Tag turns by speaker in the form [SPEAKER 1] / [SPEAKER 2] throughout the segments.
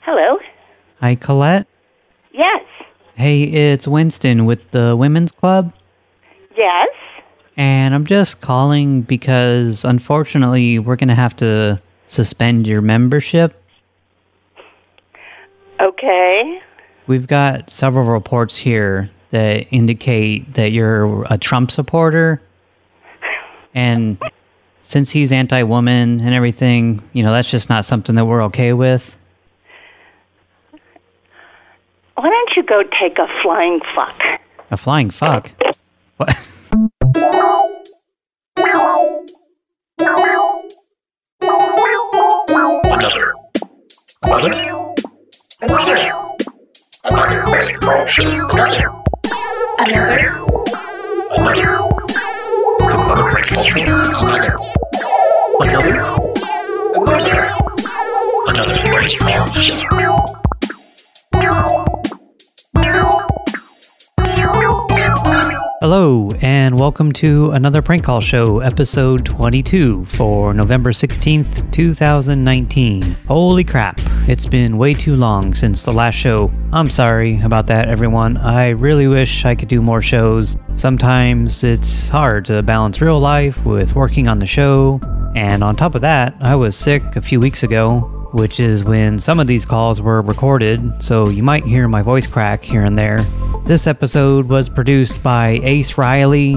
[SPEAKER 1] Hello.
[SPEAKER 2] Hi, Colette.
[SPEAKER 1] Yes.
[SPEAKER 2] Hey, it's Winston with the Women's Club,
[SPEAKER 1] Yes.
[SPEAKER 2] and I'm just calling because, unfortunately, we're going to have to suspend your membership.
[SPEAKER 1] Okay.
[SPEAKER 2] We've got several reports here that indicate that you're a Trump supporter. And since he's anti-woman and everything, you know, that's just not something that we're okay with.
[SPEAKER 1] Why don't you go take a flying fuck?
[SPEAKER 2] A flying fuck. What?
[SPEAKER 3] Another. Another. Another. Another.
[SPEAKER 4] Another.
[SPEAKER 3] Another. Another. It's another great culture. Another. Another. Another. Another great culture.
[SPEAKER 2] Hello, and welcome to another Prank Call Show, episode 22 for November 16th, 2019. Holy crap, it's been way too long since the last show. I'm sorry about that, everyone. I really wish I could do more shows. Sometimes it's hard to balance real life with working on the show, and on top of that, I was sick a few weeks ago which is when some of these calls were recorded, so you might hear my voice crack here and there. This episode was produced by Ace Riley,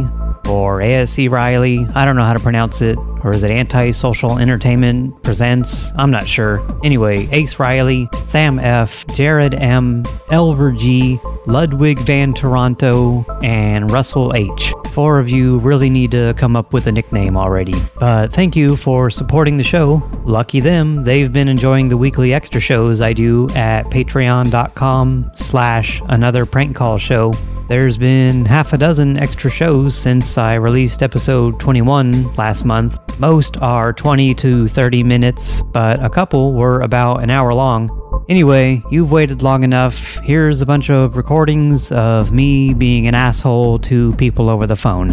[SPEAKER 2] or ASC Riley. I don't know how to pronounce it, or is it Anti Social Entertainment Presents? I'm not sure. Anyway, Ace Riley, Sam F., Jared M., Elver G., Ludwig Van Toronto, and Russell H. Four of you really need to come up with a nickname already. But thank you for supporting the show. Lucky them, they've been enjoying the weekly extra shows I do at patreon.com slash another prank call show. There's been half a dozen extra shows since I released episode 21 last month. Most are 20 to 30 minutes, but a couple were about an hour long. Anyway, you've waited long enough. Here's a bunch of recordings of me being an asshole to people over the phone.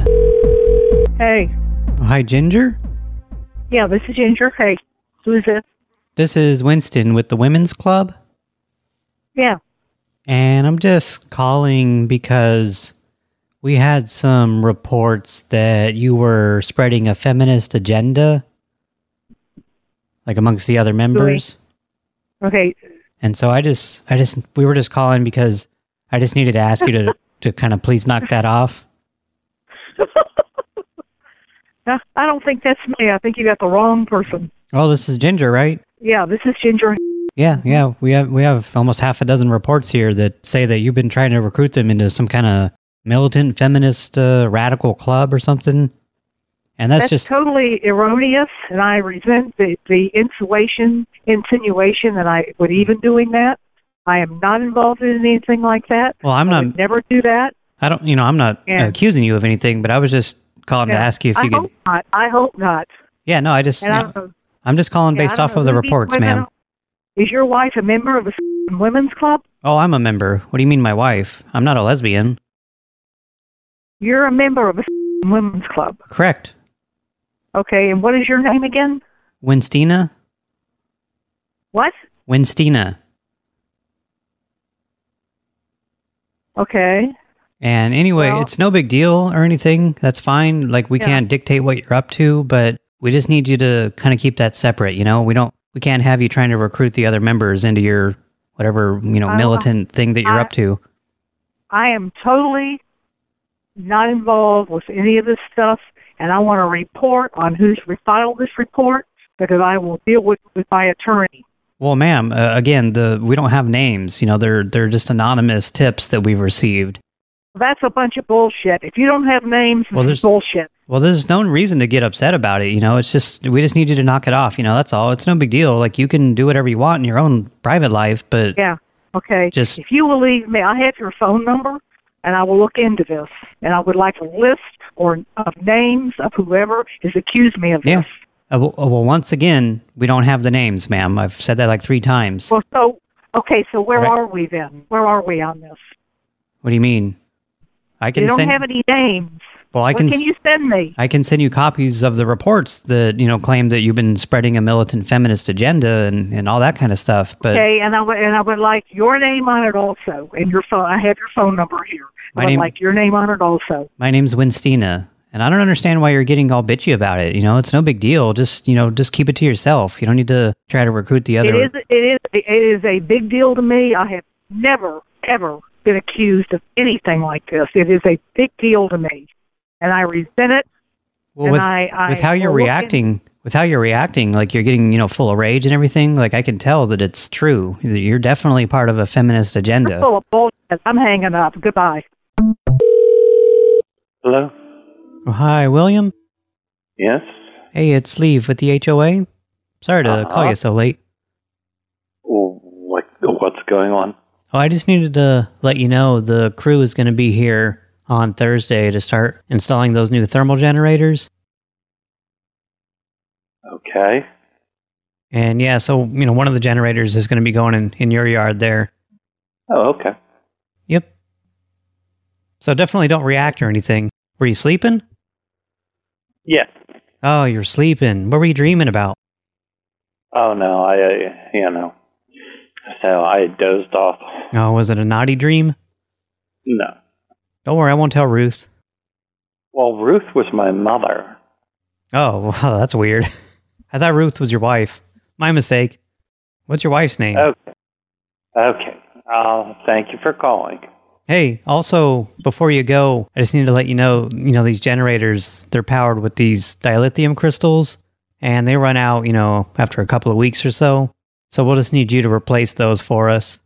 [SPEAKER 5] Hey.
[SPEAKER 2] Hi, Ginger.
[SPEAKER 5] Yeah, this is Ginger. Hey. Who is this?
[SPEAKER 2] This is Winston with the Women's Club,
[SPEAKER 5] Yeah.
[SPEAKER 2] and I'm just calling because we had some reports that you were spreading a feminist agenda, like amongst the other members.
[SPEAKER 5] Okay.
[SPEAKER 2] And so I just, I just, we were just calling because I just needed to ask you to, to kind of please knock that off.
[SPEAKER 5] Uh, I don't think that's me. I think you got the wrong person.
[SPEAKER 2] Oh, this is Ginger, right?
[SPEAKER 5] Yeah, this is Ginger.
[SPEAKER 2] Yeah,
[SPEAKER 5] Mm-hmm.
[SPEAKER 2] yeah, we have we have almost half a dozen reports here that say that you've been trying to recruit them into some kind of militant feminist uh, radical club or something, and that's, just
[SPEAKER 5] totally erroneous, and I resent the, the insulation, insinuation that I would even doing that. I am not involved in anything like that.
[SPEAKER 2] well. I'm
[SPEAKER 5] I
[SPEAKER 2] not.
[SPEAKER 5] would never do that.
[SPEAKER 2] I don't. You know, I'm not
[SPEAKER 5] Yeah.
[SPEAKER 2] accusing you of anything, but I was just calling to
[SPEAKER 5] Yeah.
[SPEAKER 2] ask you if
[SPEAKER 5] I
[SPEAKER 2] you could.
[SPEAKER 5] hope not. I hope not.
[SPEAKER 2] Yeah, no, I just.
[SPEAKER 5] And I
[SPEAKER 2] yeah,
[SPEAKER 5] don't know-
[SPEAKER 2] I'm just calling
[SPEAKER 5] yeah, I
[SPEAKER 2] based
[SPEAKER 5] don't
[SPEAKER 2] off
[SPEAKER 5] know
[SPEAKER 2] of the
[SPEAKER 5] who these
[SPEAKER 2] reports,
[SPEAKER 5] women
[SPEAKER 2] ma'am.
[SPEAKER 5] are. Is your wife a member of the women's club?
[SPEAKER 2] Oh, I'm a member. What do you mean, my wife? I'm not a lesbian.
[SPEAKER 5] You're a member of the women's club.
[SPEAKER 2] Correct,
[SPEAKER 5] Okay, and what is your name again?
[SPEAKER 2] Winstina.
[SPEAKER 5] What?
[SPEAKER 2] Winstina.
[SPEAKER 5] Okay.
[SPEAKER 2] And anyway,
[SPEAKER 5] Well-
[SPEAKER 2] it's no big deal or anything. That's fine. Like we
[SPEAKER 5] Yeah.
[SPEAKER 2] can't dictate what you're up to, but we just need you to kind of keep that separate, you know? We don't we can't have you trying to recruit the other members into your whatever, you know,
[SPEAKER 5] I-
[SPEAKER 2] militant thing that you're
[SPEAKER 5] I-
[SPEAKER 2] up to.
[SPEAKER 5] I am totally not involved with any of this stuff, and I want to report on who's filed this report because I will deal with with my attorney.
[SPEAKER 2] Well, ma'am, uh, again, the we don't have names, you know, they're they're just anonymous tips that we've received.
[SPEAKER 5] That's a bunch of bullshit. If you don't have names,
[SPEAKER 2] Well,
[SPEAKER 5] this is
[SPEAKER 2] there's-
[SPEAKER 5] bullshit.
[SPEAKER 2] Well, there's no reason to get upset about it, you know. It's just we just need you to knock it off, you know. That's all. It's no big deal. Like you can do whatever you want in your own private life, but
[SPEAKER 5] Yeah. Okay.
[SPEAKER 2] Just-
[SPEAKER 5] if you will leave me, I have your phone number, and I will look into this. And I would like a list or of names of whoever has accused me of
[SPEAKER 2] Yeah.
[SPEAKER 5] this.
[SPEAKER 2] Uh, well, uh, well, once again, we don't have the names, ma'am. I've said that like three times.
[SPEAKER 5] Well, so okay. So where
[SPEAKER 2] Right.
[SPEAKER 5] are we then? Where are we on this?
[SPEAKER 2] what do you mean? I can
[SPEAKER 5] You don't
[SPEAKER 2] send.
[SPEAKER 5] have any names.
[SPEAKER 2] Well, I
[SPEAKER 5] What
[SPEAKER 2] can,
[SPEAKER 5] can you send me?
[SPEAKER 2] I can send you copies of the reports that you know claim that you've been spreading a militant feminist agenda and, and all that kind of stuff. But
[SPEAKER 5] Okay, and I would and I would like your name on it also, and your phone. I have your phone number here.
[SPEAKER 2] My
[SPEAKER 5] I would
[SPEAKER 2] name-
[SPEAKER 5] like your name on it also.
[SPEAKER 2] my name's Winstina, and I don't understand why you're getting all bitchy about it. You know, it's no big deal. Just you know, just keep it to yourself. You don't need to try to recruit the
[SPEAKER 5] It
[SPEAKER 2] other.
[SPEAKER 5] is it is it is a big deal to me. I have never ever been accused of anything like this. It is a big deal to me, and I resent it.
[SPEAKER 2] well,
[SPEAKER 5] and
[SPEAKER 2] with,
[SPEAKER 5] I- I
[SPEAKER 2] with how you're
[SPEAKER 5] will look in-
[SPEAKER 2] reacting, with how you're reacting, like you're getting you know full of rage and everything. Like I can tell that it's true. that You're definitely part of a feminist agenda.
[SPEAKER 5] You're full of bullshit. Oh, I'm hanging up. Goodbye.
[SPEAKER 6] Hello?
[SPEAKER 2] Oh, hi, William.
[SPEAKER 6] Yes?
[SPEAKER 2] Hey, it's Leave with the HOA. Sorry to
[SPEAKER 6] Uh-huh.
[SPEAKER 2] call you so late.
[SPEAKER 6] What, what's going on?
[SPEAKER 2] Oh, I just needed to let you know the crew is going to be here on Thursday to start installing those new thermal generators.
[SPEAKER 6] Okay.
[SPEAKER 2] And yeah, so, you know, one of the generators is going to be going in, in your yard there.
[SPEAKER 6] Oh, okay.
[SPEAKER 2] Yep. So definitely don't react or anything. Were you sleeping?
[SPEAKER 6] Yes.
[SPEAKER 2] Oh, you're sleeping. What were you dreaming about?
[SPEAKER 6] Oh, no, I, uh, you know. So I dozed off.
[SPEAKER 2] Oh, was it a naughty dream?
[SPEAKER 6] No.
[SPEAKER 2] Don't worry, I won't tell Ruth.
[SPEAKER 6] Well, Ruth was my mother.
[SPEAKER 2] Oh, well, that's weird. I thought Ruth was your wife. My mistake. What's your wife's name?
[SPEAKER 6] Okay. Okay. Uh, thank you for calling.
[SPEAKER 2] Hey, also before you go, I just need to let you know, you know, these generators, they're powered with these dilithium crystals and they run out, you know, after a couple of weeks or so. So we'll just need you to replace those for us.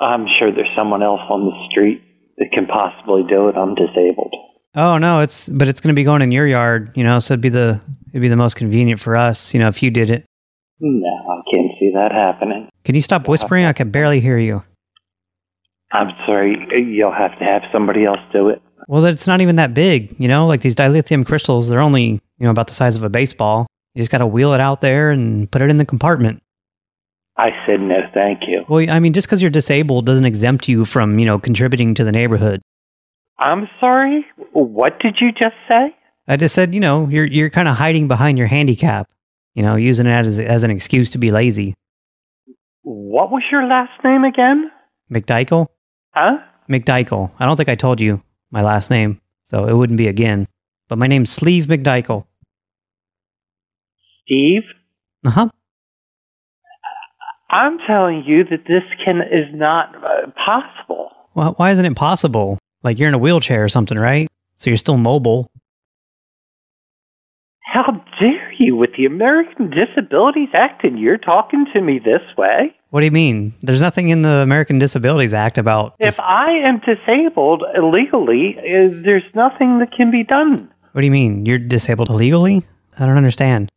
[SPEAKER 6] I'm sure there's someone else on the street that can possibly do it. I'm disabled.
[SPEAKER 2] Oh no, it's but it's going to be going in your yard, you know, so it'd be the it'd be the most convenient for us, you know, if you did it.
[SPEAKER 6] No, I can't see that happening.
[SPEAKER 2] Can you stop whispering? I can barely hear you.
[SPEAKER 6] I'm sorry. You'll have to have somebody else do it.
[SPEAKER 2] Well, it's not even that big, you know, like these dilithium crystals, they're only, you know, about the size of a baseball. You just got to wheel it out there and put it in the compartment.
[SPEAKER 6] I said no, thank you.
[SPEAKER 2] Well, I mean, just because you're disabled doesn't exempt you from, you know, contributing to the neighborhood.
[SPEAKER 6] I'm sorry. What did you just say?
[SPEAKER 2] I just said, you know, you're you're kind of hiding behind your handicap, you know, using it as as an excuse to be lazy.
[SPEAKER 6] What was your last name again?
[SPEAKER 2] McDykel,
[SPEAKER 6] Huh?
[SPEAKER 2] McDykel. I don't think I told you my last name, so it wouldn't be again. But my name's Sleeve McDykel.
[SPEAKER 6] Steve?
[SPEAKER 2] Uh huh.
[SPEAKER 6] I'm telling you that this can is not uh, possible.
[SPEAKER 2] Well, why isn't it possible? Like you're in a wheelchair or something, right? So you're still mobile.
[SPEAKER 6] How dare you with the American Disabilities Act and you're talking to me this way?
[SPEAKER 2] What do you mean? There's nothing in the American Disabilities Act about. dis-
[SPEAKER 6] If I am disabled illegally, uh, there's nothing that can be done.
[SPEAKER 2] what do you mean? You're disabled illegally? I don't understand.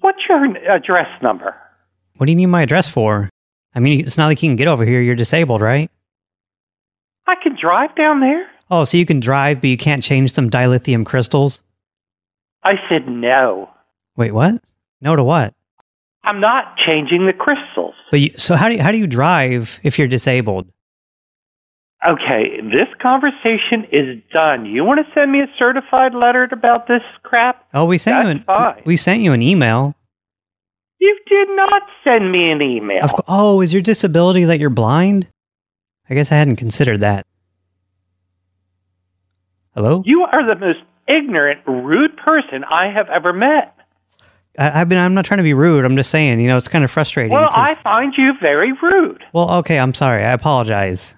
[SPEAKER 6] What's your address number?
[SPEAKER 2] What do you need my address for? I mean, it's not like you can get over here. You're disabled, right?
[SPEAKER 6] I can drive down there.
[SPEAKER 2] Oh, so you can drive, but you can't change some dilithium crystals?
[SPEAKER 6] I said no.
[SPEAKER 2] Wait, what? No to what?
[SPEAKER 6] I'm not changing the crystals.
[SPEAKER 2] But you, so how do you, how do you drive if you're disabled?
[SPEAKER 6] Okay, this conversation is done. You want to send me a certified letter about this crap?
[SPEAKER 2] Oh, we sent
[SPEAKER 6] That's
[SPEAKER 2] you an
[SPEAKER 6] fine.
[SPEAKER 2] we sent you an email.
[SPEAKER 6] You did not send me an email.
[SPEAKER 2] Of cou- oh, is your disability that you're blind? I guess I hadn't considered that. Hello?
[SPEAKER 6] You are the most ignorant, rude person I have ever met.
[SPEAKER 2] I, I've been. I'm not trying to be rude. I'm just saying. You know, it's kind of frustrating.
[SPEAKER 6] Well,
[SPEAKER 2] 'cause-
[SPEAKER 6] I find you very rude.
[SPEAKER 2] well, okay. I'm sorry. I apologize.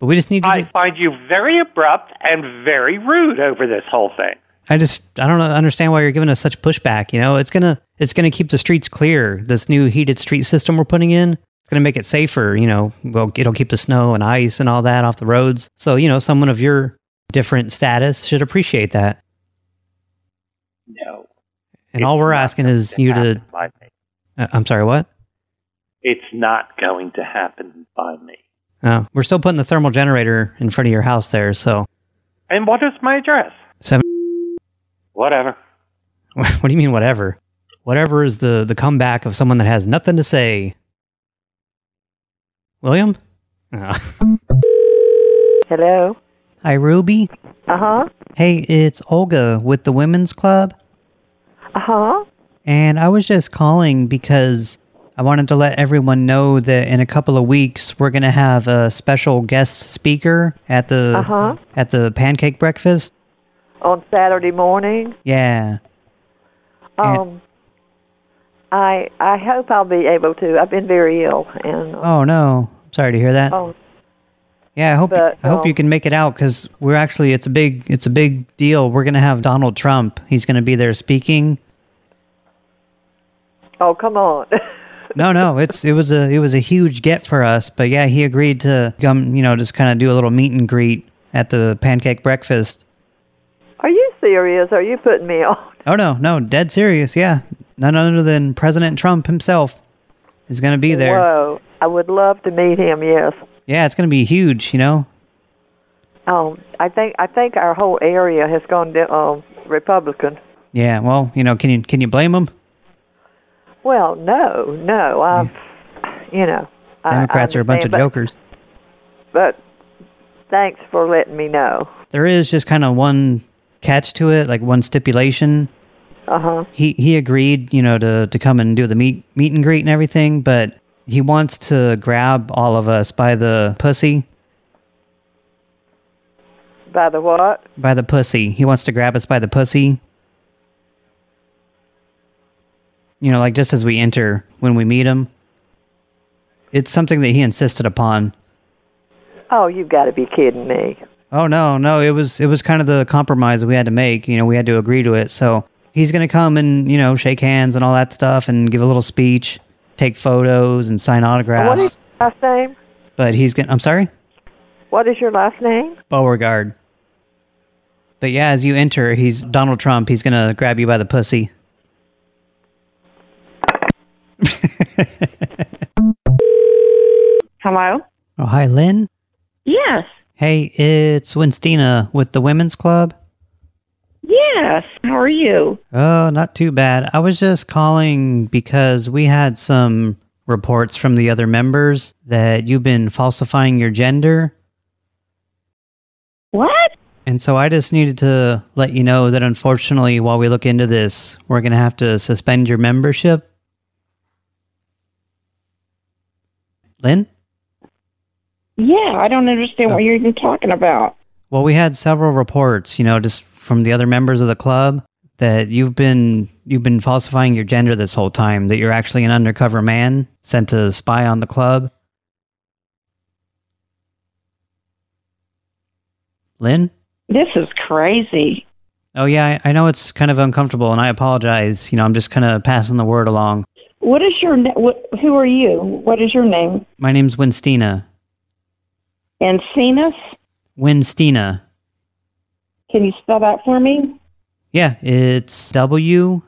[SPEAKER 2] But we just need to.
[SPEAKER 6] I
[SPEAKER 2] do-
[SPEAKER 6] find you very abrupt and very rude over this whole thing.
[SPEAKER 2] I just I don't understand why you're giving us such pushback. You know, it's gonna it's gonna keep the streets clear. This new heated street system we're putting in, it's gonna make it safer. You know, well, it'll keep the snow and ice and all that off the roads. So you know, someone of your different status should appreciate that.
[SPEAKER 6] No.
[SPEAKER 2] And all
[SPEAKER 6] it's
[SPEAKER 2] we're
[SPEAKER 6] not
[SPEAKER 2] asking
[SPEAKER 6] going
[SPEAKER 2] is you to.
[SPEAKER 6] happen by me.
[SPEAKER 2] Uh, I'm sorry, what?
[SPEAKER 6] It's not going to happen by me.
[SPEAKER 2] Uh, we're still putting the thermal generator in front of your house there. So
[SPEAKER 6] And what is my address?
[SPEAKER 2] seven.
[SPEAKER 6] Whatever.
[SPEAKER 2] What do you mean? Whatever. Whatever is the the comeback of someone that has nothing to say. William. Uh,
[SPEAKER 7] Hello.
[SPEAKER 2] Hi, Ruby.
[SPEAKER 7] Uh-huh.
[SPEAKER 2] Hey, it's Olga with the Women's Club.
[SPEAKER 7] Uh-huh.
[SPEAKER 2] And I was just calling because I wanted to let everyone know that in a couple of weeks we're going to have a special guest speaker at the
[SPEAKER 7] Uh-huh.
[SPEAKER 2] at the pancake breakfast.
[SPEAKER 7] On Saturday morning.
[SPEAKER 2] Yeah. And-
[SPEAKER 7] Um I I hope I'll be able to. I've been very ill and uh,
[SPEAKER 2] Oh no. Sorry to hear that.
[SPEAKER 7] oh,
[SPEAKER 2] yeah, I hope
[SPEAKER 7] but,
[SPEAKER 2] I hope you
[SPEAKER 7] um,
[SPEAKER 2] can make it out cuz we're actually it's a big it's a big deal. We're going to have Donald Trump. He's going to be there speaking.
[SPEAKER 7] oh come on.
[SPEAKER 2] No, no, it's it was a it was a huge get for us, but yeah, he agreed to come, you know, just kind of do a little meet and greet at the pancake breakfast.
[SPEAKER 7] Are you serious? Are you putting me on?
[SPEAKER 2] Oh no, no, dead serious. Yeah, none other than President Trump himself is going to be there.
[SPEAKER 7] Whoa. I would love to meet him, yes.
[SPEAKER 2] Yeah, it's going to be huge. You know,
[SPEAKER 7] Um I think I think our whole area has gone de- um Republican.
[SPEAKER 2] yeah. Well, you know, can you can you blame him?
[SPEAKER 7] Well, no, no. I've you know I- I
[SPEAKER 2] Hmm. Democrats are a bunch of
[SPEAKER 7] understand, but-
[SPEAKER 2] jokers.
[SPEAKER 7] But thanks for letting me know.
[SPEAKER 2] There is just kind of one catch to it, like one stipulation.
[SPEAKER 7] Uh huh.
[SPEAKER 2] He he agreed, you know, to to come and do the meet meet and greet and everything, but he wants to grab all of us by the pussy,
[SPEAKER 7] By the what?
[SPEAKER 2] by the pussy. He wants to grab us by the pussy. You know, like just as we enter when we meet him. It's something that he insisted upon.
[SPEAKER 7] Oh, you've got to be kidding me.
[SPEAKER 2] Oh no, no, it was it was kind of the compromise that we had to make. You know, we had to agree to it. So he's gonna come and, you know, shake hands and all that stuff and give a little speech, take photos and sign autographs.
[SPEAKER 7] What is your last name?
[SPEAKER 2] but he's gonna I'm sorry?
[SPEAKER 7] What is your last name?
[SPEAKER 2] Beauregard. But yeah, as you enter, he's Donald Trump, he's gonna grab you by the pussy.
[SPEAKER 8] Hello?
[SPEAKER 2] Oh hi Lynn.
[SPEAKER 8] Yes.
[SPEAKER 2] Hey, it's Winstina with the Women's Club.
[SPEAKER 8] Yes. How are you?
[SPEAKER 2] Oh, not too bad. I was just calling because we had some reports from the other members that you've been falsifying your gender.
[SPEAKER 8] What?
[SPEAKER 2] And so I just needed to let you know that unfortunately, while we look into this, we're going to have to suspend your membership. Lynn?
[SPEAKER 8] Yeah, I don't understand what you're even talking about.
[SPEAKER 2] Well, we had several reports, you know, just from the other members of the club that you've been you've been falsifying your gender this whole time, that you're actually an undercover man sent to spy on the club. Lynn?
[SPEAKER 8] This is crazy.
[SPEAKER 2] Oh yeah, I, I know it's kind of uncomfortable and I apologize. You know, I'm just kind of passing the word along.
[SPEAKER 8] What is your na- what, who are you? What is your name?
[SPEAKER 2] My name's Winstina.
[SPEAKER 8] Encinas?
[SPEAKER 2] Winstina.
[SPEAKER 8] Can you spell that for me?
[SPEAKER 2] Yeah, it's W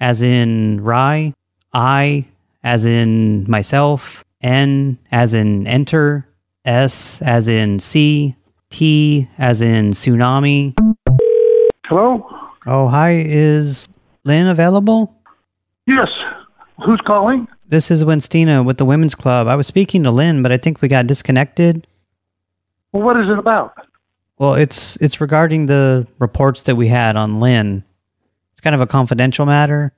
[SPEAKER 2] as in Rye, I as in myself, N as in enter, S as in C, T as in tsunami.
[SPEAKER 9] Hello?
[SPEAKER 2] Oh, hi, is Lynn available?
[SPEAKER 9] Yes. Who's calling?
[SPEAKER 2] This is Winstina with the Women's Club. I was speaking to Lynn, but I think we got disconnected.
[SPEAKER 9] Well, what is it about?
[SPEAKER 2] Well, it's it's regarding the reports that we had on Lynn. It's kind of a confidential matter.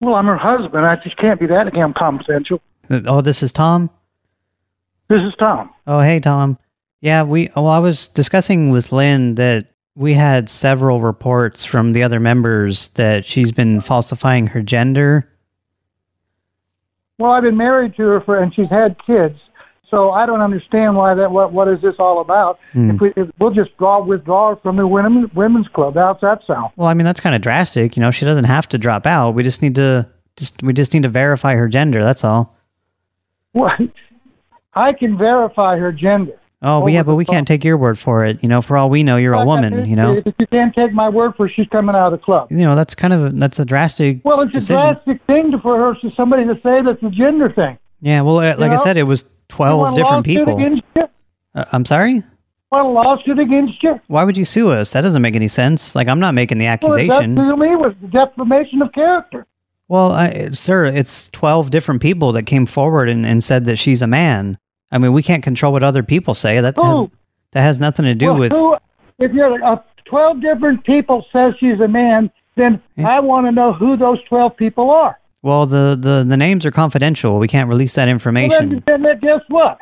[SPEAKER 9] Well, I'm her husband. I just can't be that damn confidential.
[SPEAKER 2] Oh, this is Tom?
[SPEAKER 9] This is Tom.
[SPEAKER 2] Oh, hey, Tom. Yeah, we, well, I was discussing with Lynn that we had several reports from the other members that she's been falsifying her gender.
[SPEAKER 9] Well, I've been married to her for, and she's had kids. So I don't understand why that. What what is this all about?
[SPEAKER 2] Hmm.
[SPEAKER 9] If we if we'll just draw withdraw her from the women, women's club. How's that sound?
[SPEAKER 2] Well, I mean, that's kind of drastic. You know, she doesn't have to drop out. We just need to, just, we just need to verify her gender. That's all.
[SPEAKER 9] What? I can verify her gender.
[SPEAKER 2] Oh,
[SPEAKER 9] Over
[SPEAKER 2] but yeah, but
[SPEAKER 9] the
[SPEAKER 2] we can't take your word for it. You know, for all we know, you're a woman, you know?
[SPEAKER 9] If you can't take my word for it, she's coming out of the club.
[SPEAKER 2] You know, that's kind of, that's a drastic
[SPEAKER 9] Well, it's
[SPEAKER 2] decision.
[SPEAKER 9] a drastic thing to, for her to somebody to say that's a gender thing.
[SPEAKER 2] Yeah, well, uh, like I
[SPEAKER 9] know?
[SPEAKER 2] said, it was
[SPEAKER 9] You
[SPEAKER 2] 12
[SPEAKER 9] want a
[SPEAKER 2] different
[SPEAKER 9] lawsuit
[SPEAKER 2] people.
[SPEAKER 9] Against you?
[SPEAKER 2] Uh, I'm sorry?
[SPEAKER 9] Want a lawsuit against you?
[SPEAKER 2] Why would you sue us? That doesn't make any sense. Like, I'm not making the
[SPEAKER 9] Well, that
[SPEAKER 2] accusation.
[SPEAKER 9] to me was defamation of character.
[SPEAKER 2] Well, I, sir, it's 12 different people that came forward and, and said that she's a man. I mean, we can't control what other people say. That has,
[SPEAKER 9] Who?
[SPEAKER 2] That has nothing to do
[SPEAKER 9] Oh. Well,
[SPEAKER 2] with.
[SPEAKER 9] who, if you're uh, twelve different people says she's a man, then I want to know who those twelve people are.
[SPEAKER 2] Well, the, the, the names are confidential. We can't release that
[SPEAKER 9] Well,
[SPEAKER 2] information.
[SPEAKER 9] then, then that- guess what?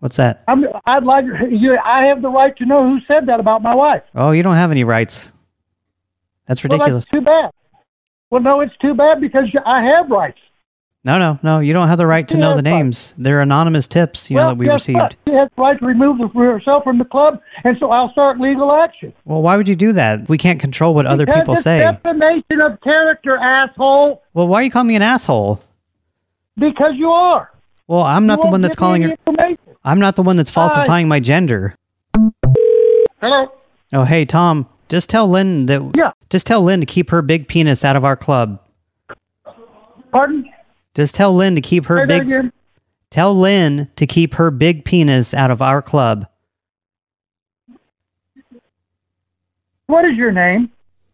[SPEAKER 2] What's that?
[SPEAKER 9] I'm, I'd like you. I have the right to know who said that about my wife.
[SPEAKER 2] Oh, you don't have any rights. That's
[SPEAKER 9] Well,
[SPEAKER 2] ridiculous.
[SPEAKER 9] that's too bad. Well, no, it's too bad because I have rights.
[SPEAKER 2] no, no, no. You don't have the right to know the names. They're anonymous tips, you know, that we
[SPEAKER 9] guess
[SPEAKER 2] received.
[SPEAKER 9] what? She has the right to remove the- herself from the club, and so I'll start legal action.
[SPEAKER 2] Well, why would you do that? We can't control what other
[SPEAKER 9] Because
[SPEAKER 2] people
[SPEAKER 9] it's
[SPEAKER 2] say.
[SPEAKER 9] defamation of character, asshole.
[SPEAKER 2] Well, why are you calling me an asshole?
[SPEAKER 9] Because you are.
[SPEAKER 2] Well, I'm not the one that's calling
[SPEAKER 9] your.
[SPEAKER 2] your. I'm not the one that's
[SPEAKER 9] Uh,
[SPEAKER 2] falsifying my gender.
[SPEAKER 9] Hello.
[SPEAKER 2] Oh, hey, Tom. Just tell Lynn that.
[SPEAKER 9] Yeah.
[SPEAKER 2] Just tell Lynn to keep her big penis out of our club.
[SPEAKER 9] Pardon?
[SPEAKER 2] Just tell Lynn to keep her
[SPEAKER 9] Say that
[SPEAKER 2] big.
[SPEAKER 9] again.
[SPEAKER 2] Tell Lynn to keep her big penis out of our club.
[SPEAKER 9] What is your name?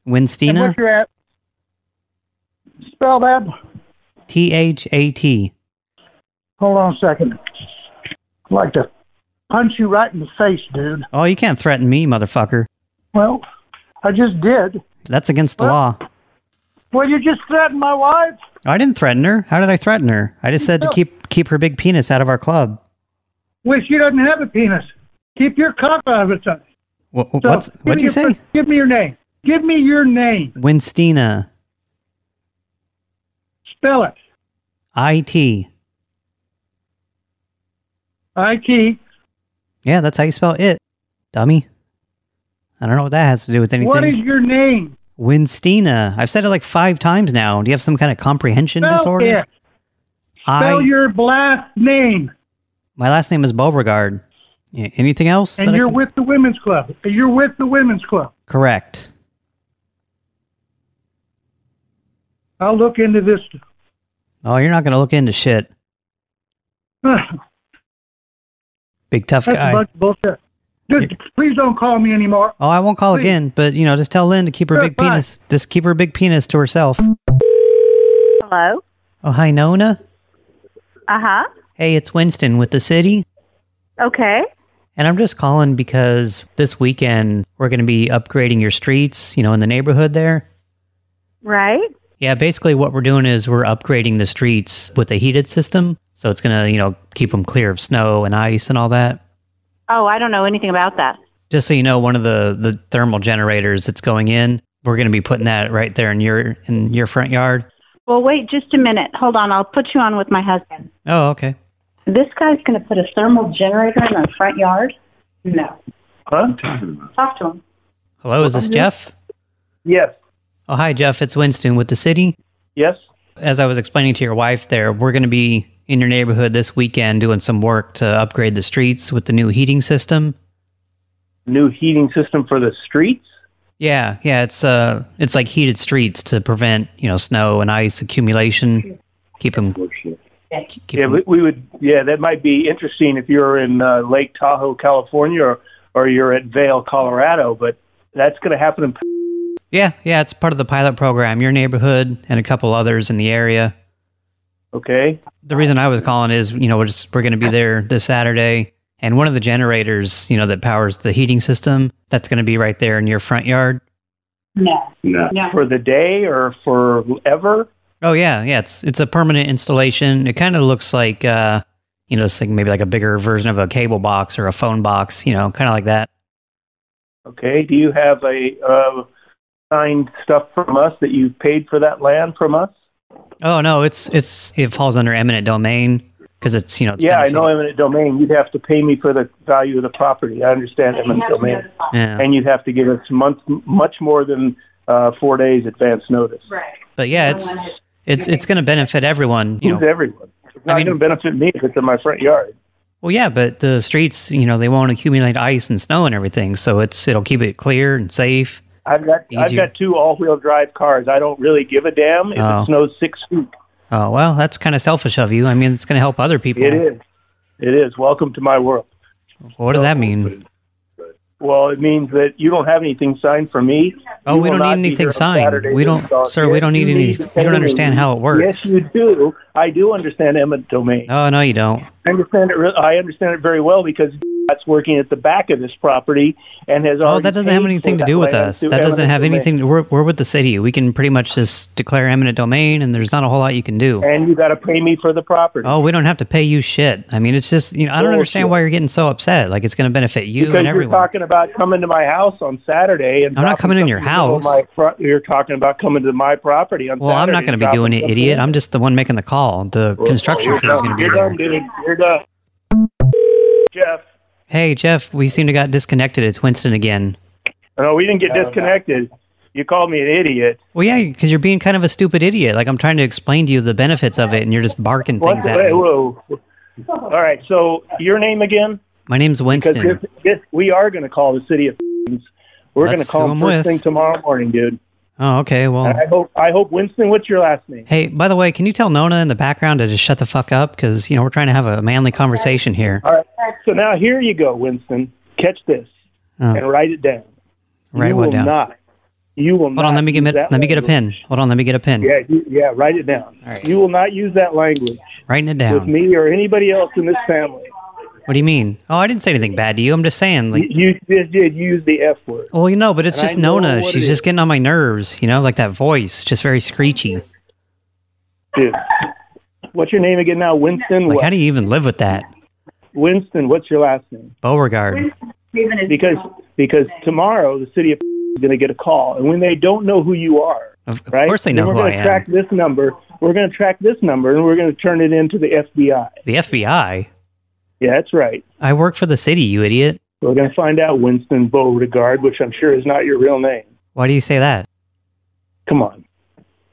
[SPEAKER 9] And
[SPEAKER 2] Winstina.
[SPEAKER 9] what's your at? Spell that.
[SPEAKER 2] T H A T.
[SPEAKER 9] Hold on a second. I'd like to punch you right in the face, dude.
[SPEAKER 2] Oh, you can't threaten me, motherfucker.
[SPEAKER 9] Well, I just did.
[SPEAKER 2] That's against the law. Oh,
[SPEAKER 9] Well, you just threatened my wife.
[SPEAKER 2] I didn't threaten her. How did I threaten her? I just said to
[SPEAKER 9] No.
[SPEAKER 2] keep keep her big penis out of our club.
[SPEAKER 9] Well, she doesn't have a penis. Keep your cock out of it. son.
[SPEAKER 2] Wha- wha-
[SPEAKER 9] So,
[SPEAKER 2] what's
[SPEAKER 9] give
[SPEAKER 2] what'd
[SPEAKER 9] me
[SPEAKER 2] you
[SPEAKER 9] your
[SPEAKER 2] say?
[SPEAKER 9] first- give me your name. Give me your name.
[SPEAKER 2] Winstina.
[SPEAKER 9] Spell it.
[SPEAKER 2] I T.
[SPEAKER 9] I T.
[SPEAKER 2] Yeah, that's how you spell it, dummy. I don't know what that has to do with anything.
[SPEAKER 9] What is your name?
[SPEAKER 2] Winstina. I've said it like five times now. Do you have some kind of comprehension
[SPEAKER 9] Spell
[SPEAKER 2] disorder?
[SPEAKER 9] it.
[SPEAKER 2] I,
[SPEAKER 9] Spell your last name.
[SPEAKER 2] my last name is Beauregard. Yeah, anything else? that
[SPEAKER 9] And
[SPEAKER 2] I
[SPEAKER 9] you're
[SPEAKER 2] can-
[SPEAKER 9] with the women's club. You're with the women's club.
[SPEAKER 2] Correct.
[SPEAKER 9] I'll look into this.
[SPEAKER 2] Oh, you're not going to look into shit.
[SPEAKER 9] That's
[SPEAKER 2] Big tough
[SPEAKER 9] a
[SPEAKER 2] guy.
[SPEAKER 9] bunch of bullshit. Just, please don't call me anymore.
[SPEAKER 2] Oh, I won't call
[SPEAKER 9] Please.
[SPEAKER 2] again, but you know, just tell Lynn to keep her
[SPEAKER 9] Sure,
[SPEAKER 2] big
[SPEAKER 9] fine.
[SPEAKER 2] penis. Just keep her big penis to herself.
[SPEAKER 10] Hello?
[SPEAKER 2] Oh, hi Nona.
[SPEAKER 10] Uh
[SPEAKER 8] Uh-huh.
[SPEAKER 10] huh.
[SPEAKER 2] Hey, it's Winston with the city.
[SPEAKER 10] Okay.
[SPEAKER 2] And I'm just calling because this weekend we're going to be upgrading your streets, you know, in the neighborhood there.
[SPEAKER 10] Right?
[SPEAKER 2] Yeah, basically what we're doing is we're upgrading the streets with a heated system. So it's going to, you know, keep them clear of snow and ice and all that.
[SPEAKER 10] Oh, I don't know anything about that.
[SPEAKER 2] Just so you know, one of the the thermal generators that's going in, we're going to be putting that right there in your in your front yard.
[SPEAKER 10] Well, wait just a minute. Hold on. I'll put you on with my husband.
[SPEAKER 2] Oh, okay.
[SPEAKER 10] This guy's going to put a thermal generator in our front yard? No.
[SPEAKER 11] Huh?
[SPEAKER 10] Talk to him. Mm-hmm.
[SPEAKER 2] Hello, is this Jeff?
[SPEAKER 11] Yes.
[SPEAKER 2] Oh, hi, Jeff. It's Winston with the city.
[SPEAKER 11] Yes.
[SPEAKER 2] As I was explaining to your wife there, we're going to be in your neighborhood this weekend doing some work to upgrade the streets with the new heating system.
[SPEAKER 11] New heating system for the streets?
[SPEAKER 2] Yeah, yeah, it's uh it's like heated streets to prevent, you know, snow and ice accumulation. Keep them
[SPEAKER 11] yeah, we, we would. Yeah, that might be interesting if you're in uh, Lake Tahoe, California, or, or you're at Vail, Colorado. But that's going to happen in
[SPEAKER 2] Yeah, yeah, it's part of the pilot program. Your neighborhood and a couple others in the area.
[SPEAKER 11] Okay.
[SPEAKER 2] The reason I was calling is, you know, we're just we're going to be there this Saturday, and one of the generators, you know, that powers the heating system, that's going to be right there in your front yard.
[SPEAKER 10] No.
[SPEAKER 11] No. for the day or forever.
[SPEAKER 2] Oh yeah, yeah, it's it's a permanent installation. It kind of looks like, uh, you know, it's like maybe like a bigger version of a cable box or a phone box, you know, kind of like that.
[SPEAKER 11] Okay. Do you have a uh, signed stuff from us that you paid for that land from us?
[SPEAKER 2] Oh no, it's it's it falls under eminent domain because it's you know it's
[SPEAKER 11] yeah, I
[SPEAKER 2] benefited-
[SPEAKER 11] know eminent domain. You'd have to pay me for the value of the property. I understand eminent domain,
[SPEAKER 2] Yeah.
[SPEAKER 11] and you'd have to give us month, much more than uh, four days advance notice.
[SPEAKER 10] Right.
[SPEAKER 2] But yeah, it's it's it's going to benefit everyone, you know.
[SPEAKER 11] It's everyone. It's not going to benefit me if it's in my front yard.
[SPEAKER 2] Well, yeah, but the streets, you know, they won't accumulate ice and snow and everything, so it's it'll keep it clear and safe.
[SPEAKER 11] I've got I've
[SPEAKER 2] Easier.
[SPEAKER 11] got two all-wheel drive cars. I don't really give a damn if
[SPEAKER 2] Oh.
[SPEAKER 11] it snows six feet.
[SPEAKER 2] Oh well, that's kind of selfish of you. I mean, it's going to help other people.
[SPEAKER 11] It is. It is. Welcome to my world.
[SPEAKER 2] What does that mean?
[SPEAKER 11] Well, it means that you don't have anything signed from me.
[SPEAKER 2] Oh,
[SPEAKER 11] You
[SPEAKER 2] we
[SPEAKER 11] will
[SPEAKER 2] don't need
[SPEAKER 11] not be here
[SPEAKER 2] anything
[SPEAKER 11] on
[SPEAKER 2] signed.
[SPEAKER 11] Saturday
[SPEAKER 2] We
[SPEAKER 11] to
[SPEAKER 2] don't,
[SPEAKER 11] install-
[SPEAKER 2] sir. We
[SPEAKER 11] Yes,
[SPEAKER 2] don't need
[SPEAKER 11] you
[SPEAKER 2] any.
[SPEAKER 11] to
[SPEAKER 2] You don't understand how it works.
[SPEAKER 11] Yes, you do. I do understand eminent domain.
[SPEAKER 2] Oh no, you don't.
[SPEAKER 11] I understand it. Re- I understand it very well because that's working at the back of this property and has
[SPEAKER 2] Oh, that doesn't have anything to do with us. That doesn't have anything. We're, we're with the city. We can pretty much just declare eminent domain, and there's not a whole lot you can do.
[SPEAKER 11] And you got to pay me for the property.
[SPEAKER 2] Oh, we don't have to pay you shit. I mean, it's just you know I don't understand why you're getting so upset. Like it's going to benefit you
[SPEAKER 11] because
[SPEAKER 2] and
[SPEAKER 11] you're
[SPEAKER 2] everyone.
[SPEAKER 11] talking about coming to my house on Saturday, and
[SPEAKER 2] I'm not
[SPEAKER 11] dropping
[SPEAKER 2] coming in your
[SPEAKER 11] something below
[SPEAKER 2] house.
[SPEAKER 11] My fro- you're talking about coming to my property on
[SPEAKER 2] Well, I'm not going to be doing it, idiot. I'm just the one making the call. The construction crew is going to be
[SPEAKER 11] You're
[SPEAKER 2] here.
[SPEAKER 11] done, dude. You're done, Jeff.
[SPEAKER 2] Hey, Jeff, we seem to got disconnected. It's Winston again.
[SPEAKER 11] No, we didn't get disconnected. You called me an idiot.
[SPEAKER 2] Well, yeah, because you're being kind of a stupid idiot. Like I'm trying to explain to you the benefits of it, and you're just barking
[SPEAKER 11] What
[SPEAKER 2] things
[SPEAKER 11] the-
[SPEAKER 2] at me.
[SPEAKER 11] Whoa. All right. So your name again?
[SPEAKER 2] My name's Winston.
[SPEAKER 11] Because this, this, we are going to call the city of. We're going to
[SPEAKER 2] Let's
[SPEAKER 11] call
[SPEAKER 2] sue 'em
[SPEAKER 11] them first
[SPEAKER 2] with.
[SPEAKER 11] thing tomorrow morning, dude.
[SPEAKER 2] Oh, okay. Well,
[SPEAKER 11] And I hope. I hope Winston. What's your last name?
[SPEAKER 2] hey, by the way, can you tell Nona in the background to just shut the fuck up? Because you know we're trying to have a manly conversation here.
[SPEAKER 11] All right. So now here you go, Winston. Catch this
[SPEAKER 2] Oh.
[SPEAKER 11] and write it down.
[SPEAKER 2] Write
[SPEAKER 11] you
[SPEAKER 2] what
[SPEAKER 11] will
[SPEAKER 2] down?
[SPEAKER 11] Not. You will
[SPEAKER 2] Hold on, let me get let me get a pen. Hold on, let me get a pen.
[SPEAKER 11] Yeah, you, yeah. Write it down. You will not use that language
[SPEAKER 2] Writing it
[SPEAKER 11] with
[SPEAKER 2] down.
[SPEAKER 11] me or anybody else in this family.
[SPEAKER 2] What do you mean? Oh, I didn't say anything bad to you. I'm just saying, like,
[SPEAKER 11] You just did use the F word.
[SPEAKER 2] well, you know, but it's
[SPEAKER 11] And I
[SPEAKER 2] just
[SPEAKER 11] know
[SPEAKER 2] Nona.
[SPEAKER 11] what
[SPEAKER 2] She's
[SPEAKER 11] it
[SPEAKER 2] just getting on my nerves. You know, like that voice, just very screechy.
[SPEAKER 11] Dude. What's your name again now? Winston.
[SPEAKER 2] Like,
[SPEAKER 11] what?
[SPEAKER 2] how do you even live with that,
[SPEAKER 11] Winston. What's your last name?
[SPEAKER 2] Beauregard?
[SPEAKER 11] Because because tomorrow the city of is going to get a call, and when they don't know who you are,
[SPEAKER 2] Of, of
[SPEAKER 11] right?
[SPEAKER 2] course, they
[SPEAKER 11] then
[SPEAKER 2] know
[SPEAKER 11] we're
[SPEAKER 2] who I
[SPEAKER 11] gonna
[SPEAKER 2] am.
[SPEAKER 11] track this number. We're going to track this number, and we're going to turn it into the FBI.
[SPEAKER 2] The FBI.
[SPEAKER 11] Yeah, that's right.
[SPEAKER 2] I work for the city, you idiot.
[SPEAKER 11] We're going to find out Winston Beauregard, which I'm sure is not your real name.
[SPEAKER 2] Why do you say that?
[SPEAKER 11] Come on.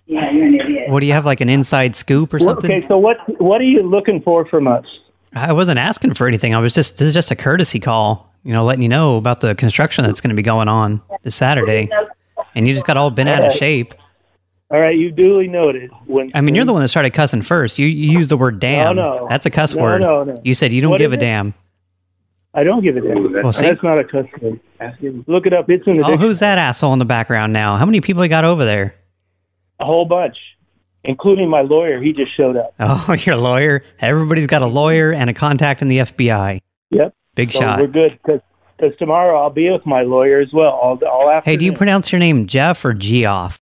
[SPEAKER 10] Yeah, you're an idiot.
[SPEAKER 2] What do you have like an inside scoop or
[SPEAKER 11] Well,
[SPEAKER 2] something?
[SPEAKER 11] Okay, so what what are you looking for from us?
[SPEAKER 2] I wasn't asking for anything. I was just this is just a courtesy call, you know, letting you know about the construction that's going to be going on this Saturday, and you just got all bent out of shape.
[SPEAKER 11] All right, you duly noted. When
[SPEAKER 2] I mean, you're the one that started cussing first. You, you used the word "damn."
[SPEAKER 11] no.
[SPEAKER 2] That's a cuss
[SPEAKER 11] No,
[SPEAKER 2] word.
[SPEAKER 11] no, no.
[SPEAKER 2] You said you don't
[SPEAKER 11] What
[SPEAKER 2] give a
[SPEAKER 11] is it?
[SPEAKER 2] damn.
[SPEAKER 11] I don't give a damn.
[SPEAKER 2] Well, see-
[SPEAKER 11] That's not a custom. Look it up. It's in the
[SPEAKER 2] Oh,
[SPEAKER 11] dictionary.
[SPEAKER 2] who's that asshole in the background now? How many people you got over there?
[SPEAKER 11] a whole bunch, including my lawyer. He just showed up.
[SPEAKER 2] Oh, your lawyer. Everybody's got a lawyer and a contact in the FBI.
[SPEAKER 11] Yep.
[SPEAKER 2] Big
[SPEAKER 11] so
[SPEAKER 2] shot.
[SPEAKER 11] We're good because tomorrow I'll be with my lawyer as well. All all after.
[SPEAKER 2] Hey, do you pronounce your name Jeff or Geoff?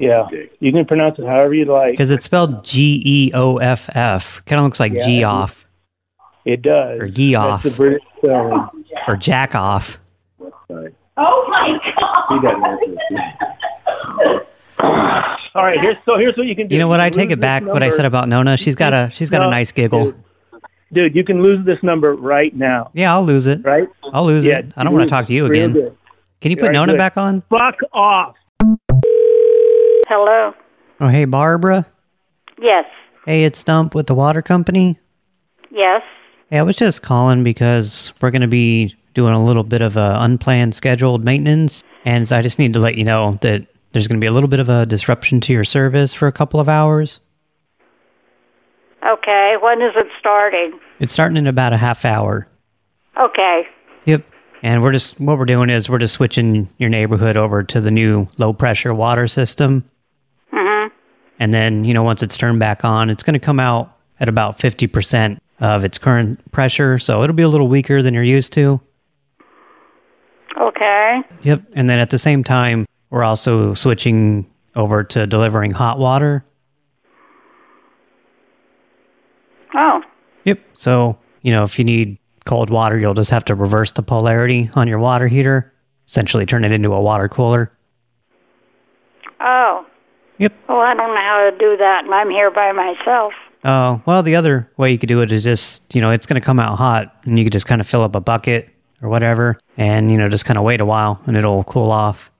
[SPEAKER 11] Yeah. You can pronounce it however you like.
[SPEAKER 2] Because it's spelled G E O F F. Kind of looks like
[SPEAKER 11] Yeah.
[SPEAKER 2] Geoff
[SPEAKER 11] It does.
[SPEAKER 2] or Geoff
[SPEAKER 11] That's the British spelling.
[SPEAKER 2] or Jackoff.
[SPEAKER 10] Oh my God.
[SPEAKER 11] All right. Here's so here's what you can do.
[SPEAKER 2] You know what?
[SPEAKER 11] can
[SPEAKER 2] I take
[SPEAKER 11] lose
[SPEAKER 2] it
[SPEAKER 11] this
[SPEAKER 2] back. What I
[SPEAKER 11] number.
[SPEAKER 2] said about Nona. She's got a she's got a
[SPEAKER 11] No,
[SPEAKER 2] nice giggle.
[SPEAKER 11] Dude, you can lose this number right now.
[SPEAKER 2] Yeah, I'll lose it.
[SPEAKER 11] Right?
[SPEAKER 2] I'll lose
[SPEAKER 11] Yeah,
[SPEAKER 2] it. I don't want
[SPEAKER 11] lose
[SPEAKER 2] to talk to
[SPEAKER 11] it
[SPEAKER 2] you
[SPEAKER 11] real
[SPEAKER 2] again.
[SPEAKER 11] good.
[SPEAKER 2] Can you
[SPEAKER 11] All
[SPEAKER 2] put
[SPEAKER 11] right,
[SPEAKER 2] Nona
[SPEAKER 11] good.
[SPEAKER 2] back on?
[SPEAKER 11] Fuck off.
[SPEAKER 1] Hello.
[SPEAKER 2] Oh, hey, Barbara.
[SPEAKER 1] Yes.
[SPEAKER 2] Hey, it's Stump with the water company.
[SPEAKER 1] Yes.
[SPEAKER 2] Hey, I was just calling because we're going to be doing a little bit of a unplanned scheduled maintenance, and so I just need to let you know that there's going to be a little bit of a disruption to your service for a couple of hours.
[SPEAKER 1] Okay. When is it starting?
[SPEAKER 2] It's starting in about a half hour.
[SPEAKER 1] Okay.
[SPEAKER 2] Yep. And we're just what we're doing is we're just switching your neighborhood over to the new low pressure water system.
[SPEAKER 1] Mhm.
[SPEAKER 2] And then, you know, once it's turned back on, it's going to come out at about 50% of its current pressure. So it'll be a little weaker than you're used to.
[SPEAKER 1] Okay.
[SPEAKER 2] Yep. And then at the same time, we're also switching over to delivering hot water.
[SPEAKER 1] Oh.
[SPEAKER 2] Yep. So, you know, if you need cold water, you'll just have to reverse the polarity on your water heater, essentially turn it into a water cooler.
[SPEAKER 1] Oh.
[SPEAKER 2] Yep.
[SPEAKER 1] Well, I don't know how to do that, and I'm here by myself.
[SPEAKER 2] Uh, well, the other way you could do it is just, you know, it's going to come out hot and you could just kind of fill up a bucket or whatever and, you know, just kind of wait a while and it'll cool off.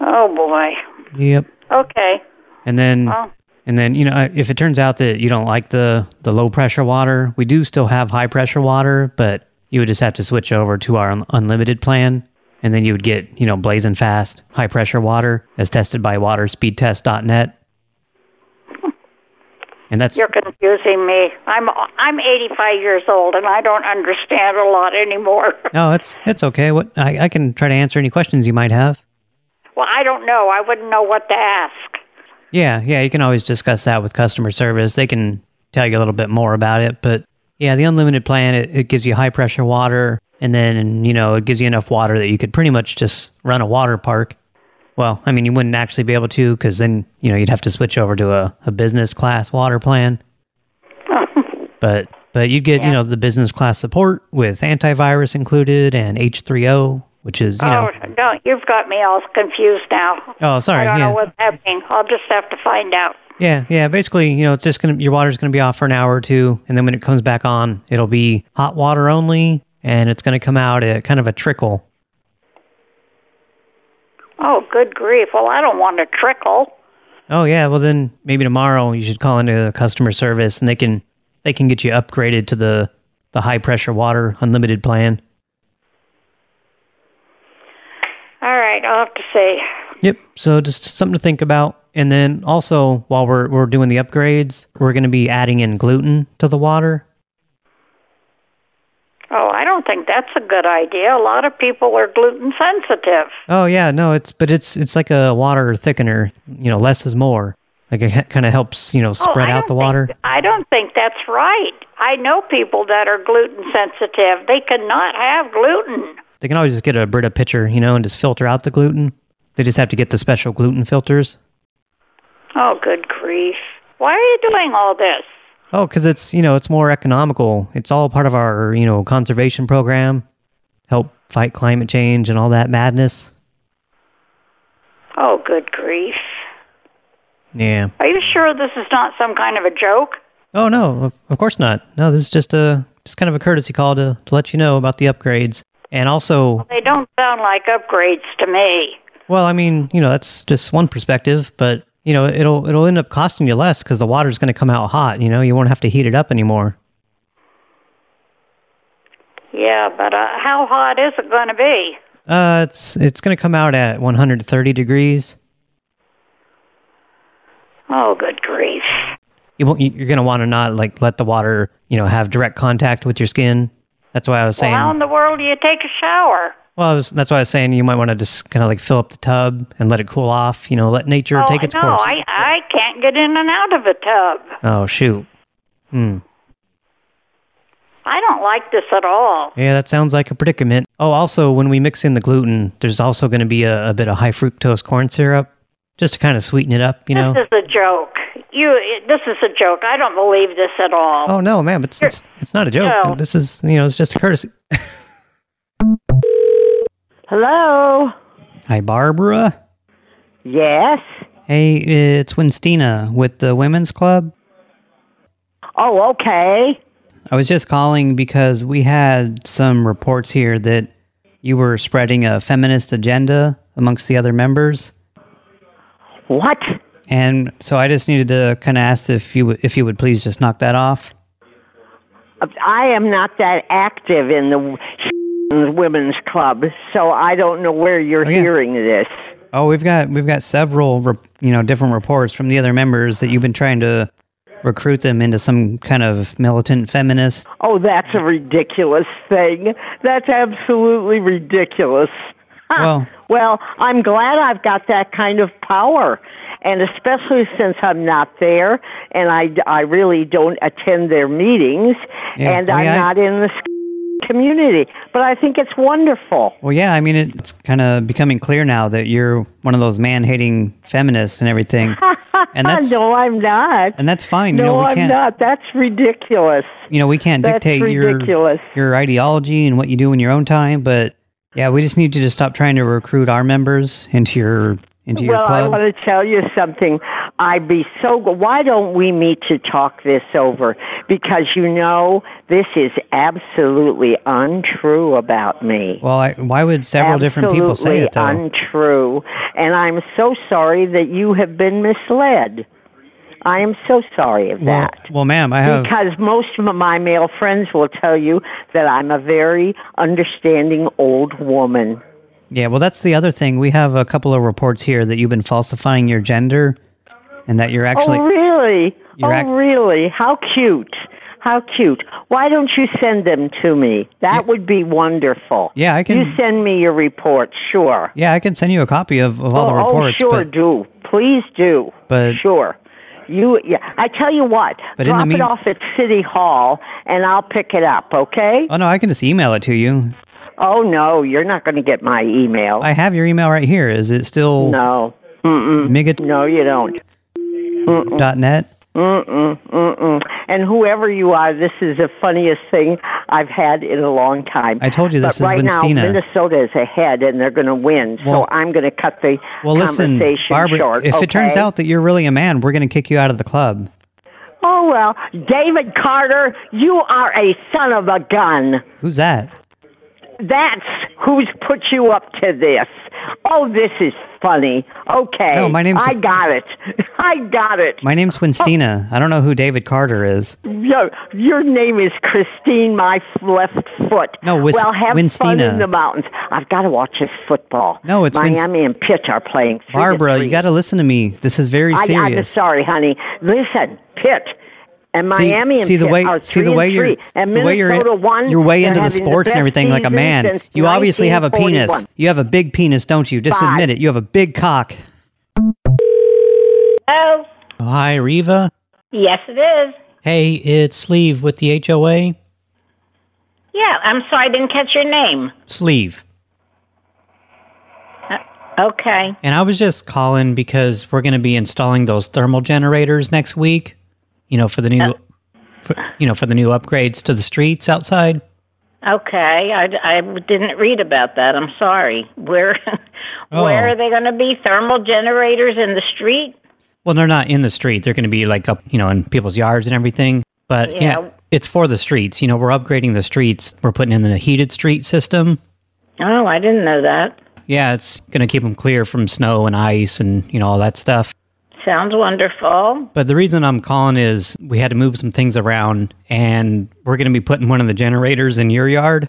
[SPEAKER 1] Oh boy.
[SPEAKER 2] Yep.
[SPEAKER 1] Okay.
[SPEAKER 2] And then,
[SPEAKER 1] Well,
[SPEAKER 2] and then, you know, I- if it turns out that you don't like the, the low pressure water, we do still have high pressure water, but you would just have to switch over to our un- unlimited plan. And then you would get, you know, blazing fast high pressure water as tested by waterspeedtest.net. And that's
[SPEAKER 1] you're confusing me. I'm I'm 85 years old, and I don't understand a lot anymore.
[SPEAKER 2] No, it's it's okay. What I, I can try to answer any questions you might have.
[SPEAKER 1] well, I don't know. I wouldn't know what to ask.
[SPEAKER 2] Yeah, yeah, you can always discuss that with customer service. They can tell you a little bit more about it, but Yeah, the unlimited plan, it, it gives you high pressure water, and then, you know, it gives you enough water that you could pretty much just run a water park. Well, I mean, you wouldn't actually be able to because then, you know, you'd have to switch over to a, a business class water plan. but but you'd get, you know, the business class support with antivirus included and H3O, which is, you know,
[SPEAKER 1] oh, no, you've got me all confused now.
[SPEAKER 2] oh, sorry,
[SPEAKER 1] I don't
[SPEAKER 2] yeah.
[SPEAKER 1] know what's happening. I'll just have to find out.
[SPEAKER 2] Yeah, yeah. Basically, you know, it's just gonna your water's gonna be off for an hour or two, and then when it comes back on, it'll be hot water only, and it's gonna come out at kind of a trickle.
[SPEAKER 1] Oh, good grief. Well, I don't want to trickle.
[SPEAKER 2] Oh yeah, well then maybe tomorrow you should call into customer service, and they can they can get you upgraded to the the high pressure water unlimited plan.
[SPEAKER 1] All right, I'll have to see.
[SPEAKER 2] Yep. So just something to think about. And then also while we're we're doing the upgrades, we're going to be adding in gluten to the water.
[SPEAKER 1] Oh, I don't think that's a good idea. A lot of people are gluten sensitive.
[SPEAKER 2] Oh yeah, no, it's but it's it's like a water thickener. You know, less is more. Like it kind of helps you know
[SPEAKER 1] Oh,
[SPEAKER 2] spread
[SPEAKER 1] I
[SPEAKER 2] out the water.
[SPEAKER 1] I don't think that's right. I know people that are gluten sensitive. They cannot have gluten.
[SPEAKER 2] They can always just get a Brita pitcher, you know, and just filter out the gluten. They just have to get the special gluten filters.
[SPEAKER 1] Oh, good grief. Why are you doing all this?
[SPEAKER 2] Oh, because it's you know it's more economical. It's all part of our you know conservation program, help fight climate change and all that madness.
[SPEAKER 1] Oh, good grief.
[SPEAKER 2] Yeah.
[SPEAKER 1] Are you sure this is not some kind of a joke?
[SPEAKER 2] Oh no, of- of course not. No, this is just a just kind of a courtesy call to, to let you know about the upgrades. And also,
[SPEAKER 1] They don't sound like upgrades to me.
[SPEAKER 2] well, I mean, you know, that's just one perspective, but you know, it'll it'll end up costing you less cuz the water's going to come out hot, you know, you won't have to heat it up anymore.
[SPEAKER 1] Yeah, but uh, how hot is it going to be?
[SPEAKER 2] Uh it's it's going to come out at 130 degrees.
[SPEAKER 1] Oh, good grief.
[SPEAKER 2] You won't, you- you're going to want to not like let the water, you know, have direct contact with your skin. That's why I was saying
[SPEAKER 1] Well, how in the world do you take a shower?
[SPEAKER 2] Well, I was, that's why I was saying you might want to just kind of like fill up the tub and let it cool off, you know, let nature
[SPEAKER 1] oh,
[SPEAKER 2] take its
[SPEAKER 1] no,
[SPEAKER 2] course.
[SPEAKER 1] I, I can't get in and out of a tub.
[SPEAKER 2] Oh shoot. Hmm.
[SPEAKER 1] I don't like this at all.
[SPEAKER 2] Yeah, that sounds like a predicament. Oh, also when we mix in the gluten, there's also going to be a, a bit of high fructose corn syrup just to kind of sweeten it up, you know.
[SPEAKER 1] This is a joke. You, it- this is a joke. I don't believe this at all.
[SPEAKER 2] Oh no, ma'am, it's it's, it's not a joke.
[SPEAKER 1] No.
[SPEAKER 2] This is, you know, it's just a courtesy.
[SPEAKER 12] Hello.
[SPEAKER 2] Hi Barbara.
[SPEAKER 12] Yes.
[SPEAKER 2] Hey, it's Winstina with the Women's Club.
[SPEAKER 12] Oh, okay.
[SPEAKER 2] I was just calling because we had some reports here that you were spreading a feminist agenda amongst the other members.
[SPEAKER 12] What?
[SPEAKER 2] And so I just needed to kind of ask if you would- if you would please just knock that off.
[SPEAKER 12] I am not that active in the women's club, so I don't know where you're hearing this.
[SPEAKER 2] Oh, we've got we've got several rep- you know different reports from the other members that you've been trying to recruit them into some kind of militant feminist.
[SPEAKER 12] Oh, that's a ridiculous thing. That's absolutely ridiculous. Ha.
[SPEAKER 2] Well-
[SPEAKER 12] well, I'm glad I've got that kind of power, and especially since I'm not there, and I, I really don't attend their meetings,
[SPEAKER 2] Yeah,
[SPEAKER 12] and
[SPEAKER 2] well,
[SPEAKER 12] I'm
[SPEAKER 2] yeah, I-
[SPEAKER 12] not in the community. But I think it's wonderful.
[SPEAKER 2] Well, yeah, I mean it's kind of becoming clear now that you're one of those man-hating feminists and everything. And that's
[SPEAKER 12] no, I'm not.
[SPEAKER 2] and that's fine.
[SPEAKER 12] no,
[SPEAKER 2] you know, we
[SPEAKER 12] I'm
[SPEAKER 2] can't
[SPEAKER 12] not. That's ridiculous.
[SPEAKER 2] you know, we can't
[SPEAKER 12] That's
[SPEAKER 2] dictate your
[SPEAKER 12] ridiculous.
[SPEAKER 2] your ideology and what you do in your own time, but yeah, we just need you to stop trying to recruit our members into your into your
[SPEAKER 12] well, I
[SPEAKER 2] club.
[SPEAKER 12] want to tell you something. I'd be so. gl- Why don't we meet to talk this over? Because you know this is absolutely untrue about me.
[SPEAKER 2] Well, I, why would several different people say it though?
[SPEAKER 12] Absolutely untrue, and I'm so sorry that you have been misled. I am so sorry of
[SPEAKER 2] well,
[SPEAKER 12] that.
[SPEAKER 2] well, ma'am, I have
[SPEAKER 12] Because most of my male friends will tell you that I'm a very understanding old woman.
[SPEAKER 2] Yeah, well, that's the other thing. We have a couple of reports here that you've been falsifying your gender and that you're actually
[SPEAKER 12] oh, really?
[SPEAKER 2] you're ac-
[SPEAKER 12] oh, really? How cute. How cute. Why don't you send them to me? That would be wonderful.
[SPEAKER 2] Yeah, I can-
[SPEAKER 12] You send me your reports, sure.
[SPEAKER 2] Yeah, I can send you a copy of, of all the
[SPEAKER 12] oh,
[SPEAKER 2] reports.
[SPEAKER 12] oh, sure,
[SPEAKER 2] but,
[SPEAKER 12] do. Please do.
[SPEAKER 2] but
[SPEAKER 12] Sure. You, yeah. I tell you what,
[SPEAKER 2] But in the
[SPEAKER 12] drop
[SPEAKER 2] mean-
[SPEAKER 12] it off at City Hall, and I'll pick it up. Okay?
[SPEAKER 2] Oh no, I can just email it to you.
[SPEAKER 12] Oh no, you're not going to get my email.
[SPEAKER 2] I have your email right here. Is it still
[SPEAKER 12] Oh. no
[SPEAKER 2] Migat?
[SPEAKER 12] No, you don't.
[SPEAKER 2] Dot net.
[SPEAKER 12] Mm-mm, mm-mm. And whoever you are, this is the funniest thing I've had in a long time.
[SPEAKER 2] I told you this
[SPEAKER 12] but
[SPEAKER 2] is
[SPEAKER 12] right now,
[SPEAKER 2] Winstina.
[SPEAKER 12] Minnesota is ahead, and they're going to win.
[SPEAKER 2] Well-
[SPEAKER 12] so I'm going to cut the
[SPEAKER 2] Well,
[SPEAKER 12] conversation
[SPEAKER 2] listen, Barbara.
[SPEAKER 12] short.
[SPEAKER 2] if it turns
[SPEAKER 12] okay?
[SPEAKER 2] out that you're really a man, we're going to kick you out of the club.
[SPEAKER 12] Oh, well, David Carter, you are a son of a gun.
[SPEAKER 2] Who's that?
[SPEAKER 12] That's who's put you up to this. Oh, this is funny. Okay.
[SPEAKER 2] No, my name's-
[SPEAKER 12] I got it. I got it.
[SPEAKER 2] My name's Winstina. I don't know who David Carter is.
[SPEAKER 12] Your, your name is Christine, my left foot.
[SPEAKER 2] No, Wis-
[SPEAKER 12] well, have fun
[SPEAKER 2] Winstina.
[SPEAKER 12] in the mountains. I've got to watch this football.
[SPEAKER 2] No, it's Wins-
[SPEAKER 12] Miami and Pitt are playing. Three to
[SPEAKER 2] Barbara,
[SPEAKER 12] three.
[SPEAKER 2] you got to listen to me. This is very
[SPEAKER 12] I, I'm
[SPEAKER 2] serious.
[SPEAKER 12] sorry, honey. Listen, Pitt and
[SPEAKER 2] See-
[SPEAKER 12] Miami and
[SPEAKER 2] see the
[SPEAKER 12] Pitt
[SPEAKER 2] way
[SPEAKER 12] are
[SPEAKER 2] see the
[SPEAKER 12] three
[SPEAKER 2] way
[SPEAKER 12] and
[SPEAKER 2] you're
[SPEAKER 12] three. and
[SPEAKER 2] the way you're
[SPEAKER 12] Minnesota won.
[SPEAKER 2] you're way
[SPEAKER 12] They're
[SPEAKER 2] into the
[SPEAKER 12] having
[SPEAKER 2] sports
[SPEAKER 12] best
[SPEAKER 2] and everything like a
[SPEAKER 12] season
[SPEAKER 2] man.
[SPEAKER 12] since
[SPEAKER 2] You obviously have a penis.
[SPEAKER 12] 1941.
[SPEAKER 2] You have a big penis, don't you? Just
[SPEAKER 12] Five.
[SPEAKER 2] admit it. You have a big cock.
[SPEAKER 13] Oh,
[SPEAKER 2] Hi, Riva.
[SPEAKER 13] yes, it is.
[SPEAKER 2] Hey, it's Sleeve with the HOA.
[SPEAKER 13] Yeah, I'm sorry, I didn't catch your name. Uh,
[SPEAKER 2] Sleeve.
[SPEAKER 13] Okay.
[SPEAKER 2] And I was just calling because we're going to be installing those thermal generators next week. You know, for the
[SPEAKER 12] Uh,
[SPEAKER 2] new, for, you know, for the new upgrades to the streets outside.
[SPEAKER 13] Okay, I, I didn't read about that. I'm sorry. Where,
[SPEAKER 2] Oh.
[SPEAKER 13] where are they going to be? Thermal generators in the street?
[SPEAKER 2] Well, they're not in the street. They're going to be like up, you know, in people's yards and everything. But yeah.
[SPEAKER 13] Yeah.
[SPEAKER 2] it's for the streets. You know, we're upgrading the streets. We're putting in the heated street system.
[SPEAKER 13] Oh, I didn't know that.
[SPEAKER 2] Yeah, it's going to keep them clear from snow and ice and, you know, all that stuff.
[SPEAKER 13] Sounds wonderful.
[SPEAKER 2] But the reason I'm calling is we had to move some things around and we're going to be putting one of the generators in your yard.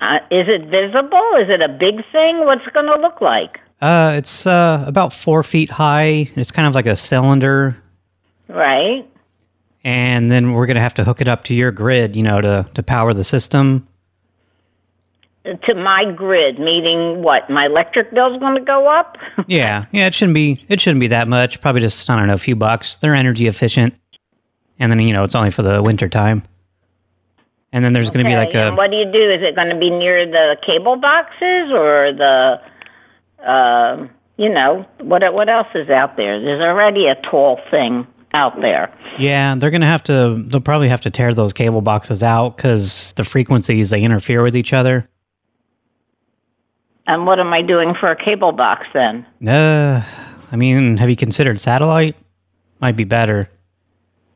[SPEAKER 13] Uh, is it visible? Is it a big thing? What's it going to look like?
[SPEAKER 2] Uh, it's uh, about four feet high. It's kind of like a cylinder.
[SPEAKER 13] Right?
[SPEAKER 2] And then we're going to have to hook it up to your grid, you know, to, to power the system.
[SPEAKER 13] To my grid, meaning what? My electric bill's going to go up?
[SPEAKER 2] Yeah, yeah, it shouldn't be it shouldn't be that much. Probably just I don't know, a few bucks. They're energy efficient, and then you know it's only for the winter time. And then there's going to be
[SPEAKER 13] Okay,
[SPEAKER 2] like a
[SPEAKER 13] and what do you do? Is it going to be near the cable boxes or the, uh, you know, what what else is out there? There's already a tall thing out there.
[SPEAKER 2] yeah, they're going to have to they'll probably have to tear those cable boxes out because the frequencies they interfere with each other.
[SPEAKER 13] And what am I doing for a cable box then?
[SPEAKER 2] Uh, I mean, have you considered satellite? Might be better.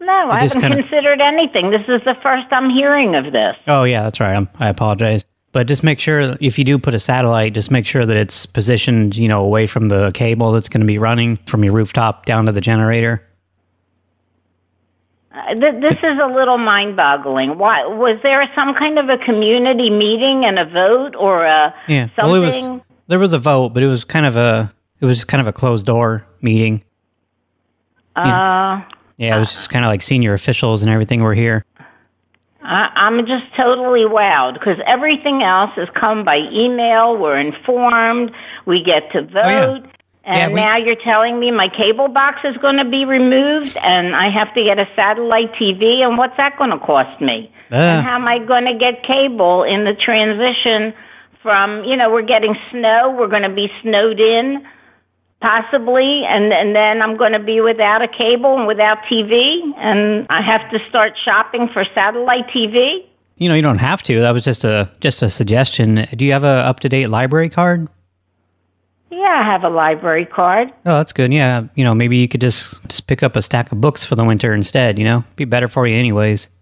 [SPEAKER 13] No,
[SPEAKER 2] I
[SPEAKER 13] I
[SPEAKER 2] just
[SPEAKER 13] haven't
[SPEAKER 2] kinda-
[SPEAKER 13] considered anything. This is the first I'm hearing of this.
[SPEAKER 2] Oh yeah, that's right. I'm, I apologize. But just make sure if you do put a satellite, just make sure that it's positioned, you know, away from the cable that's going to be running from your rooftop down to the generator.
[SPEAKER 13] Uh, th- this is a little mind-boggling. Why was there some kind of a community meeting and a vote or a
[SPEAKER 2] Yeah.
[SPEAKER 13] something?
[SPEAKER 2] Well, it was there was a vote, but it was kind of a it was kind of a closed door meeting.
[SPEAKER 13] uh,
[SPEAKER 2] Yeah, it was just kind of like senior officials and everything were here.
[SPEAKER 13] I, I'm just totally wowed because everything else has come by email. We're informed. We get to vote. And
[SPEAKER 2] Oh, Yeah, we-
[SPEAKER 13] now you're telling me my cable box is going to be removed and I have to get a satellite TV. And what's that going to cost me?
[SPEAKER 2] Uh,
[SPEAKER 13] And how am I going to get cable in the transition from, you know, we're getting snow. We're going to be snowed in possibly. And, and then I'm going to be without a cable and without TV. And I have to start shopping for satellite TV.
[SPEAKER 2] you know, you don't have to. That was just a just a suggestion. Do you have a up to date library card?
[SPEAKER 13] Yeah, I have a library card.
[SPEAKER 2] Oh, that's good. Yeah, you know, maybe you could just just pick up a stack of books for the winter instead. You know, be better for you anyways.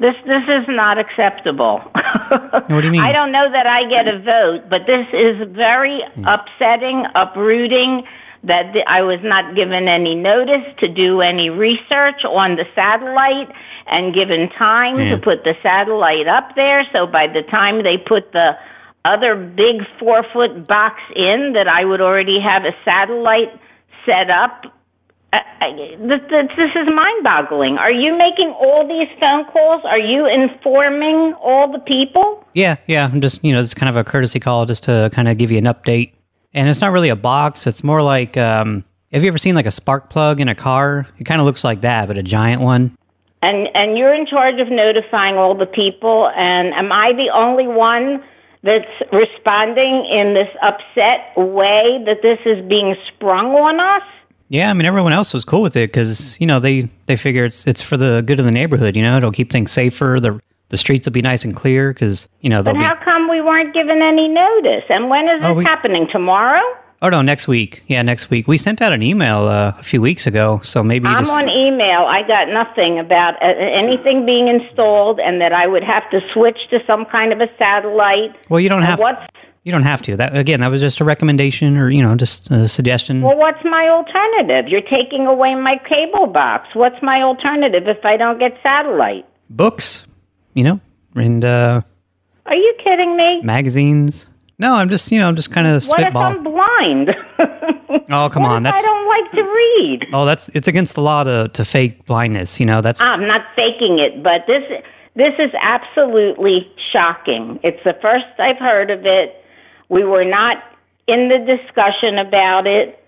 [SPEAKER 13] This this is not acceptable. what
[SPEAKER 2] do you mean?
[SPEAKER 13] I don't know that I get a vote, but this is very
[SPEAKER 2] Hmm.
[SPEAKER 13] upsetting, uprooting. That th- I was not given any notice to do any research on the satellite and given time
[SPEAKER 14] Yeah.
[SPEAKER 13] to put the satellite up there. So by the time they put the other big four foot box in, that I would already have a satellite set up uh, I, I, this, this, this is mind boggling. Are you making all these phone calls? Are you informing all the people?
[SPEAKER 2] Yeah, yeah. I'm just, you know, it's kind of a courtesy call just to kind of give you an update. And it's not really a box. It's more like um, Have you ever seen like a spark plug in a car? It kind of looks like that, but a giant one.
[SPEAKER 13] And and you're in charge of notifying all the people. And am I the only one that's responding in this upset way that this is being sprung on us?
[SPEAKER 2] Yeah, I mean everyone else was cool with it because you know they they figure it's it's for the good of the neighborhood. You know, it'll keep things safer. the The streets will be nice and clear because you know
[SPEAKER 13] But
[SPEAKER 2] they'll be. Oh,
[SPEAKER 13] how come we weren't given any notice? And when is this
[SPEAKER 2] we-
[SPEAKER 13] happening? Tomorrow?
[SPEAKER 2] Oh no, next week. Yeah, next week. We sent out an email uh, a few weeks ago, so maybe you
[SPEAKER 13] I'm
[SPEAKER 2] just,
[SPEAKER 13] on e email. I got nothing about uh, anything being installed, and that I would have to switch to some kind of a satellite.
[SPEAKER 2] Well, you don't
[SPEAKER 13] And
[SPEAKER 2] have-
[SPEAKER 13] What's
[SPEAKER 2] you don't have to. That again, that was just a recommendation or you know just a suggestion.
[SPEAKER 13] well? What's my alternative? You're taking away my cable box. What's my alternative if I don't get satellite?
[SPEAKER 2] Books, you know, and uh,
[SPEAKER 13] Are you kidding me?
[SPEAKER 2] magazines. No, I'm just you know just kind of
[SPEAKER 13] What if
[SPEAKER 2] spitball.
[SPEAKER 13] I'm blind?
[SPEAKER 2] oh come on,
[SPEAKER 13] I
[SPEAKER 2] that's
[SPEAKER 13] don't like to read.
[SPEAKER 2] oh that's it's against the law to to fake blindness. You know that's
[SPEAKER 13] I'm not faking it, but this this is absolutely shocking. It's the first I've heard of it. We were not in the discussion about it,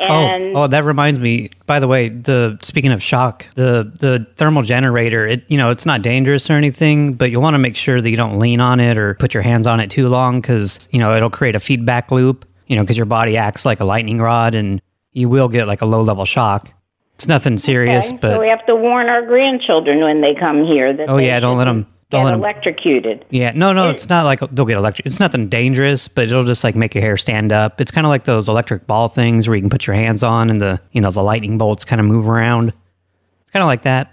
[SPEAKER 13] and
[SPEAKER 2] oh, oh, that reminds me. By the way, the speaking of shock, the the thermal generator, it you know, it's not dangerous or anything, but you want to make sure that you don't lean on it or put your hands on it too long cuz you know, it'll create a feedback loop, you know, cuz your body acts like a lightning rod and you will get like a low level shock. It's nothing serious,
[SPEAKER 13] Okay,
[SPEAKER 2] but
[SPEAKER 13] so we have to warn our grandchildren when they come here that
[SPEAKER 2] oh
[SPEAKER 13] they
[SPEAKER 2] yeah, don't let them don't
[SPEAKER 13] get
[SPEAKER 2] let them
[SPEAKER 13] electrocuted.
[SPEAKER 2] yeah, no, no, it's not like they'll get electric. It's nothing dangerous, but it'll just like make your hair stand up. It's kind of like those electric ball things where you can put your hands on and the you know the lightning bolts kind of move around. It's kind of like that.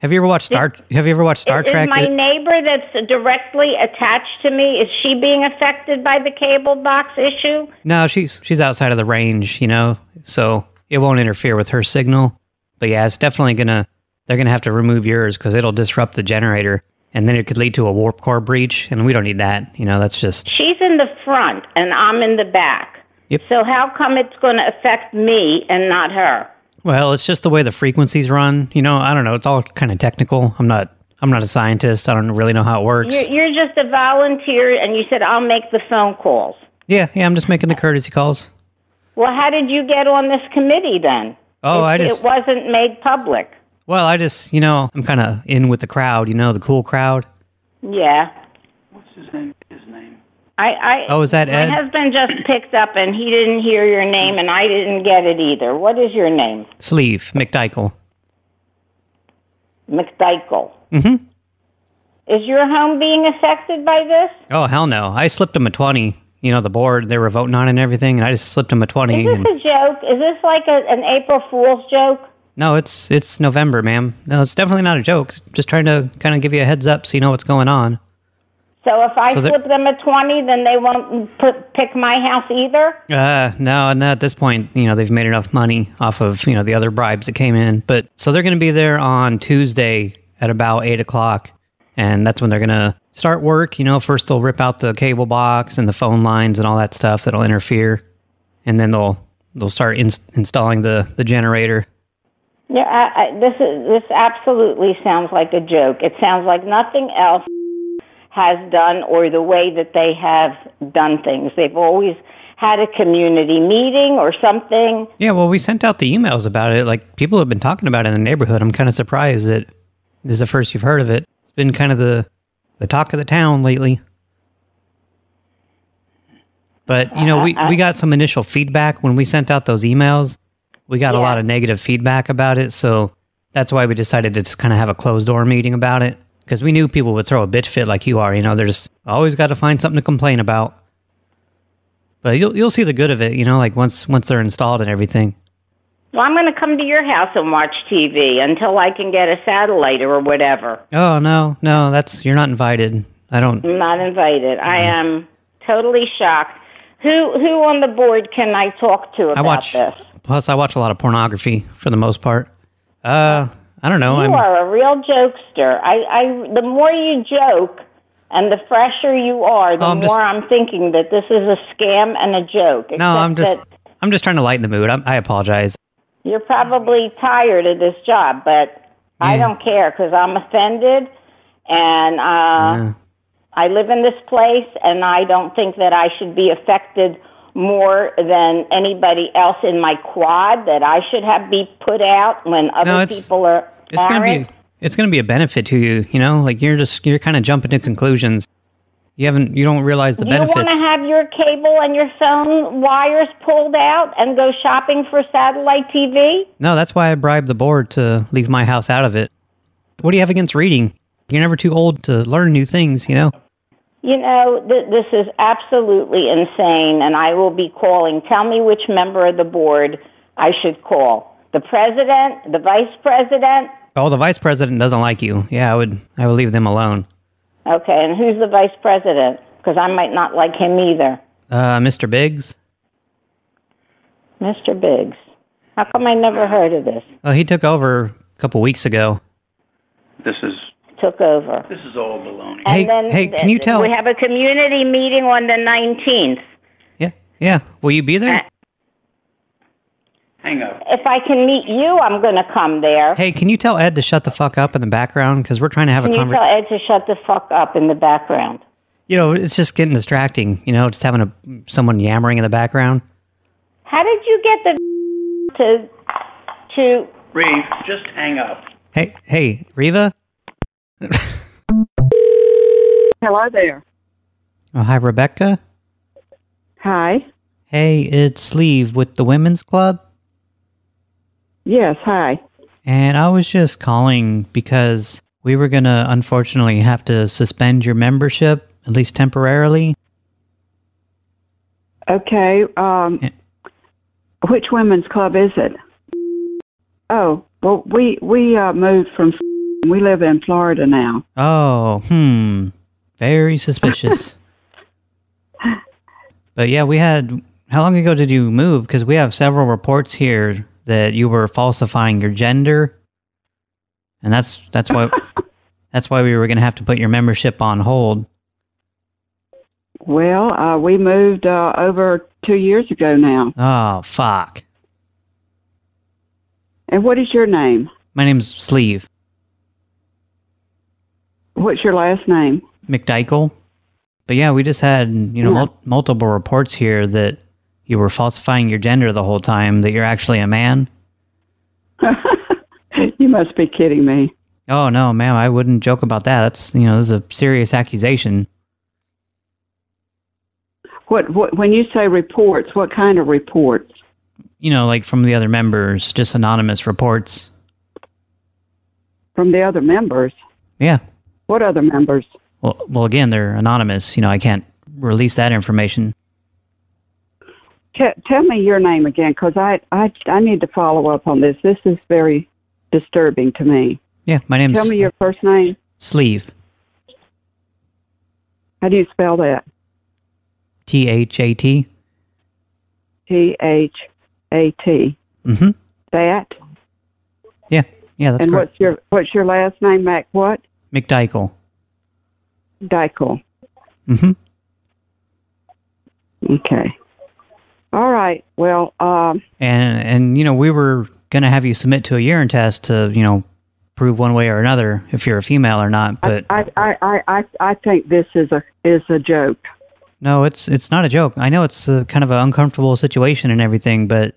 [SPEAKER 2] Have you ever watched Star? Have you ever watched Star
[SPEAKER 13] is,
[SPEAKER 2] Trek?
[SPEAKER 13] Is my
[SPEAKER 2] It-
[SPEAKER 13] neighbor that's directly attached to me is she being affected by the cable box issue?
[SPEAKER 2] no, she's she's outside of the range, you know, so it won't interfere with her signal. But yeah, it's definitely gonna. They're gonna have to remove yours because it'll disrupt the generator, and then it could lead to a warp core breach, and we don't need that. You know, that's just
[SPEAKER 13] She's in the front and I'm in the back.
[SPEAKER 2] Yep.
[SPEAKER 13] So how come it's going to affect me and not her?
[SPEAKER 2] Well, it's just the way the frequencies run. You know, I don't know. It's all kind of technical. I'm not. I'm not a scientist. I don't really know how it works.
[SPEAKER 13] You're, you're just a volunteer, and you said I'll make the phone calls.
[SPEAKER 2] Yeah, yeah. I'm just making the courtesy calls.
[SPEAKER 13] Well, how did you get on this committee then?
[SPEAKER 2] Oh,
[SPEAKER 13] If
[SPEAKER 2] I just-
[SPEAKER 13] it wasn't made public.
[SPEAKER 2] Well, I just, you know, I'm kind of in with the crowd. You know, the cool crowd.
[SPEAKER 13] Yeah. What's his name? His name. I, I
[SPEAKER 2] Oh, is that
[SPEAKER 13] my
[SPEAKER 2] Ed?
[SPEAKER 13] husband just picked up and he didn't hear your name and I didn't get it either. What is your name?
[SPEAKER 2] Sleeve McDykel.
[SPEAKER 13] McDykel.
[SPEAKER 2] Mm-hmm.
[SPEAKER 13] Is your home being affected by this?
[SPEAKER 2] Oh hell no! I slipped him a twenty. You know, the board they were voting on and everything, and I just slipped him a twenty.
[SPEAKER 13] Is
[SPEAKER 2] And,
[SPEAKER 13] this a joke? Is this like a, an April Fool's joke?
[SPEAKER 2] no, it's it's November, ma'am. No, it's definitely not a joke. Just trying to kind of give you a heads up so you know what's going on.
[SPEAKER 13] So if I
[SPEAKER 2] So there-
[SPEAKER 13] flip them a 20, then they won't put, pick my house either?
[SPEAKER 2] Uh, no, no, at this point, you know, they've made enough money off of, you know, the other bribes that came in. But so they're going to be there on Tuesday at about eight o'clock. And that's when they're going to start work. You know, first they'll rip out the cable box and the phone lines and all that stuff that'll interfere. And then they'll, they'll start ins installing the, the generator.
[SPEAKER 13] Yeah, I, I, this, is, this absolutely sounds like a joke. It sounds like nothing else has done or the way that they have done things. They've always had a community meeting or something.
[SPEAKER 2] Yeah. Well, we sent out the emails about it. Like people have been talking about it in the neighborhood. I'm kind of surprised that this is the first you've heard of it. It's been kind of the, the talk of the town lately. But you know, we, we got some initial feedback when we sent out those emails. We got a lot of negative feedback about it, so that's why we decided to just kind of have a closed door meeting about it because we knew people would throw a bitch fit like you are. You know, they're just always got to find something to complain about. But you'll you'll see the good of it. You know, like once once they're installed and everything.
[SPEAKER 13] Well, I'm going to come to your house and watch TV until I can get a satellite or whatever.
[SPEAKER 2] Oh no, no, that's you're not invited. I don't.
[SPEAKER 13] I'm not invited. I
[SPEAKER 2] Mm-hmm.
[SPEAKER 13] am totally shocked. Who who on the board can I talk to about
[SPEAKER 2] I watch.
[SPEAKER 13] this?
[SPEAKER 2] Plus, I watch a lot of pornography for the most part. Uh, I don't know.
[SPEAKER 13] you
[SPEAKER 2] I'm,
[SPEAKER 13] are a real jokester. I, I the more you joke and the fresher you are, the
[SPEAKER 2] Oh, I'm
[SPEAKER 13] more
[SPEAKER 2] just-
[SPEAKER 13] I'm thinking that this is a scam and a joke.
[SPEAKER 2] no, I'm
[SPEAKER 13] except
[SPEAKER 2] just I'm just trying to lighten the mood. I'm, I apologize.
[SPEAKER 13] that you're probably tired of this job, but I
[SPEAKER 2] Yeah.
[SPEAKER 13] don't care because I'm offended, and uh,
[SPEAKER 2] Yeah.
[SPEAKER 13] I live in this place, and I don't think that I should be affected more than anybody else in my quad that I should have be put out when
[SPEAKER 2] No,
[SPEAKER 13] other
[SPEAKER 2] it's-
[SPEAKER 13] people are
[SPEAKER 2] It's gonna
[SPEAKER 13] aren't.
[SPEAKER 2] be it's gonna be a benefit to you. You know, like you're just you're kind of jumping to conclusions. You haven't you don't realize the
[SPEAKER 13] you want
[SPEAKER 2] benefits.
[SPEAKER 13] to have your cable and your phone wires pulled out and go shopping for satellite TV?
[SPEAKER 2] no, that's why I bribed the board to leave my house out of it. What do you have against reading? You're never too old to learn new things. You know.
[SPEAKER 13] You know, th- this is absolutely insane, and I will be calling. Tell me which member of the board I should call. The president, the vice president.
[SPEAKER 2] Oh, the vice president doesn't like you. Yeah, I would I would leave them alone.
[SPEAKER 13] Okay, and who's the vice president? Because I might not like him either.
[SPEAKER 2] Uh, Mr. Biggs.
[SPEAKER 13] Mr. Biggs. How come I never heard of this?
[SPEAKER 2] Oh, he took over a couple weeks ago.
[SPEAKER 14] This is
[SPEAKER 13] Took over.
[SPEAKER 14] this is all baloney.
[SPEAKER 13] And
[SPEAKER 2] Hey,
[SPEAKER 13] then
[SPEAKER 2] hey, can you tell-
[SPEAKER 13] We have a community meeting on the 19th.
[SPEAKER 2] Yeah. Will you be
[SPEAKER 13] Uh,
[SPEAKER 2] there?
[SPEAKER 14] Hang up.
[SPEAKER 13] If I can meet you, I'm going to come there.
[SPEAKER 2] Hey, can you tell Ed to shut the fuck up in the background? Because we're trying to have
[SPEAKER 13] can
[SPEAKER 2] a
[SPEAKER 13] you
[SPEAKER 2] conversation.
[SPEAKER 13] tell Ed to shut the fuck up in the background?
[SPEAKER 2] You know, it's just getting distracting. You know, just having a someone yammering in the background.
[SPEAKER 13] How did you get the to to
[SPEAKER 14] Reeve, just hang up.
[SPEAKER 2] Hey, hey, Riva.
[SPEAKER 15] Hello there.
[SPEAKER 2] Oh, hi, Rebecca.
[SPEAKER 15] Hi.
[SPEAKER 2] Hey, it's Sleeve with the Women's Club.
[SPEAKER 15] Yes, hi.
[SPEAKER 2] And I was just calling because we were going to unfortunately have to suspend your membership, at least temporarily.
[SPEAKER 15] Okay. Um, Which women's club is it? Oh, well, we we uh, moved from. We live in Florida now.
[SPEAKER 2] Oh, hmm. Very suspicious. but yeah, we had. How long ago did you move? Because we have several reports here that you were falsifying your gender, and that's that's why that's why we were going to have to put your membership on hold.
[SPEAKER 15] Well, uh, we moved uh, over two years ago now.
[SPEAKER 2] Oh fuck!
[SPEAKER 15] And what is your name?
[SPEAKER 2] My name's Sleeve
[SPEAKER 15] What's your last name?
[SPEAKER 2] McDykel. But yeah, we just had you know mul- multiple reports here that you were falsifying your gender the whole time. That you're actually a man.
[SPEAKER 15] you must be kidding me.
[SPEAKER 2] Oh no, ma'am, I wouldn't joke about that. That's you know, this is a serious accusation.
[SPEAKER 15] What, what when you say reports? What kind of reports?
[SPEAKER 2] You know, like from the other members, just anonymous reports.
[SPEAKER 15] From the other members?
[SPEAKER 2] Yeah.
[SPEAKER 15] What other members?
[SPEAKER 2] Well, well, again, they're anonymous. You know, I can't release that information.
[SPEAKER 15] T- tell me your name again, because I, I I need to follow up on this. This is very disturbing to me.
[SPEAKER 2] Yeah, my name's
[SPEAKER 15] tell me your first name.
[SPEAKER 2] Sleeve.
[SPEAKER 15] How do you spell that?
[SPEAKER 2] T H A T.
[SPEAKER 15] T H A T.
[SPEAKER 2] Mm-hmm.
[SPEAKER 15] That.
[SPEAKER 2] Yeah, yeah, that's
[SPEAKER 15] and
[SPEAKER 2] correct.
[SPEAKER 15] what's your what's your last name, Mac? What?
[SPEAKER 2] McDykel.
[SPEAKER 15] Dykel.
[SPEAKER 2] Mm-hmm.
[SPEAKER 15] Okay. All right. Well, um,
[SPEAKER 2] And and you know, we were gonna have you submit to a urine test to you know prove one way or another if you're a female or not. But
[SPEAKER 15] I, I, I, I, I think this is a is a joke.
[SPEAKER 2] No, it's it's not a joke. I know it's a, kind of an uncomfortable situation and everything, but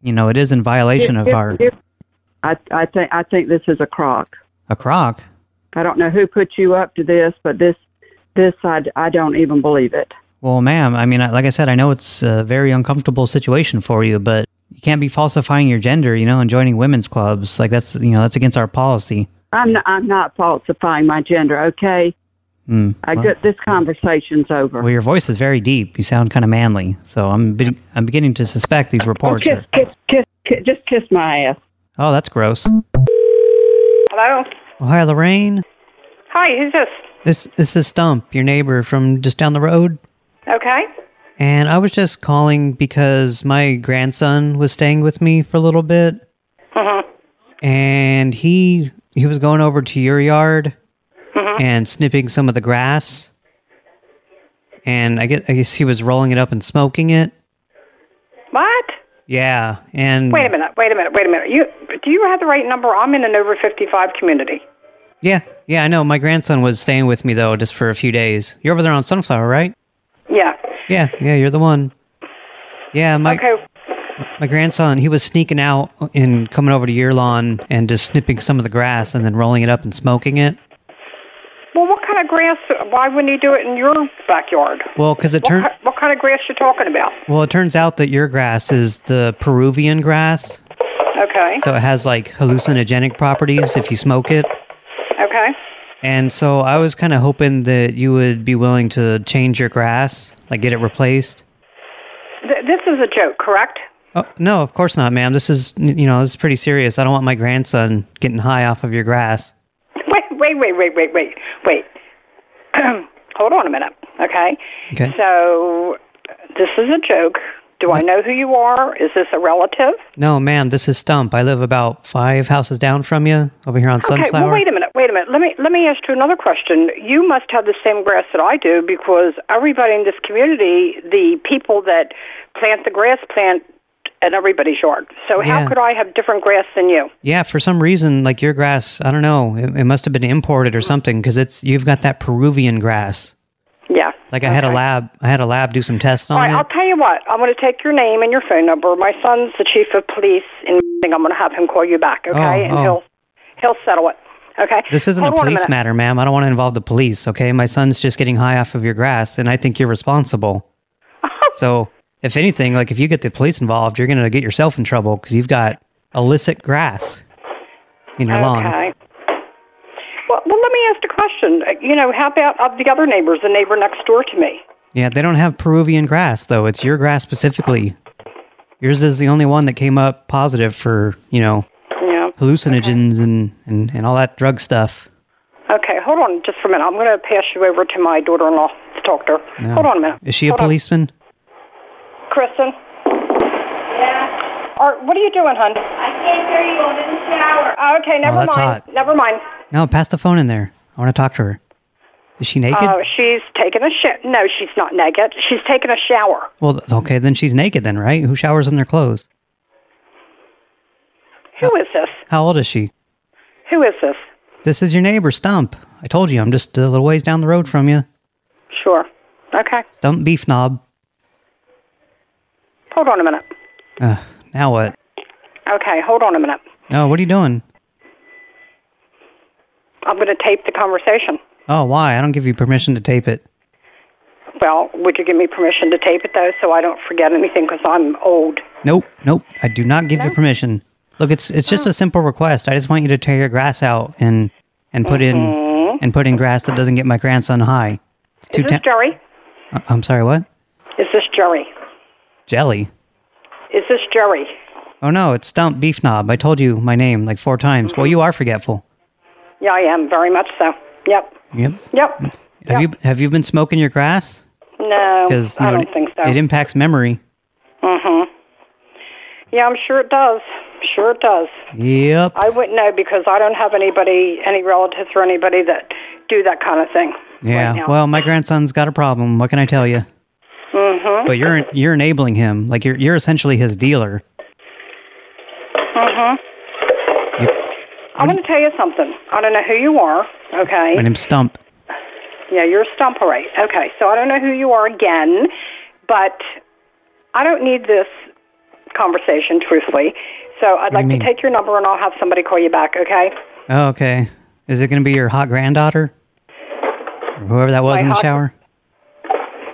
[SPEAKER 2] you know it is in violation of
[SPEAKER 15] If-
[SPEAKER 2] our
[SPEAKER 15] if- I I think I think this is a crock.
[SPEAKER 2] a croc.
[SPEAKER 15] I don't know who put you up to this, but this this I, I don't even believe it.
[SPEAKER 2] Well, ma'am, I mean, I- like I said, I know it's a very uncomfortable situation for you, but you can't be falsifying your gender, you know, and joining women's clubs. Like that's you know that's against our policy.
[SPEAKER 15] I'm not, I'm not falsifying my gender. Okay,
[SPEAKER 2] Mm,
[SPEAKER 15] I
[SPEAKER 2] well,
[SPEAKER 15] get this conversation's over.
[SPEAKER 2] well, your voice is very deep. You sound kind of manly, so I'm be- I'm beginning to suspect these
[SPEAKER 15] Oh,
[SPEAKER 2] reports.
[SPEAKER 15] kiss,
[SPEAKER 2] Are,
[SPEAKER 15] kiss, kiss, kiss, just kiss my ass.
[SPEAKER 2] oh, that's gross.
[SPEAKER 16] Hello.
[SPEAKER 2] Well, hi, Lorraine.
[SPEAKER 16] Hi, who's this?
[SPEAKER 2] This this is Stump, your neighbor from just down the road.
[SPEAKER 16] Okay.
[SPEAKER 2] And I was just calling because my grandson was staying with me for a little bit,
[SPEAKER 16] Mhm.
[SPEAKER 2] and he he was going over to your yard
[SPEAKER 16] Uh-huh.
[SPEAKER 2] and snipping some of the grass. And I guess, I guess he was rolling it up and smoking it.
[SPEAKER 16] What?
[SPEAKER 2] Yeah, and
[SPEAKER 16] Wait a minute. Wait a minute. Wait a minute. You do you have the right number? I'm in an over 55 community.
[SPEAKER 2] yeah, yeah. I know my grandson was staying with me though, just for a few days. You're over there on Sunflower, right?
[SPEAKER 16] Yeah.
[SPEAKER 2] Yeah, yeah. You're the one. Yeah, my
[SPEAKER 16] Okay.
[SPEAKER 2] my grandson, he was sneaking out and coming over to your lawn and just snipping some of the grass and then rolling it up and smoking it.
[SPEAKER 16] Well, what kind of grass? Why wouldn't he do it in your backyard?
[SPEAKER 2] Well, because it turns
[SPEAKER 16] What, ki- what kind of grass you talking about?
[SPEAKER 2] well, it turns out that your grass is the Peruvian grass,
[SPEAKER 16] Okay.
[SPEAKER 2] so it has like hallucinogenic properties if you smoke it.
[SPEAKER 16] okay.
[SPEAKER 2] And so I was kind of hoping that you would be willing to change your grass, like get it replaced.
[SPEAKER 16] Th- this is a joke, correct?
[SPEAKER 2] Oh, no, of course not, ma'am. This is, you know, this is pretty serious. I don't want my grandson getting high off of your grass.
[SPEAKER 16] Wait, wait, wait, wait, wait, wait, wait. Hold on a minute. Okay.
[SPEAKER 2] Okay.
[SPEAKER 16] So this is a joke. Do I know who you are? Is this a relative?
[SPEAKER 2] No, ma'am, this is Stump. I live about five houses down from you over here on
[SPEAKER 16] Okay,
[SPEAKER 2] Sunflower.
[SPEAKER 16] well, wait a minute, wait a minute. Let me let me ask you another question. You must have the same grass that I do because everybody in this community, the people that plant the grass, plant in everybody's yard. So
[SPEAKER 2] Yeah.
[SPEAKER 16] how could I have different grass than you?
[SPEAKER 2] Yeah, for some reason, like your grass, I don't know, it, it must have been imported or something because it's, you've got that Peruvian grass.
[SPEAKER 16] Yeah.
[SPEAKER 2] Like I had a lab, I had a lab do some tests
[SPEAKER 16] All
[SPEAKER 2] on
[SPEAKER 16] right,
[SPEAKER 2] it.
[SPEAKER 16] I'll tell you what. I'm going to take your name and your phone number. My son's the chief of police, and I'm going to have him call you back. Okay,
[SPEAKER 2] Oh,
[SPEAKER 16] and
[SPEAKER 2] oh.
[SPEAKER 16] he'll he'll settle it. Okay.
[SPEAKER 2] This isn't
[SPEAKER 16] Hold
[SPEAKER 2] a
[SPEAKER 16] on
[SPEAKER 2] police
[SPEAKER 16] minute.
[SPEAKER 2] matter, ma'am. I don't want to involve the police, okay? My son's just getting high off of your grass, and I think you're responsible. so, if anything, like if you get the police involved, you're going to get yourself in trouble because you've got illicit grass in your lawn.
[SPEAKER 16] Okay. Well, well, let me ask the question. Uh, You know, how about of the other neighbors, the neighbor next door to me?
[SPEAKER 2] Yeah, they don't have Peruvian grass, though. It's your grass specifically. Yours is the only one that came up positive for, you know,
[SPEAKER 16] Yeah.
[SPEAKER 2] hallucinogens and, and, and all that drug stuff.
[SPEAKER 16] Okay, hold on just for a minute. I'm going to pass you over to my daughter-in-law to talk to her.
[SPEAKER 2] No.
[SPEAKER 16] Hold on a minute.
[SPEAKER 2] Is she a
[SPEAKER 16] Hold on.
[SPEAKER 2] policeman?
[SPEAKER 16] Kristen? Yeah. Or what are you doing, hon? I can't hear you. I'm in the shower. Oh, okay, never
[SPEAKER 2] that's
[SPEAKER 16] mind.
[SPEAKER 2] hot.
[SPEAKER 16] Never mind.
[SPEAKER 2] No, pass the phone in there. I want to talk to her. Is she naked?
[SPEAKER 16] Oh, she's taking a shit. No, she's not naked. She's taking a shower.
[SPEAKER 2] Well, th- okay, then she's naked then, right? Who showers in their clothes?
[SPEAKER 16] Who is this?
[SPEAKER 2] How old is she?
[SPEAKER 16] Who is this?
[SPEAKER 2] This is your neighbor, Stump. I told you, I'm just a little ways down the road from you.
[SPEAKER 16] Sure. Okay.
[SPEAKER 2] Stump beef knob.
[SPEAKER 16] Hold on a minute.
[SPEAKER 2] Ugh, now what?
[SPEAKER 16] Okay, hold on a minute.
[SPEAKER 2] No, what are you doing?
[SPEAKER 16] I'm going to tape the conversation.
[SPEAKER 2] Oh, why? I don't give you permission to tape it.
[SPEAKER 16] Well, would you give me permission to tape it, though, so I don't forget anything because I'm old?
[SPEAKER 2] Nope, nope. I do not give you permission. Look, it's it's
[SPEAKER 16] Oh.
[SPEAKER 2] just a simple request. I just want you to tear your grass out and and put
[SPEAKER 16] Mhm.
[SPEAKER 2] in and put in grass that doesn't get my grandson high. It's
[SPEAKER 16] Is this
[SPEAKER 2] ten-
[SPEAKER 16] Jerry?
[SPEAKER 2] I- I'm sorry, what?
[SPEAKER 16] Is this Jerry?
[SPEAKER 2] Jelly.
[SPEAKER 16] Is this Jerry?
[SPEAKER 2] Oh no, it's Stump beef knob. I told you my name like four times. Well,
[SPEAKER 16] Mm-hmm.
[SPEAKER 2] you are forgetful.
[SPEAKER 16] Yeah, I am very much so. Yep.
[SPEAKER 2] Yep.
[SPEAKER 16] Yep.
[SPEAKER 2] Have you have you been smoking your grass?
[SPEAKER 16] No,
[SPEAKER 2] Because
[SPEAKER 16] I
[SPEAKER 2] you know,
[SPEAKER 16] don't think so.
[SPEAKER 2] it impacts memory.
[SPEAKER 16] Mm-hmm. Yeah, I'm sure it does. Sure it does.
[SPEAKER 2] Yep.
[SPEAKER 16] I wouldn't know because I don't have anybody, any relatives or anybody that do that kind of thing.
[SPEAKER 2] Yeah.
[SPEAKER 16] now.
[SPEAKER 2] well, my grandson's got a problem. What can I tell you?
[SPEAKER 16] Mm-hmm.
[SPEAKER 2] But you're you're enabling him. Like you're you're essentially his dealer.
[SPEAKER 16] Mm-hmm.
[SPEAKER 2] Yep.
[SPEAKER 16] I want to tell you something. I don't know who you are. Okay.
[SPEAKER 2] My name's Stump.
[SPEAKER 16] Yeah, you're a stump, all right. Okay, so I don't know who you are again, but I don't need this conversation, truthfully. So I'd
[SPEAKER 2] What do
[SPEAKER 16] like
[SPEAKER 2] you
[SPEAKER 16] to
[SPEAKER 2] mean?
[SPEAKER 16] take your number and I'll have somebody call you back, okay?
[SPEAKER 2] Oh, okay. Is it going to be your hot granddaughter? Or whoever that was
[SPEAKER 16] My
[SPEAKER 2] in the
[SPEAKER 16] hot-
[SPEAKER 2] shower?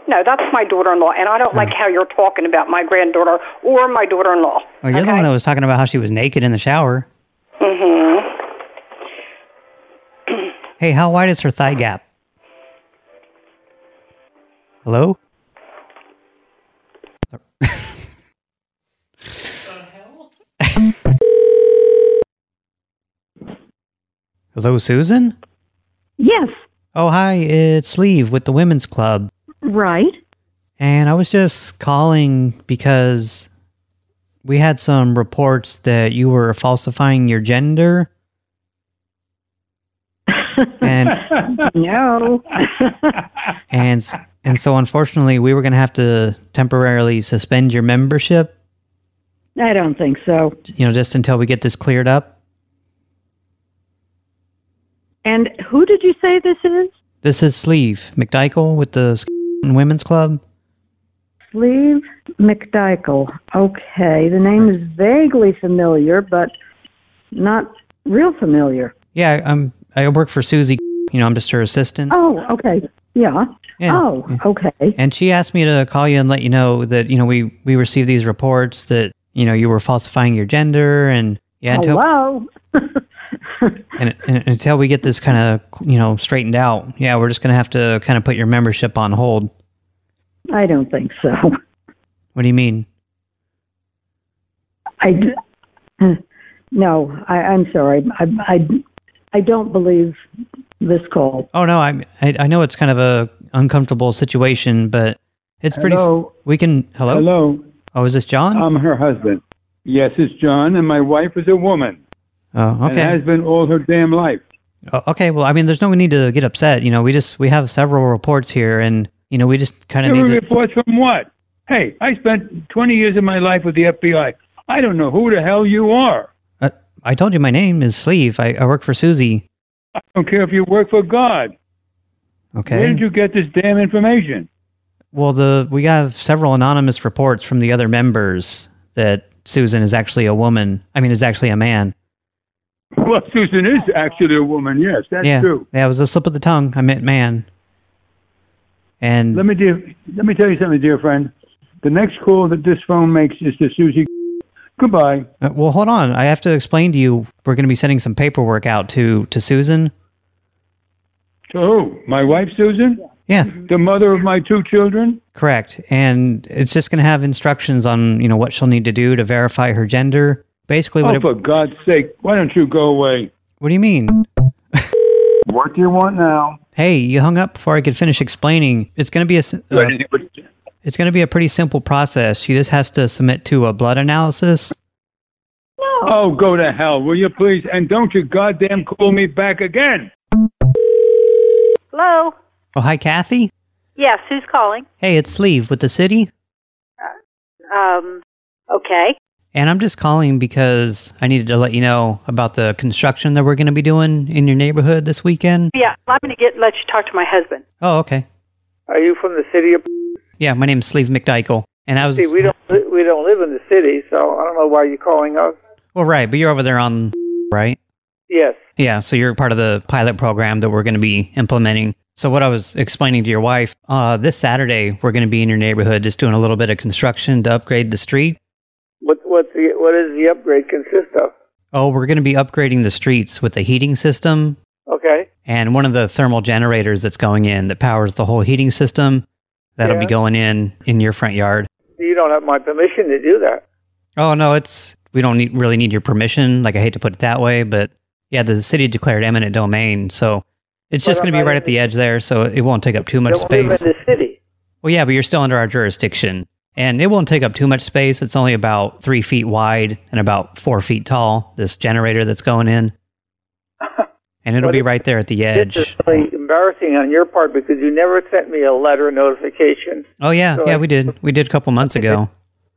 [SPEAKER 16] No, that's my daughter in law, and I don't like how you're talking about my granddaughter or my daughter in law.
[SPEAKER 2] Oh, you're the one that was talking about how she was naked in the shower.
[SPEAKER 16] Mm hmm.
[SPEAKER 2] Hey, how wide is her thigh gap? Hello? Hello, Susan?
[SPEAKER 17] Yes,
[SPEAKER 2] Oh, hi, it's Sleeve with the Women's Club.
[SPEAKER 17] right.
[SPEAKER 2] And I was just calling because we had some reports that you were falsifying your gender. and
[SPEAKER 17] no.
[SPEAKER 2] and s- and so unfortunately we were going to have to temporarily suspend your membership,
[SPEAKER 17] I don't think so.
[SPEAKER 2] you know, just until we get this cleared up.
[SPEAKER 17] And who did you say this is?
[SPEAKER 2] This is Sleeve McDykel with the Sk- Women's Club.
[SPEAKER 17] Cleve McDykel. Okay, the name is vaguely familiar, but not real familiar.
[SPEAKER 2] Yeah, I- I'm. I work for Susie. You know, I'm just her assistant.
[SPEAKER 17] Oh, okay. Yeah.
[SPEAKER 2] Yeah.
[SPEAKER 17] Oh, okay.
[SPEAKER 2] And she asked me to call you and let you know that you know we we received these reports that you know you were falsifying your gender and yeah until
[SPEAKER 17] Hello.
[SPEAKER 2] and, and until we get this kind of you know straightened out yeah we're just gonna have to kind of put your membership on hold.
[SPEAKER 17] I don't think so.
[SPEAKER 2] What do you mean?
[SPEAKER 17] I d- hmm, no, I, I'm sorry. I, I, I don't believe this call.
[SPEAKER 2] Oh no, I I, I know it's kind of a uncomfortable situation, but it's pretty. s-
[SPEAKER 18] Hello?
[SPEAKER 2] We can hello.
[SPEAKER 18] Hello.
[SPEAKER 2] Oh, is this John?
[SPEAKER 18] I'm her husband. Yes, it's John, and my wife is a woman.
[SPEAKER 2] Oh,
[SPEAKER 18] And
[SPEAKER 2] okay.
[SPEAKER 18] has been all her damn life.
[SPEAKER 2] Oh, okay. Well, I mean, there's no need to get upset. You know, we just we have several reports here, and you know, we just kind of
[SPEAKER 18] Every
[SPEAKER 2] need to.
[SPEAKER 18] reports from what? Hey, I spent 20 years of my life with the FBI. I don't know who the hell you are.
[SPEAKER 2] Uh, I told you my name is Sleeve. I, I work for Susie.
[SPEAKER 18] I don't care if you work for God. Where
[SPEAKER 2] Okay.
[SPEAKER 18] did you get this damn information?
[SPEAKER 2] Well, the we have several anonymous reports from the other members that Susan is actually a woman. I mean, is actually a man.
[SPEAKER 18] Well, Susan is actually a woman. Yes, that's
[SPEAKER 2] yeah.
[SPEAKER 18] true.
[SPEAKER 2] Yeah, it was a slip of the tongue. I meant man. And
[SPEAKER 18] Let me do, let me tell you something, dear friend. The next call that this phone makes is to Susie. Goodbye.
[SPEAKER 2] Uh, well, hold on. I have to explain to you. We're going to be sending some paperwork out to to Susan.
[SPEAKER 18] To who? My wife, Susan?
[SPEAKER 2] Yeah.
[SPEAKER 18] The mother of my two children?
[SPEAKER 2] Correct. And it's just going to have instructions on, you know, what she'll need to do to verify her gender. Basically, what
[SPEAKER 18] Oh,
[SPEAKER 2] it,
[SPEAKER 18] for God's sake, why don't you go away?
[SPEAKER 2] what do you mean?
[SPEAKER 18] What do you want now?
[SPEAKER 2] Hey, you hung up before I could finish explaining. It's going to be a s- uh, it's going to be a pretty simple process. She just has to submit to a blood analysis.
[SPEAKER 18] Oh, go to hell, will you please? And don't you goddamn call me back again.
[SPEAKER 19] Hello.
[SPEAKER 2] Oh, hi Kathy.
[SPEAKER 19] Yes, who's calling?
[SPEAKER 2] Hey, it's Sleeve with the city.
[SPEAKER 1] Uh,
[SPEAKER 19] Um, okay.
[SPEAKER 2] And I'm just calling because I needed to let you know about the construction that we're going to be doing in your neighborhood this weekend.
[SPEAKER 19] Yeah, I'm going to get let you talk to my husband.
[SPEAKER 2] Oh, okay.
[SPEAKER 20] Are you from the city of?
[SPEAKER 2] Yeah, my name's Sleeve McDykel. And I was
[SPEAKER 20] See, we don't li- we don't live in the city, so I don't know why you're calling us.
[SPEAKER 2] Well, right, but you're over there on right?
[SPEAKER 20] Yes,
[SPEAKER 2] Yeah, so you're part of the pilot program that we're going to be implementing. So what I was explaining to your wife, uh, this Saturday we're going to be in your neighborhood just doing a little bit of construction to upgrade the street.
[SPEAKER 20] what what's the what does the upgrade consist of?
[SPEAKER 2] Oh, we're going to be upgrading the streets with the heating system
[SPEAKER 20] Okay,
[SPEAKER 2] and one of the thermal generators that's going in that powers the whole heating system. That'll be
[SPEAKER 20] Yeah.
[SPEAKER 2] going in in your front yard.
[SPEAKER 20] you don't have my permission to do that.
[SPEAKER 2] Oh no, it's we don't need, really need your permission. Like I hate to put it that way, but yeah, the city declared eminent domain, so it's
[SPEAKER 20] But
[SPEAKER 2] just going to be
[SPEAKER 20] I'm not
[SPEAKER 2] right
[SPEAKER 20] in
[SPEAKER 2] at the edge there, so it won't take up too much
[SPEAKER 20] don't live
[SPEAKER 2] space.
[SPEAKER 20] in the city.
[SPEAKER 2] Well, yeah, but you're still under our jurisdiction, and it won't take up too much space. It's only about three feet wide and about four feet tall. This generator that's going in, and it'll be right there at the edge.
[SPEAKER 20] This is really embarrassing on your part because you never sent me a letter notification.
[SPEAKER 2] Oh yeah,
[SPEAKER 20] So
[SPEAKER 2] yeah,
[SPEAKER 20] I-
[SPEAKER 2] we did. We did a couple months ago.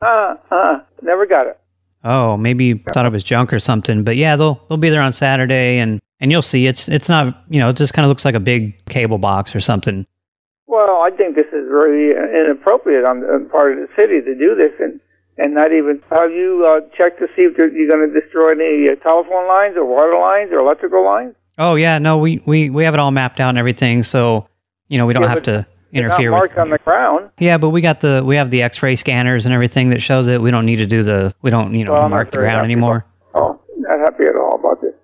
[SPEAKER 20] Uh uh, never got it.
[SPEAKER 2] Oh, maybe you thought it was junk or something. But yeah, they'll they'll be there on Saturday and and you'll see it's it's not, you know, it just kind of looks like a big cable box or something.
[SPEAKER 20] Well, I think this is really inappropriate on the on the part of the city to do this and. And not even have you uh, checked to see if you're, you're going to destroy any uh, telephone lines or water lines or electrical lines?
[SPEAKER 2] Oh yeah, no, we we we have it all mapped out and everything, so you know, we don't
[SPEAKER 20] Yeah,
[SPEAKER 2] have
[SPEAKER 20] but
[SPEAKER 2] to
[SPEAKER 20] They're
[SPEAKER 2] interfere
[SPEAKER 20] not
[SPEAKER 2] with
[SPEAKER 20] marked on the ground.
[SPEAKER 2] Yeah, but we got the we have the x-ray scanners and everything that shows it. We don't need to do the we don't, you know,
[SPEAKER 20] Well, I'm not
[SPEAKER 2] mark the
[SPEAKER 20] very
[SPEAKER 2] ground
[SPEAKER 20] happy
[SPEAKER 2] anymore.
[SPEAKER 20] Oh, not happy at all about this.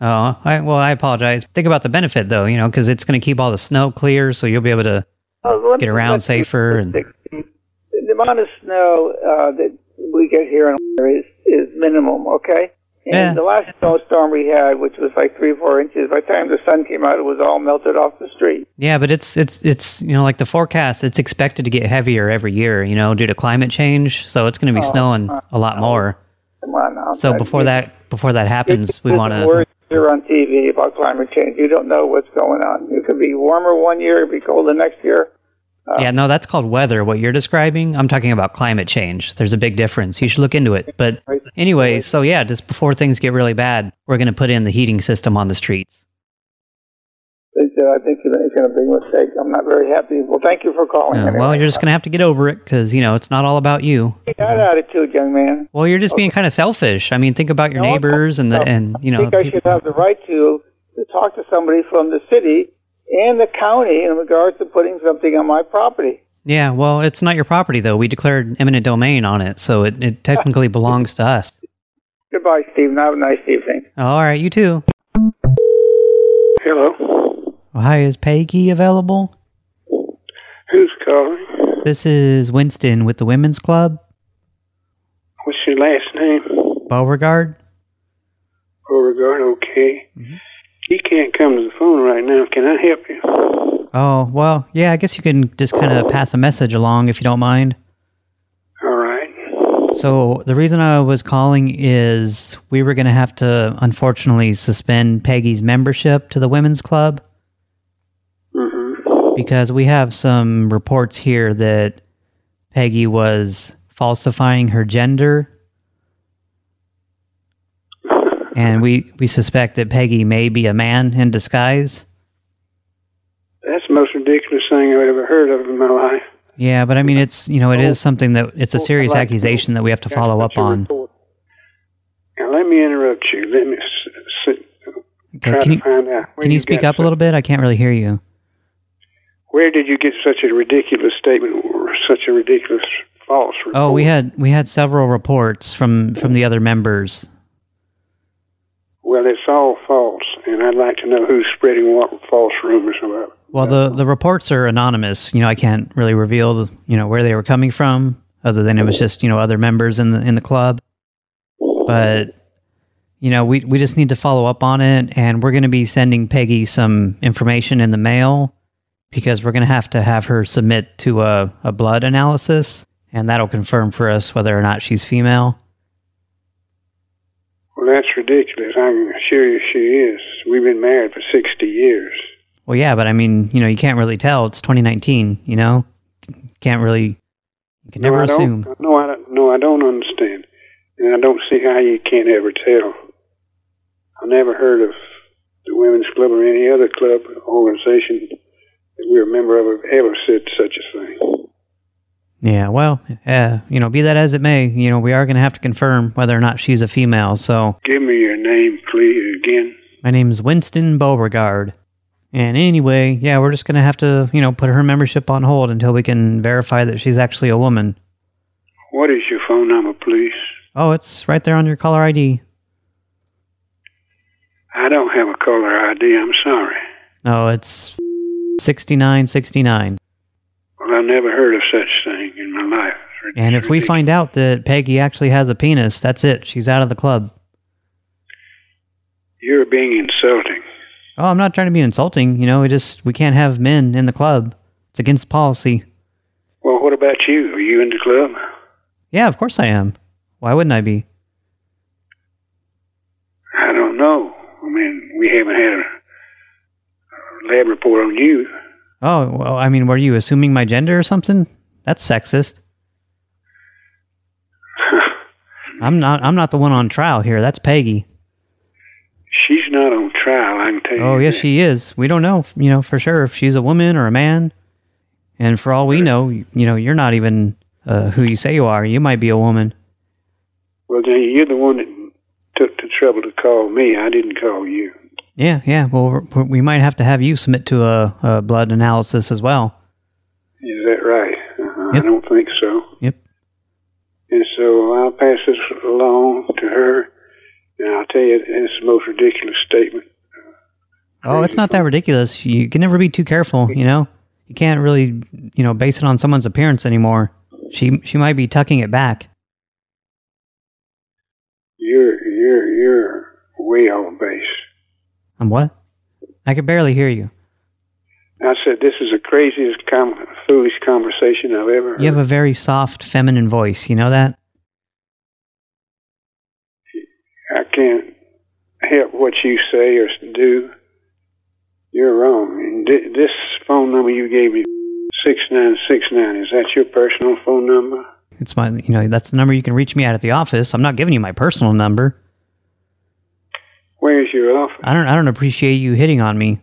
[SPEAKER 2] Oh, I, well, I apologize. Think about the benefit though, you know, cuz it's going to keep all the snow clear so you'll be able to
[SPEAKER 20] Oh, let
[SPEAKER 2] get
[SPEAKER 20] me-
[SPEAKER 2] around
[SPEAKER 20] let-
[SPEAKER 2] safer and
[SPEAKER 20] The amount of snow uh, that we get here in Illinois is, is minimum, okay? And
[SPEAKER 2] Yeah.
[SPEAKER 20] the last snowstorm we had, which was like three, four inches, by the time the sun came out, it was all melted off the street.
[SPEAKER 2] Yeah, but it's it's it's you know like the forecast. It's expected to get heavier every year, you know, due to climate change. So it's going to be
[SPEAKER 20] Oh,
[SPEAKER 2] snowing
[SPEAKER 20] uh,
[SPEAKER 2] a lot more.
[SPEAKER 20] Come on now.
[SPEAKER 2] So before that before that happens, we want to.
[SPEAKER 20] Words here on TV about climate change. You don't know what's going on. It could be warmer one year, it could be colder next year.
[SPEAKER 2] Yeah, no, that's called weather. What you're describing, I'm talking about climate change. There's a big difference. You should look into it. But anyway, so yeah, just before things get really bad, we're going to put in the heating system on the streets.
[SPEAKER 20] think that uh, I think you're making a big mistake. I'm not very happy. Well, thank you for calling.
[SPEAKER 2] Uh, well, you're just going to have to get over it because, you know, it's not all about you.
[SPEAKER 20] Take that attitude, young man.
[SPEAKER 2] Well, you're just being kind of selfish. I mean, think about your
[SPEAKER 20] No,
[SPEAKER 2] neighbors and, the,
[SPEAKER 20] no.
[SPEAKER 2] and you
[SPEAKER 20] I
[SPEAKER 2] know,
[SPEAKER 20] think
[SPEAKER 2] the
[SPEAKER 20] I
[SPEAKER 2] people.
[SPEAKER 20] should have the right to to talk to somebody from the city and the county in regards to putting something on my property.
[SPEAKER 2] Yeah, well, it's not your property, though. We declared eminent domain on it, so it, it technically belongs to us.
[SPEAKER 20] Goodbye, Stephen. Have a nice evening.
[SPEAKER 2] All right, you too.
[SPEAKER 21] Hello.
[SPEAKER 2] Hi, is Peggy available?
[SPEAKER 21] Who's calling?
[SPEAKER 2] This is Winston with the Women's Club.
[SPEAKER 21] What's your last name?
[SPEAKER 2] Beauregard?
[SPEAKER 21] Beauregard, okay.
[SPEAKER 2] Mm-hmm.
[SPEAKER 21] He can't come to the phone right now. Can I help you?
[SPEAKER 2] Oh, well, yeah, I guess you can just kind of pass a message along if you don't mind.
[SPEAKER 21] All right.
[SPEAKER 2] So the reason I was calling is we were going to have to, unfortunately, suspend Peggy's membership to the Women's Club.
[SPEAKER 21] Mm-hmm.
[SPEAKER 2] Because we have some reports here that Peggy was falsifying her gender. And we, we suspect that Peggy may be a man in disguise.
[SPEAKER 21] That's the most ridiculous thing I've ever heard of in my life.
[SPEAKER 2] Yeah, but I mean, it's, you know, it is something that, it's a serious
[SPEAKER 21] like-
[SPEAKER 2] accusation that we have to follow up on.
[SPEAKER 21] Now, let me interrupt you. Let me s- s-
[SPEAKER 2] Okay,
[SPEAKER 21] try
[SPEAKER 2] can
[SPEAKER 21] to
[SPEAKER 2] you,
[SPEAKER 21] find out. Where
[SPEAKER 2] can you
[SPEAKER 21] you
[SPEAKER 2] speak
[SPEAKER 21] got
[SPEAKER 2] up a little bit? I can't really hear you.
[SPEAKER 21] Where did you get such a ridiculous statement or such a ridiculous false
[SPEAKER 2] Oh, we had we had several reports from from the other members.
[SPEAKER 21] Well, it's all false, and I'd like to know who's spreading what false rumors about.
[SPEAKER 2] Well, the the reports are anonymous. You know, I can't really reveal the, you know where they were coming from, other than it was just you know other members in the in the club. But you know, we we just need to follow up on it, and we're going to be sending Peggy some information in the mail because we're going to have to have her submit to a a blood analysis, and that'll confirm for us whether or not she's female.
[SPEAKER 21] Well, that's ridiculous. I can assure you she is. We've been married for 60 years.
[SPEAKER 2] Well, yeah, but I mean, you know, you can't really tell. It's 2019, you know? Can't really, you can never
[SPEAKER 21] no, I
[SPEAKER 2] assume.
[SPEAKER 21] Don't, no, I don't, no, I don't understand. And I don't see how you can't ever tell. I never heard of the women's club or any other club organization that we're a member of have ever said such a thing.
[SPEAKER 2] Yeah, well, uh, you know, be that as it may, you know, we are going to have to confirm whether or not she's a female. So
[SPEAKER 21] Give me your name, please, again.
[SPEAKER 2] my name's Winston Beauregard. And anyway, yeah, we're just going to have to, you know, put her membership on hold until we can verify that she's actually a woman.
[SPEAKER 21] What is your phone number, please?
[SPEAKER 2] Oh, it's right there on your caller ID.
[SPEAKER 21] I don't have a caller ID. I'm sorry.
[SPEAKER 2] No, Oh, it's 6969.
[SPEAKER 21] Well, I never heard of such thing in my life.
[SPEAKER 2] And if we find out that Peggy actually has a penis, that's it. She's out of the club.
[SPEAKER 21] You're being insulting.
[SPEAKER 2] Oh, I'm not trying to be insulting. You know, we just we can't have men in the club. It's against policy.
[SPEAKER 21] Well, what about you? Are you in the club?
[SPEAKER 2] Yeah, of course I am. Why wouldn't I be?
[SPEAKER 21] I don't know. I mean, we haven't had a lab report on you.
[SPEAKER 2] Oh, well, I mean, were you assuming my gender or something? That's sexist. I'm not I'm not the one on trial here. That's Peggy.
[SPEAKER 21] She's not on trial, I can tell you.
[SPEAKER 2] Oh, yes, she is. We don't know, you know, for sure if she's a woman or a man. And for all we know, you know, you're not even uh, who you say you are. You might be a woman.
[SPEAKER 21] Well, then you're the one that took the trouble to call me. I didn't call you.
[SPEAKER 2] Yeah, yeah. Well, we're- we might have to have you submit to a, a blood analysis as well.
[SPEAKER 21] Is that right? Uh,
[SPEAKER 2] Yep.
[SPEAKER 21] I don't think so.
[SPEAKER 2] Yep.
[SPEAKER 21] And so I'll pass this along to her. And I'll tell you, it's the most ridiculous statement.
[SPEAKER 2] Oh, it's not that ridiculous. You can never be too careful, you know? You can't really, you know, base it on someone's appearance anymore. She she might be tucking it back.
[SPEAKER 21] You're, you're, you're way off base.
[SPEAKER 2] I'm what? I could barely hear you.
[SPEAKER 21] I said, this is the craziest, com- foolish conversation I've ever
[SPEAKER 2] You have a very soft feminine voice, you know that?
[SPEAKER 21] I can't help what you say or do. You're wrong. And thi- This phone number you gave me, 6969, is that your personal phone number?
[SPEAKER 2] It's my, you know, that's the number you can reach me at at the office. I'm not giving you my personal number.
[SPEAKER 21] Where's your office?
[SPEAKER 2] I don't I don't appreciate you hitting on me.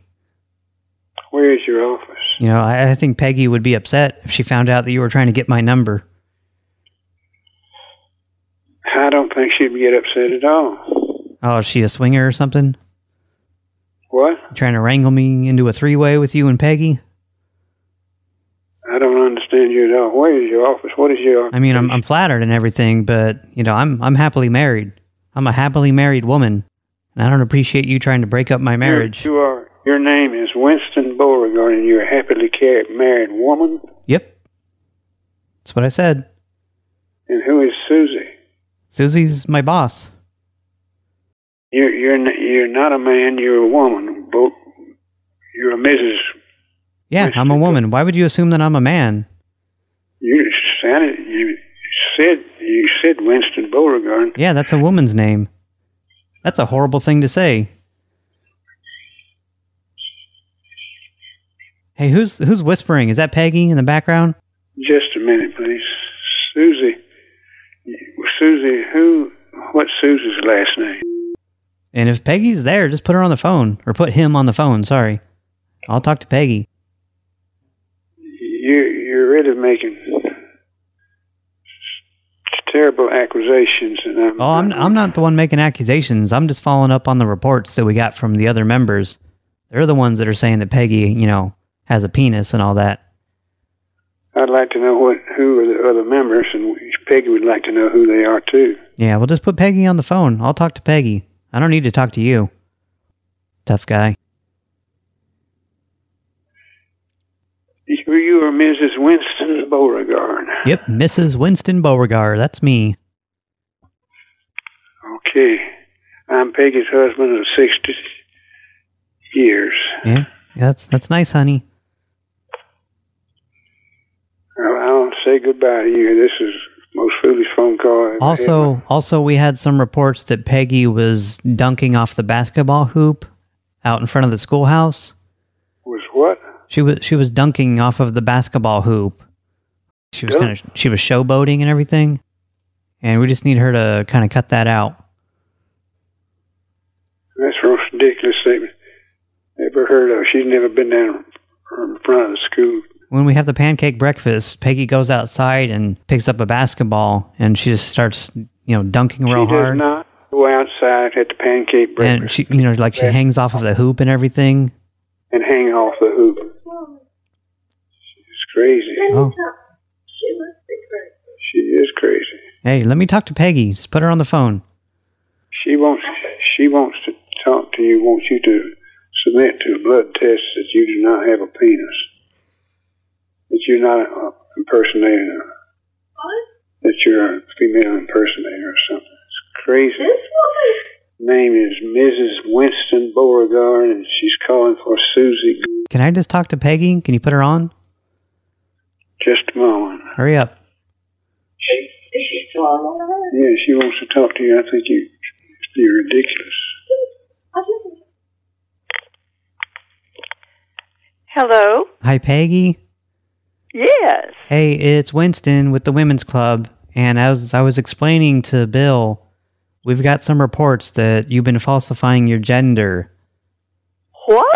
[SPEAKER 21] your office.
[SPEAKER 2] You know, I, I think Peggy would be upset if she found out that you were trying to get my number.
[SPEAKER 21] I don't think she'd get upset at all.
[SPEAKER 2] Oh, is she a swinger or something?
[SPEAKER 21] What?
[SPEAKER 2] Trying to wrangle me into a three-way with you and Peggy?
[SPEAKER 21] I don't understand you at all. Where is your office? What is your
[SPEAKER 2] I mean, I'm, I'm flattered and everything, but, you know, I'm, I'm happily married. I'm a happily married woman, and I don't appreciate you trying to break up my marriage.
[SPEAKER 21] You are. Your name is Winston Beauregard, and you're a happily ca- married woman.
[SPEAKER 2] That's what I said.
[SPEAKER 21] And who is Susie?
[SPEAKER 2] Susie's my boss.
[SPEAKER 21] You're you're n- you're not a man. You're a woman. Bo- You're a Mrs.
[SPEAKER 2] Yeah, I'm a woman. Why would you assume that I'm a man?
[SPEAKER 21] You sounded. You said you said Winston Beauregard.
[SPEAKER 2] Yeah, that's a woman's name. That's a horrible thing to say. Hey, who's who's whispering? Is that Peggy in the background?
[SPEAKER 21] Just a minute, please. Susie. Susie, who? What's Susie's last name?
[SPEAKER 2] And if Peggy's there, just put her on the phone or put him on the phone, sorry. I'll talk to Peggy.
[SPEAKER 21] You're you're really making terrible accusations, and I'm.
[SPEAKER 2] Oh, I'm I'm not the one making accusations. I'm just following up on the reports that we got from the other members. They're the ones that are saying that Peggy, you know, has a penis and all that.
[SPEAKER 21] I'd like to know what who are the other members, and Peggy would like to know who they are too.
[SPEAKER 2] Yeah, well, just put Peggy on the phone. I'll talk to Peggy. I don't need to talk to you. Tough guy.
[SPEAKER 21] You you are Mrs. Winston Beauregard.
[SPEAKER 2] Yep, Mrs. Winston Beauregard. That's me.
[SPEAKER 21] Okay, I'm Peggy's husband of sixty years.
[SPEAKER 2] Yeah, yeah that's that's nice, honey.
[SPEAKER 21] I'll, I'll say goodbye to you. This is the most foolish phone call. I've ever
[SPEAKER 2] Also, also, we had some reports that Peggy was dunking off the basketball hoop out in front of the schoolhouse.
[SPEAKER 21] was what?
[SPEAKER 2] She was she was dunking off of the basketball hoop. She was kind of she was showboating and everything, and we just need her to kind of cut that out.
[SPEAKER 21] That's a ridiculous statement. Never heard of. She's never been down in front of the school.
[SPEAKER 2] When we have the pancake breakfast, Peggy goes outside and picks up a basketball, and she just starts you know dunking real
[SPEAKER 21] she
[SPEAKER 2] hard.
[SPEAKER 21] does not go outside at the pancake breakfast
[SPEAKER 2] and she you know like she hangs off of the hoop and everything.
[SPEAKER 21] and hang off the hoop.
[SPEAKER 2] um,
[SPEAKER 21] She's crazy.
[SPEAKER 2] Oh.
[SPEAKER 21] She is crazy.
[SPEAKER 2] Hey, let me talk to Peggy. Just put her on the phone.
[SPEAKER 21] She wants she wants to talk to you, wants you to submit to a blood test that you do not have a penis. That you're not an impersonator. That you're a female impersonator or something. It's crazy. Name is Mrs. Winston Beauregard and she's calling for Susie.
[SPEAKER 2] Can I just talk to Peggy? Can you put her on?
[SPEAKER 21] Just a moment.
[SPEAKER 2] Hurry up.
[SPEAKER 21] Yeah, she wants to talk to you. I think you you're ridiculous.
[SPEAKER 19] Hello?
[SPEAKER 2] Hi, Peggy.
[SPEAKER 19] Yes.
[SPEAKER 2] Hey, it's Winston with the Women's Club. And as I was explaining to Bill, we've got some reports that you've been falsifying your gender.
[SPEAKER 19] What?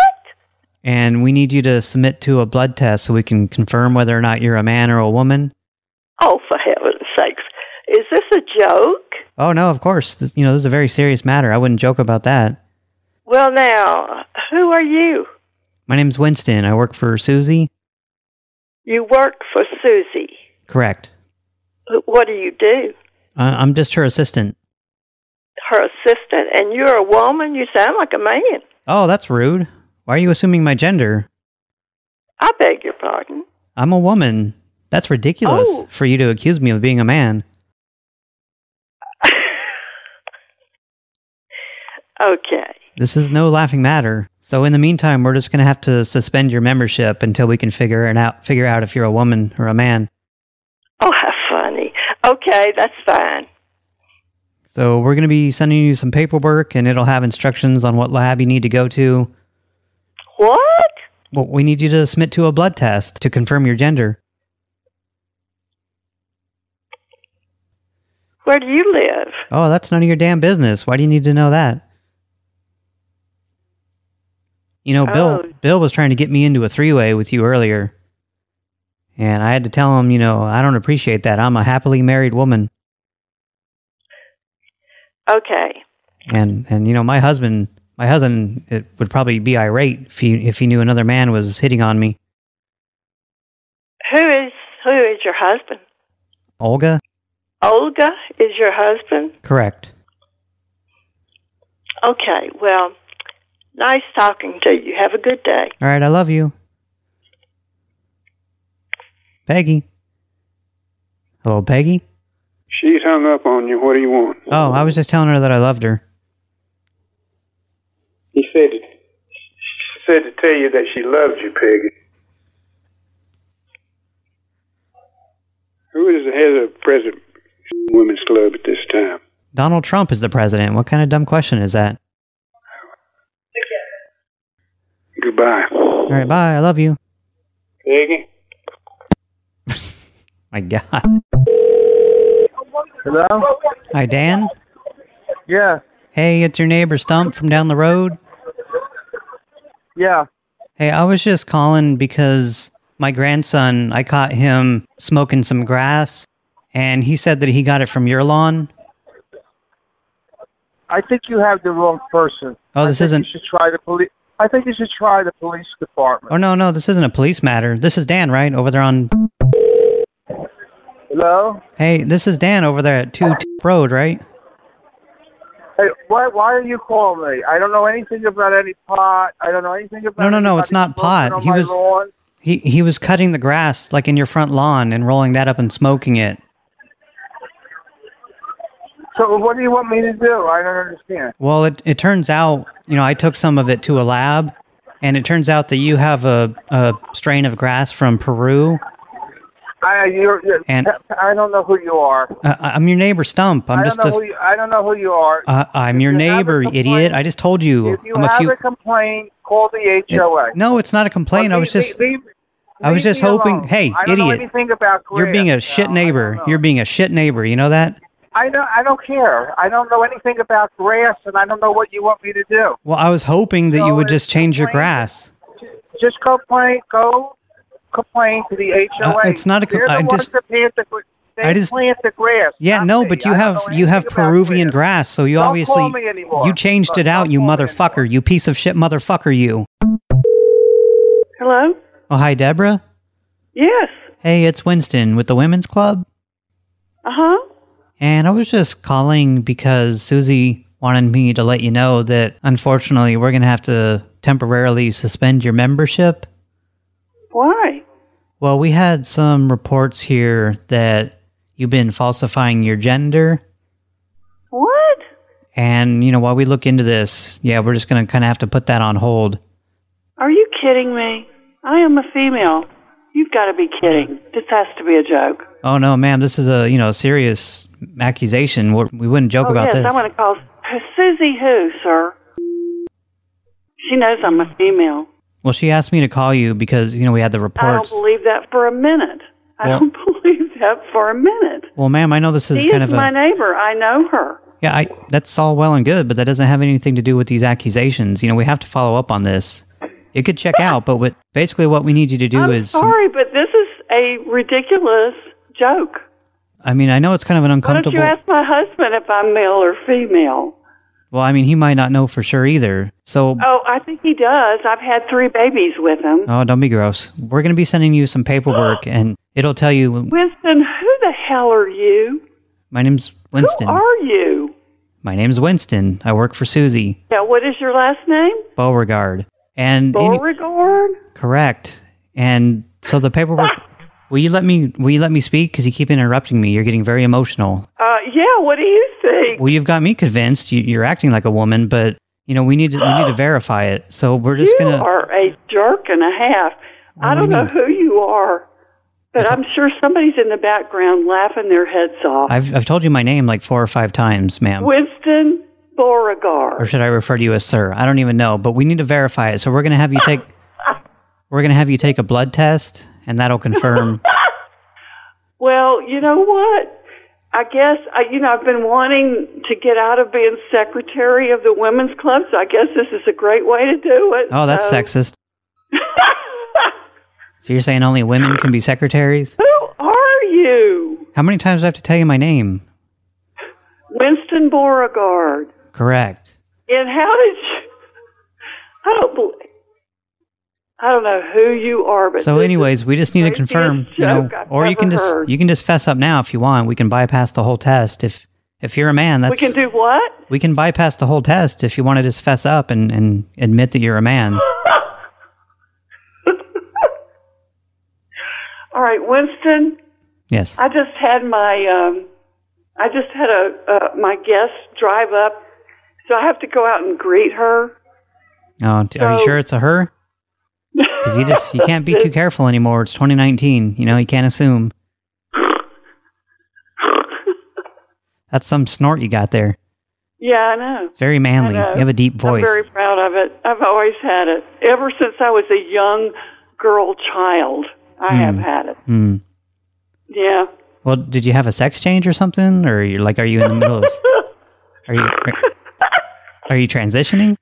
[SPEAKER 2] And we need you to submit to a blood test so we can confirm whether or not you're a man or a woman.
[SPEAKER 19] Oh, for heaven's sakes. Is this a joke?
[SPEAKER 2] Oh, no, of course. This, you know, this is a very serious matter. I wouldn't joke about that.
[SPEAKER 19] Well, now, who are you?
[SPEAKER 2] My name's Winston. I work for Susie.
[SPEAKER 19] You work for Susie.
[SPEAKER 2] Correct.
[SPEAKER 19] What do you do?
[SPEAKER 2] I I'm just her assistant.
[SPEAKER 19] Her assistant, and you're a woman? You sound like a man.
[SPEAKER 2] Oh, that's rude. Why are you assuming my gender?
[SPEAKER 19] I beg your pardon.
[SPEAKER 2] I'm a woman. That's ridiculous
[SPEAKER 19] Oh.
[SPEAKER 2] for you to accuse me of being a man.
[SPEAKER 19] Okay.
[SPEAKER 2] This is no laughing matter. So in the meantime, we're just going to have to suspend your membership until we can figure it out figure out if you're a woman or a man.
[SPEAKER 19] Oh, how funny. Okay, that's fine.
[SPEAKER 2] So we're going to be sending you some paperwork and it'll have instructions on what lab you need to go to.
[SPEAKER 19] What?
[SPEAKER 2] Well, we need you to submit to a blood test to confirm your gender.
[SPEAKER 19] Where do you live?
[SPEAKER 2] Oh, that's none of your damn business. Why do you need to know that? You know, Bill Bill was trying to get me into a three-way with you earlier. And I had to tell him, you know, I don't appreciate that. I'm a happily married woman.
[SPEAKER 19] Okay.
[SPEAKER 2] And and you know, my husband, my husband it would probably be irate if he if he knew another man was hitting on me.
[SPEAKER 19] Who is who is your husband?
[SPEAKER 2] Olga?
[SPEAKER 19] Olga is your husband?
[SPEAKER 2] Correct.
[SPEAKER 19] Okay. Well, nice talking to you. Have a good day.
[SPEAKER 2] All right, I love you. Peggy. Hello, Peggy?
[SPEAKER 21] She's hung up on you. What do you want?
[SPEAKER 2] Oh, I was just telling her that I loved her.
[SPEAKER 21] He said said to tell you that she loved you, Peggy. Who is the head of the present women's club at this time?
[SPEAKER 2] Donald Trump is the president. What kind of dumb question is that?
[SPEAKER 21] Goodbye.
[SPEAKER 2] All right, bye. I love you.
[SPEAKER 21] Peggy?
[SPEAKER 2] My God.
[SPEAKER 9] Hello?
[SPEAKER 2] Hi, Dan?
[SPEAKER 9] Yeah,
[SPEAKER 2] Hey, it's your neighbor Stump from down the road.
[SPEAKER 9] yeah.
[SPEAKER 2] Hey, I was just calling because my grandson, I caught him smoking some grass, and he said that he got it from your lawn.
[SPEAKER 9] I think you have the wrong person.
[SPEAKER 2] Oh, this
[SPEAKER 9] I think
[SPEAKER 2] isn't-
[SPEAKER 9] You should try the police. I think you should try the police department.
[SPEAKER 2] Oh, no, no, this isn't a police matter. This is Dan, right? Over there on...
[SPEAKER 9] Hello?
[SPEAKER 2] Hey, this is Dan over there at 2 Road, right?
[SPEAKER 9] Hey, why why are you calling me? I don't know anything about any pot. I don't know anything about.
[SPEAKER 2] No, no, no, it's not
[SPEAKER 9] anybody
[SPEAKER 2] pot.
[SPEAKER 9] smoking on
[SPEAKER 2] He
[SPEAKER 9] my
[SPEAKER 2] was-
[SPEAKER 9] lawn.
[SPEAKER 2] He he was cutting the grass, like in your front lawn, and rolling that up and smoking it.
[SPEAKER 9] So what do you want me to do? I don't understand.
[SPEAKER 2] Well, it, it turns out, you know, I took some of it to a lab, and it turns out that you have a, a strain of grass from Peru.
[SPEAKER 9] I you're, you're,
[SPEAKER 2] And-
[SPEAKER 9] I don't know who you are.
[SPEAKER 2] Uh, I'm your neighbor, Stump. I'm
[SPEAKER 9] I
[SPEAKER 2] just
[SPEAKER 9] don't know
[SPEAKER 2] a,
[SPEAKER 9] who you, I don't know who you are.
[SPEAKER 2] uh, I'm your neighbor, idiot. I just told you.
[SPEAKER 9] if you
[SPEAKER 2] I'm a
[SPEAKER 9] have
[SPEAKER 2] few.
[SPEAKER 9] a complaint, call the
[SPEAKER 2] it-
[SPEAKER 9] HOA.
[SPEAKER 2] no, it's not a complaint. I was
[SPEAKER 9] Leave-
[SPEAKER 2] just
[SPEAKER 9] leave-
[SPEAKER 2] I was
[SPEAKER 9] leave
[SPEAKER 2] just
[SPEAKER 9] me
[SPEAKER 2] hoping.
[SPEAKER 9] alone.
[SPEAKER 2] Hey,
[SPEAKER 9] I don't know
[SPEAKER 2] idiot!
[SPEAKER 9] anything about
[SPEAKER 2] You're being
[SPEAKER 9] Korea.
[SPEAKER 2] a shit neighbor. You're being a shit neighbor. You know that?
[SPEAKER 9] I don't. I don't care. I don't know anything about grass, and I don't know what you want me to do.
[SPEAKER 2] Well, I was hoping that you would just change your grass.
[SPEAKER 9] Just complain. Go complain to the HOA.
[SPEAKER 2] Uh, it's not a com-
[SPEAKER 9] They're the
[SPEAKER 2] I'm
[SPEAKER 9] ones
[SPEAKER 2] just-
[SPEAKER 9] that plant the. gr- They
[SPEAKER 2] I just-
[SPEAKER 9] plant the grass.
[SPEAKER 2] Yeah, no, but you have you have Peruvian grass, so you
[SPEAKER 9] Don't
[SPEAKER 2] obviously
[SPEAKER 9] call me anymore.
[SPEAKER 2] you changed it out, you motherfucker, you piece of shit motherfucker, you.
[SPEAKER 19] Hello?
[SPEAKER 2] Oh, hi, Deborah.
[SPEAKER 19] Yes.
[SPEAKER 2] Hey, it's Winston with the Women's Club,
[SPEAKER 19] Uh-huh.
[SPEAKER 2] and I was just calling because Susie wanted me to let you know that unfortunately we're gonna have to temporarily suspend your membership.
[SPEAKER 19] Why?
[SPEAKER 2] Well, we had some reports here that you've been falsifying your gender.
[SPEAKER 19] What?
[SPEAKER 2] And, you know, while we look into this, yeah, we're just going to kind of have to put that on hold.
[SPEAKER 19] Are you kidding me? I am a female. You've got to be kidding. This has to be a joke.
[SPEAKER 2] Oh, no, ma'am, this is a, you know, serious accusation. We're, we wouldn't joke
[SPEAKER 19] oh,
[SPEAKER 2] about
[SPEAKER 19] yes,
[SPEAKER 2] this.
[SPEAKER 19] I want to call Susie who, sir? She knows I'm a female.
[SPEAKER 2] well, she asked me to call you because, you know, we had the
[SPEAKER 19] I don't
[SPEAKER 2] reports.
[SPEAKER 19] believe that for a minute. I
[SPEAKER 2] Well-
[SPEAKER 19] don't believe that for a minute.
[SPEAKER 2] Well, ma'am, I know this is
[SPEAKER 19] she
[SPEAKER 2] kind
[SPEAKER 19] is
[SPEAKER 2] of
[SPEAKER 19] my
[SPEAKER 2] a...
[SPEAKER 19] neighbor. I know her.
[SPEAKER 2] Yeah, I, that's all well and good, but that doesn't have anything to do with these accusations. You know, we have to follow up on this. It could check out, but what basically what we need you to do
[SPEAKER 19] I'm
[SPEAKER 2] is...
[SPEAKER 19] sorry, but this is a ridiculous joke.
[SPEAKER 2] I mean, I know it's kind of an
[SPEAKER 19] Why don't
[SPEAKER 2] uncomfortable...
[SPEAKER 19] you ask my husband if I'm male or female?
[SPEAKER 2] well, I mean, he might not know for sure either. So,
[SPEAKER 19] Oh, I think he does. I've had three babies with him.
[SPEAKER 2] Oh, don't be gross. We're going to be sending you some paperwork, and it'll tell you.
[SPEAKER 19] Winston, who the hell are you?
[SPEAKER 2] My name's Winston.
[SPEAKER 19] Who are you?
[SPEAKER 2] My name's Winston. I work for Susie
[SPEAKER 19] Now, what is your last name?
[SPEAKER 2] Beauregard. And any-
[SPEAKER 19] Beauregard?
[SPEAKER 2] correct. And so the paperwork. will you let me? Will you let me speak? Because you keep interrupting me. You're getting very emotional.
[SPEAKER 19] Uh, yeah, what do you think?
[SPEAKER 2] Well, you've got me convinced. You, you're acting like a woman, but you know we need to, we need to verify it. So we're just
[SPEAKER 19] you
[SPEAKER 2] gonna.
[SPEAKER 19] are a jerk and a half. I
[SPEAKER 2] What do
[SPEAKER 19] don't
[SPEAKER 2] you
[SPEAKER 19] know
[SPEAKER 2] mean?
[SPEAKER 19] who you are, but I'm sure somebody's in the background laughing their heads off.
[SPEAKER 2] I've um, I've told you my name like four or five times, ma'am.
[SPEAKER 19] Winston Beauregard.
[SPEAKER 2] or should I refer to you as sir? I don't even know, but we need to verify it. So we're going to have you take we're going to have you take a blood test and that'll confirm.
[SPEAKER 19] Well, you know what? I guess I, you know, I've been wanting to get out of being secretary of the women's club, so I guess this is a great way to do it.
[SPEAKER 2] Oh, that's
[SPEAKER 19] so.
[SPEAKER 2] sexist. so you're saying only women can be secretaries?
[SPEAKER 19] Who are you,
[SPEAKER 2] How many times do I have to tell you my name?
[SPEAKER 19] Winston Beauregard?
[SPEAKER 2] Correct.
[SPEAKER 19] And how did you? I don't believe. I don't know who you are, but
[SPEAKER 2] So,
[SPEAKER 19] this
[SPEAKER 2] anyways, we just need to confirm, you know,
[SPEAKER 19] joke I've
[SPEAKER 2] or you can
[SPEAKER 19] ever
[SPEAKER 2] just
[SPEAKER 19] heard.
[SPEAKER 2] you can just fess up now if you want. We can bypass the whole test if if you're a man.
[SPEAKER 19] is-
[SPEAKER 2] That's
[SPEAKER 19] we can do what?
[SPEAKER 2] we can bypass the whole test if you want to just fess up and and admit that you're a man.
[SPEAKER 19] All right, Winston.
[SPEAKER 2] Yes.
[SPEAKER 19] I just had my um, I just had a uh, my guest drive up, so I have to go out and greet her.
[SPEAKER 2] Oh, t- are you
[SPEAKER 19] So-
[SPEAKER 2] sure it's a her? Because you just you can't be too careful anymore. It's 2019. You know you can't assume. That's some snort you got there.
[SPEAKER 19] Yeah, I know.
[SPEAKER 2] It's very manly.
[SPEAKER 19] I know.
[SPEAKER 2] You have a deep voice.
[SPEAKER 19] I'm very proud of it. I've always had it ever since I was a young girl child. I have
[SPEAKER 2] Hmm.
[SPEAKER 19] had it.
[SPEAKER 2] Hmm.
[SPEAKER 19] Yeah.
[SPEAKER 2] Well, did you have a sex change or something, or you're like, are you in the middle of? Are you are you transitioning?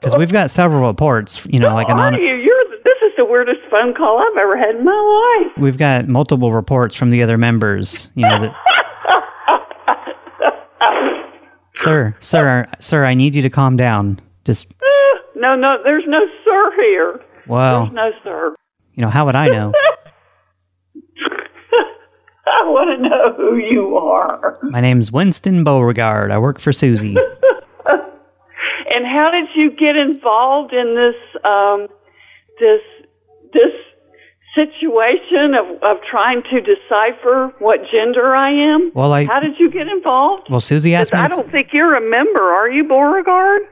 [SPEAKER 2] Because we've got several reports, you know, like
[SPEAKER 19] How are
[SPEAKER 2] anon-
[SPEAKER 19] you? You're this is the weirdest phone call I've ever had in my life.
[SPEAKER 2] we've got multiple reports from the other members. You know, that, sir, sir, sir, I need you to calm down. Just
[SPEAKER 19] Ah, No, no, there's no sir here.
[SPEAKER 2] well,
[SPEAKER 19] There's no sir.
[SPEAKER 2] you know, how would I know?
[SPEAKER 19] I want to know who you are.
[SPEAKER 2] My name's Winston Beauregard. I work for Susie.
[SPEAKER 19] And how did you get involved in this um, this this situation of, of trying to decipher what gender I am?
[SPEAKER 2] Well, I-
[SPEAKER 19] how did you get involved?
[SPEAKER 2] Well, Susie asked me.
[SPEAKER 19] I don't think you're a member, are you, Beauregard?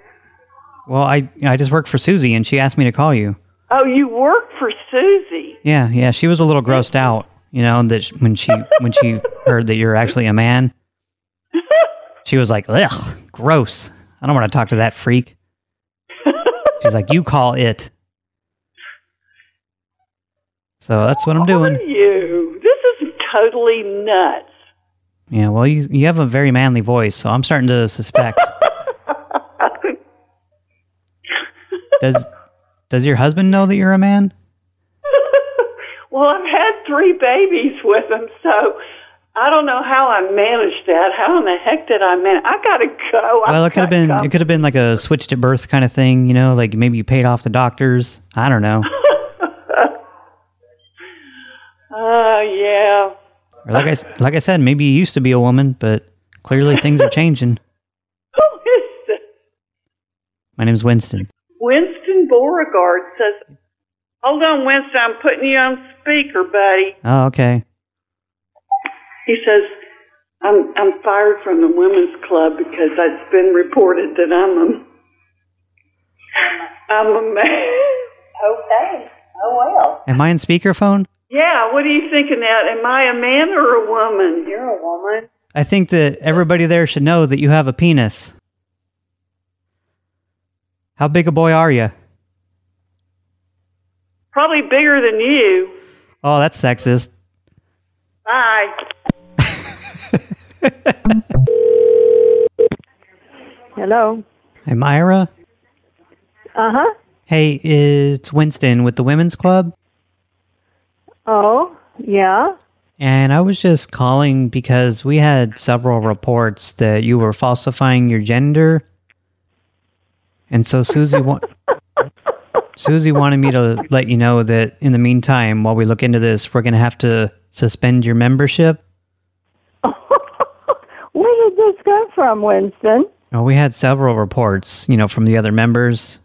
[SPEAKER 2] Well, I I just work for Susie, and she asked me to call you.
[SPEAKER 19] Oh, you work for Susie.
[SPEAKER 2] Yeah, yeah. She was a little grossed out, you know, that sh- when she when she heard that you're actually a man, she was like, "Ugh, gross! I don't want to talk to that freak." She's like, "You call it." So that's what I'm doing.
[SPEAKER 19] You. This is totally nuts.
[SPEAKER 2] Yeah. Well, you you have a very manly voice, so I'm starting to suspect. does does your husband know that you're a man?
[SPEAKER 19] Well, I've had three babies with him, so I don't know how I managed that. How in the heck did I manage? I gotta go. I-
[SPEAKER 2] Well, it could have been it could have been like a switched at birth kind of thing, you know, like maybe you paid off the doctors. I don't know.
[SPEAKER 19] Oh yeah.
[SPEAKER 2] Or like I s- like I said, maybe you used to be a woman, but clearly things are changing.
[SPEAKER 19] Who is this?
[SPEAKER 2] My name's Winston.
[SPEAKER 19] Winston Beauregard says, "Hold on, Winston. I'm putting you on speaker, buddy."
[SPEAKER 2] Oh, okay.
[SPEAKER 19] He says, "I'm I'm fired from the women's club because it's been reported that I'm a I'm a man." Okay. Oh well.
[SPEAKER 2] Am I in speakerphone?
[SPEAKER 19] Yeah, what are you thinking that? Am I a man or a woman? You're a woman.
[SPEAKER 2] I think that everybody there should know that you have a penis. How big a boy are you?
[SPEAKER 19] Probably bigger than you.
[SPEAKER 2] Oh, that's sexist.
[SPEAKER 19] Bye.
[SPEAKER 7] Hello.
[SPEAKER 2] Hey, Myra.
[SPEAKER 7] Uh
[SPEAKER 4] Uh-huh.
[SPEAKER 7] huh.
[SPEAKER 2] Hey, it's Winston with the Women's Club.
[SPEAKER 7] Oh, yeah.
[SPEAKER 2] And I was just calling because we had several reports that you were falsifying your gender. And so Susie wa- Susie wanted me to let you know that in the meantime, while we look into this, we're going to have to suspend your membership.
[SPEAKER 7] Where did this come from, Winston?
[SPEAKER 2] Oh, we had several reports, you know, from the other members.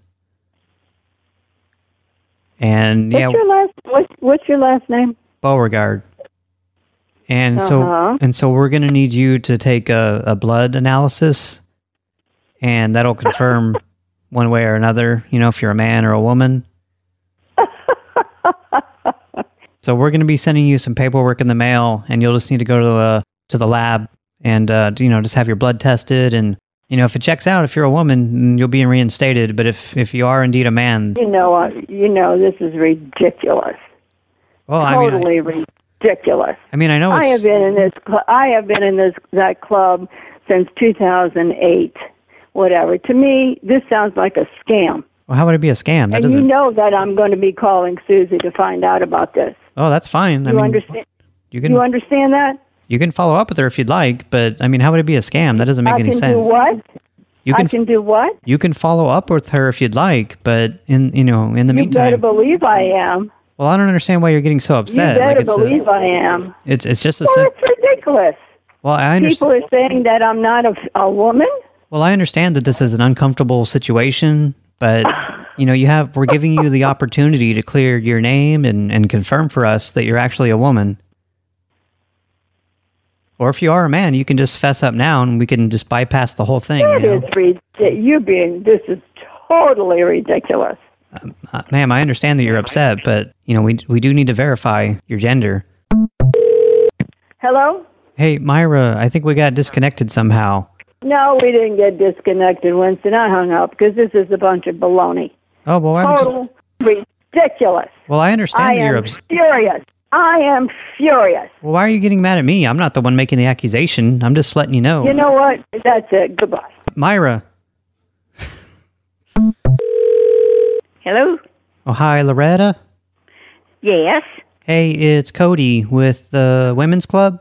[SPEAKER 2] And yeah,
[SPEAKER 7] What's your last? What's, what's your last name?
[SPEAKER 2] Beauregard. And so
[SPEAKER 7] Uh-huh.
[SPEAKER 2] and so we're going to need you to take a, a blood analysis and that'll confirm one way or another, you know, if you're a man or a woman. so we're going to be sending you some paperwork in the mail and you'll just need to go to the to the lab and uh, you know, just have your blood tested and you know, if it checks out if you're a woman, then you'll be reinstated, but if if you are indeed a man,
[SPEAKER 7] You know, uh, you know, this is ridiculous.
[SPEAKER 2] well, I mean, I-
[SPEAKER 7] totally
[SPEAKER 4] ridiculous.
[SPEAKER 2] I mean, I know
[SPEAKER 4] I
[SPEAKER 2] it's
[SPEAKER 4] have been in this. Cl- I have been in this that club since 2008, whatever. To me, this sounds like a scam,
[SPEAKER 2] Well, how would it be a scam? That
[SPEAKER 4] and you
[SPEAKER 2] doesn't.
[SPEAKER 4] know that I'm going to be calling Susie to find out about this.
[SPEAKER 2] Oh, that's fine. I
[SPEAKER 4] you
[SPEAKER 2] mean,
[SPEAKER 4] understand?
[SPEAKER 2] you can
[SPEAKER 4] you understand that?
[SPEAKER 2] you can follow up with her if you'd like, but I mean, how would it be a scam? That doesn't make
[SPEAKER 4] I
[SPEAKER 2] any
[SPEAKER 4] can
[SPEAKER 2] sense.
[SPEAKER 4] do what?
[SPEAKER 2] You
[SPEAKER 4] I
[SPEAKER 2] can
[SPEAKER 4] can do what?
[SPEAKER 2] you can follow up with her if you'd like, but in you know in the
[SPEAKER 4] You better
[SPEAKER 2] meantime,
[SPEAKER 4] believe I am.
[SPEAKER 2] well, I don't understand why you're getting so upset.
[SPEAKER 4] You better
[SPEAKER 2] like it's
[SPEAKER 4] believe
[SPEAKER 2] a,
[SPEAKER 4] I am.
[SPEAKER 2] it's it's just a
[SPEAKER 4] Well,
[SPEAKER 2] sim-
[SPEAKER 4] it's ridiculous.
[SPEAKER 2] well, I
[SPEAKER 4] People
[SPEAKER 2] understand.
[SPEAKER 4] are saying that I'm not a, a woman.
[SPEAKER 2] Well, I understand that this is an uncomfortable situation, but you know, you have we're giving you the opportunity to clear your name and and confirm for us that you're actually a woman. Or if you are a man, you can just fess up now, and we can just bypass the whole thing.
[SPEAKER 4] That
[SPEAKER 2] you know?
[SPEAKER 4] is ridiculous. You being this is totally ridiculous.
[SPEAKER 2] Uh, ma'am, I understand that you're upset, but you know we we do need to verify your gender.
[SPEAKER 4] Hello?
[SPEAKER 2] Hey, Myra, I think we got disconnected somehow.
[SPEAKER 4] No, we didn't get disconnected, Winston. I hung up because this is a bunch of baloney.
[SPEAKER 2] Oh well, why would you,
[SPEAKER 4] Total ridiculous.
[SPEAKER 2] well I
[SPEAKER 4] I
[SPEAKER 2] understand that you're
[SPEAKER 4] am
[SPEAKER 2] upset.
[SPEAKER 4] furious. I am furious.
[SPEAKER 2] Well, why are you getting mad at me? I'm not the one making the accusation. I'm just letting you know.
[SPEAKER 4] You know what? That's it. Goodbye.
[SPEAKER 2] Myra.
[SPEAKER 22] Hello?
[SPEAKER 2] Oh hi, Loretta.
[SPEAKER 22] Yes.
[SPEAKER 2] Hey, it's Cody with the Women's Club,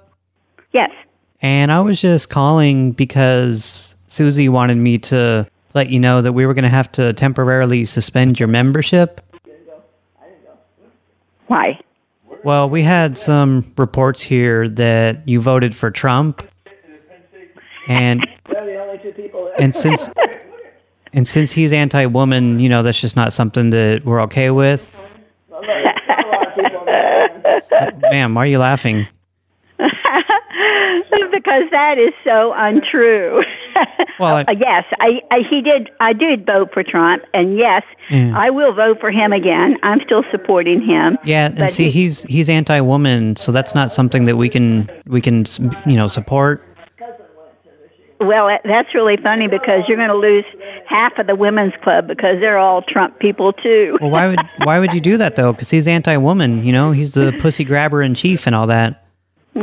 [SPEAKER 22] Yes.
[SPEAKER 2] and I was just calling because Susie wanted me to let you know that we were going to have to temporarily suspend your membership.
[SPEAKER 22] Why?
[SPEAKER 2] Well, we had some reports here that you voted for Trump, and
[SPEAKER 22] They're the only two people.
[SPEAKER 2] and since and since he's anti-woman, you know that's just not something that we're okay with. Ma'am, why are you laughing?
[SPEAKER 22] because that is so untrue.
[SPEAKER 2] Well, I-
[SPEAKER 22] Uh, yes, I, I he did I did vote for Trump and yes,
[SPEAKER 2] Yeah.
[SPEAKER 22] I will vote for him again. I'm still supporting him.
[SPEAKER 2] Mm. Yeah, and
[SPEAKER 22] But
[SPEAKER 2] see,
[SPEAKER 22] he-
[SPEAKER 2] he's he's anti-woman, so that's not something that we can we can you know support.
[SPEAKER 22] Well, that- that's really funny because you're going to lose half of the women's club because they're all Trump people too.
[SPEAKER 2] Well, why would why would you do that though? Because he's anti-woman. You know, he's the pussy grabber in chief and all that.
[SPEAKER 22] Uh,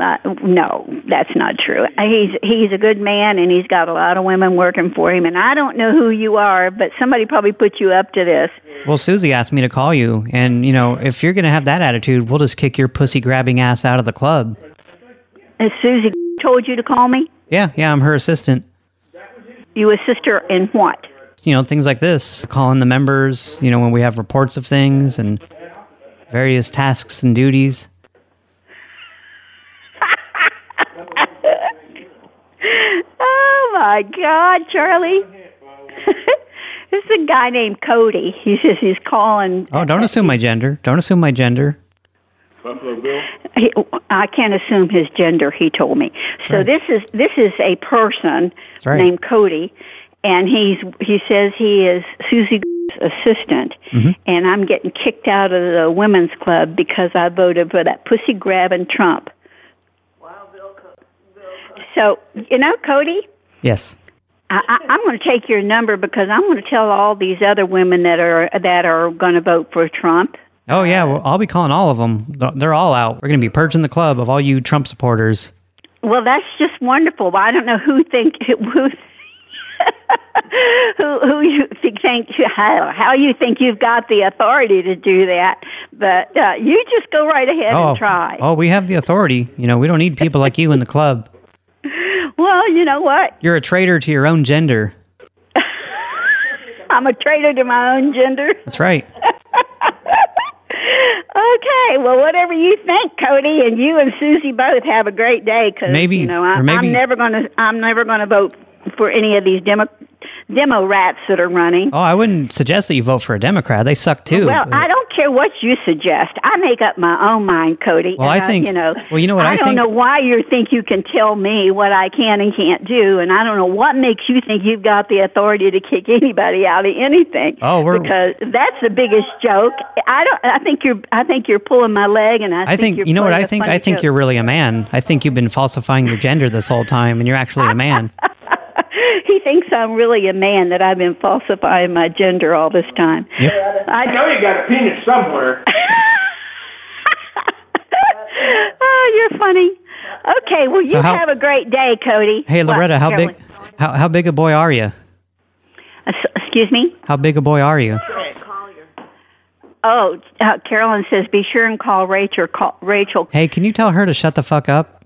[SPEAKER 22] uh, no, that's not true. He's he's a good man, and he's got a lot of women working for him. And I don't know who you are, but somebody probably put you up to this.
[SPEAKER 2] Well, Susie asked me to call you, and you know, if you're gonna have that attitude, we'll just kick your pussy grabbing ass out of the club.
[SPEAKER 22] And Susie told you to call me.
[SPEAKER 2] Yeah, yeah, I'm her assistant.
[SPEAKER 22] You assist her in what?
[SPEAKER 2] You know, things like this, calling the members. You know, when we have reports of things and various tasks and duties.
[SPEAKER 22] Oh my God, Charlie! this is a guy named Cody. He says he's calling.
[SPEAKER 2] Oh, don't assume my gender. Don't assume my gender.
[SPEAKER 22] He, I can't assume his gender. He told me. So
[SPEAKER 2] Right.
[SPEAKER 22] this is this is a person
[SPEAKER 2] That's right.
[SPEAKER 22] named Cody, and he's he says he is Susie assistant.
[SPEAKER 2] Mm-hmm.
[SPEAKER 3] Mhm.
[SPEAKER 22] and I'm getting kicked out of the women's club because I voted for that pussy grabbing Trump. So, you know, Cody,
[SPEAKER 2] Yes.
[SPEAKER 22] I, I, I'm going to take your number because I'm going to tell all these other women that are that are going to vote for Trump.
[SPEAKER 2] Oh yeah, well, I'll be calling all of them. They're all out. We're going to be purging the club of all you Trump supporters.
[SPEAKER 22] Well, that's just wonderful. Well, I don't know who think who who, who you think, think how, how you think you've got the authority to do that, but uh, you just go right ahead
[SPEAKER 2] oh,
[SPEAKER 22] and try.
[SPEAKER 2] oh, we have the authority. You know, we don't need people like you in the club.
[SPEAKER 22] Well, you know what?
[SPEAKER 2] You're a traitor to your own gender.
[SPEAKER 22] I'm a traitor to my own gender.
[SPEAKER 2] That's right.
[SPEAKER 22] Okay, well, whatever you think, Cody, and you and Susie both have a great day. Cause
[SPEAKER 2] Maybe,
[SPEAKER 22] you know
[SPEAKER 2] or
[SPEAKER 22] I,
[SPEAKER 2] maybe-
[SPEAKER 22] I'm never gonna I'm never gonna vote for any of these demo demo rats that are running.
[SPEAKER 2] Oh, I wouldn't suggest that you vote for a Democrat. They suck too.
[SPEAKER 22] well,
[SPEAKER 2] but-
[SPEAKER 22] I don't care what you suggest. I make up my own mind, Cody.
[SPEAKER 2] Well,
[SPEAKER 22] and
[SPEAKER 2] I think-
[SPEAKER 22] you know.
[SPEAKER 2] well, you know what I
[SPEAKER 22] don't
[SPEAKER 2] think?
[SPEAKER 22] know why you think you can tell me what I can and can't do, and I don't know what makes you think you've got the authority to kick anybody out of anything.
[SPEAKER 2] Oh, we're-
[SPEAKER 22] because that's the biggest joke. I don't. I think you're. I think you're pulling my leg, and I,
[SPEAKER 2] I think
[SPEAKER 22] you're
[SPEAKER 2] you know what
[SPEAKER 22] pulling
[SPEAKER 2] I
[SPEAKER 22] a
[SPEAKER 2] think.
[SPEAKER 22] funny
[SPEAKER 2] I think
[SPEAKER 22] joke.
[SPEAKER 2] you're really a man. I think you've been falsifying your gender this whole time, and you're actually a man.
[SPEAKER 22] He thinks I'm really a man that I've been falsifying my gender all this time. I
[SPEAKER 14] know you got a penis somewhere.
[SPEAKER 22] Oh, Okay, well, you
[SPEAKER 2] So how-
[SPEAKER 22] have a great day, Cody.
[SPEAKER 2] Hey,
[SPEAKER 22] What,
[SPEAKER 2] Loretta, how
[SPEAKER 22] Carolyn?
[SPEAKER 2] big how, how big a boy are you?
[SPEAKER 22] Excuse me?
[SPEAKER 2] How big a boy are you?
[SPEAKER 22] Oh, uh, Carolyn says, be sure and call Rachel. Call, Rachel.
[SPEAKER 2] Hey, can you tell her to shut the fuck up?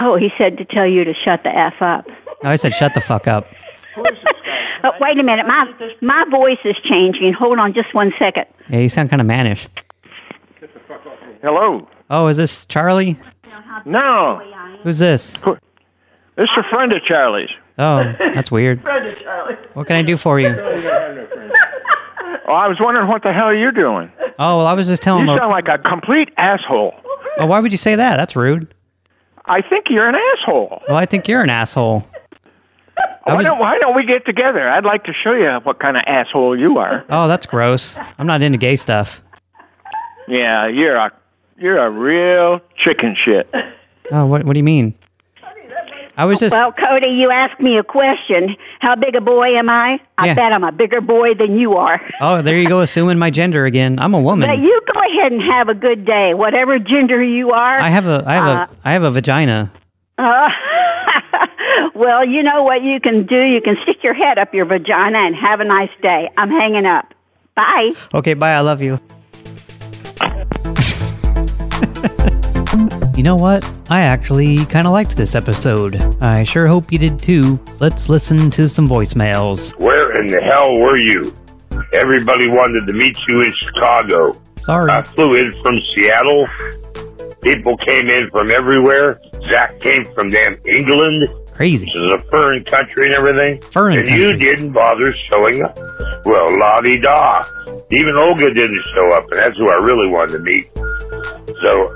[SPEAKER 22] Oh, he said to tell you to shut the F up.
[SPEAKER 2] No, I said shut the fuck up.
[SPEAKER 22] Oh, wait a minute. My, my voice is changing. Hold on just one second.
[SPEAKER 2] Yeah, you sound kind of mannish.
[SPEAKER 5] Hello.
[SPEAKER 2] Oh, is this Charlie?
[SPEAKER 5] No,
[SPEAKER 2] Who's this?
[SPEAKER 5] this is a friend of Charlie's.
[SPEAKER 2] Oh, that's weird. What can I do for you?
[SPEAKER 5] Oh, I was wondering what the hell you're doing.
[SPEAKER 2] Oh, well, I was just telling
[SPEAKER 5] you
[SPEAKER 2] Lor-
[SPEAKER 5] sound like a complete asshole.
[SPEAKER 2] Oh, why would you say that? That's rude.
[SPEAKER 5] I think you're an asshole.
[SPEAKER 2] Well, I think you're an asshole.
[SPEAKER 5] Why don't Why don't we get together? I'd like to show you what kind of asshole you are.
[SPEAKER 2] Oh, that's gross. I'm not into gay stuff.
[SPEAKER 5] Yeah, you're a you're a real chicken shit.
[SPEAKER 2] Oh, what what do you mean? I was just
[SPEAKER 22] Well, Cody, you asked me a question. How big a boy am I? I
[SPEAKER 2] Yeah.
[SPEAKER 22] bet I'm a bigger boy than you are.
[SPEAKER 2] Oh, there you go assuming my gender again. I'm a
[SPEAKER 22] But
[SPEAKER 2] woman.
[SPEAKER 22] you go ahead and have a good day, whatever gender you are.
[SPEAKER 2] I have a I have a I have a vagina.
[SPEAKER 22] Uh, uh, well, you know what you can do? You can stick your head up your vagina and have a nice day. I'm hanging up. Bye.
[SPEAKER 2] Okay, bye. I love you. you know what? I actually kind of liked this episode. I sure hope you did too. Let's listen to some voicemails.
[SPEAKER 6] Where in the hell were you? Everybody wanted to meet you in Chicago.
[SPEAKER 2] Sorry.
[SPEAKER 6] I flew in from Seattle. People came in from everywhere. Zach came from damn England.
[SPEAKER 2] Crazy.
[SPEAKER 6] This is a foreign country and everything.
[SPEAKER 2] Foreign
[SPEAKER 6] and you didn't bother showing up. Well, la di da. Even Olga didn't show up, and that's who I really wanted to meet. So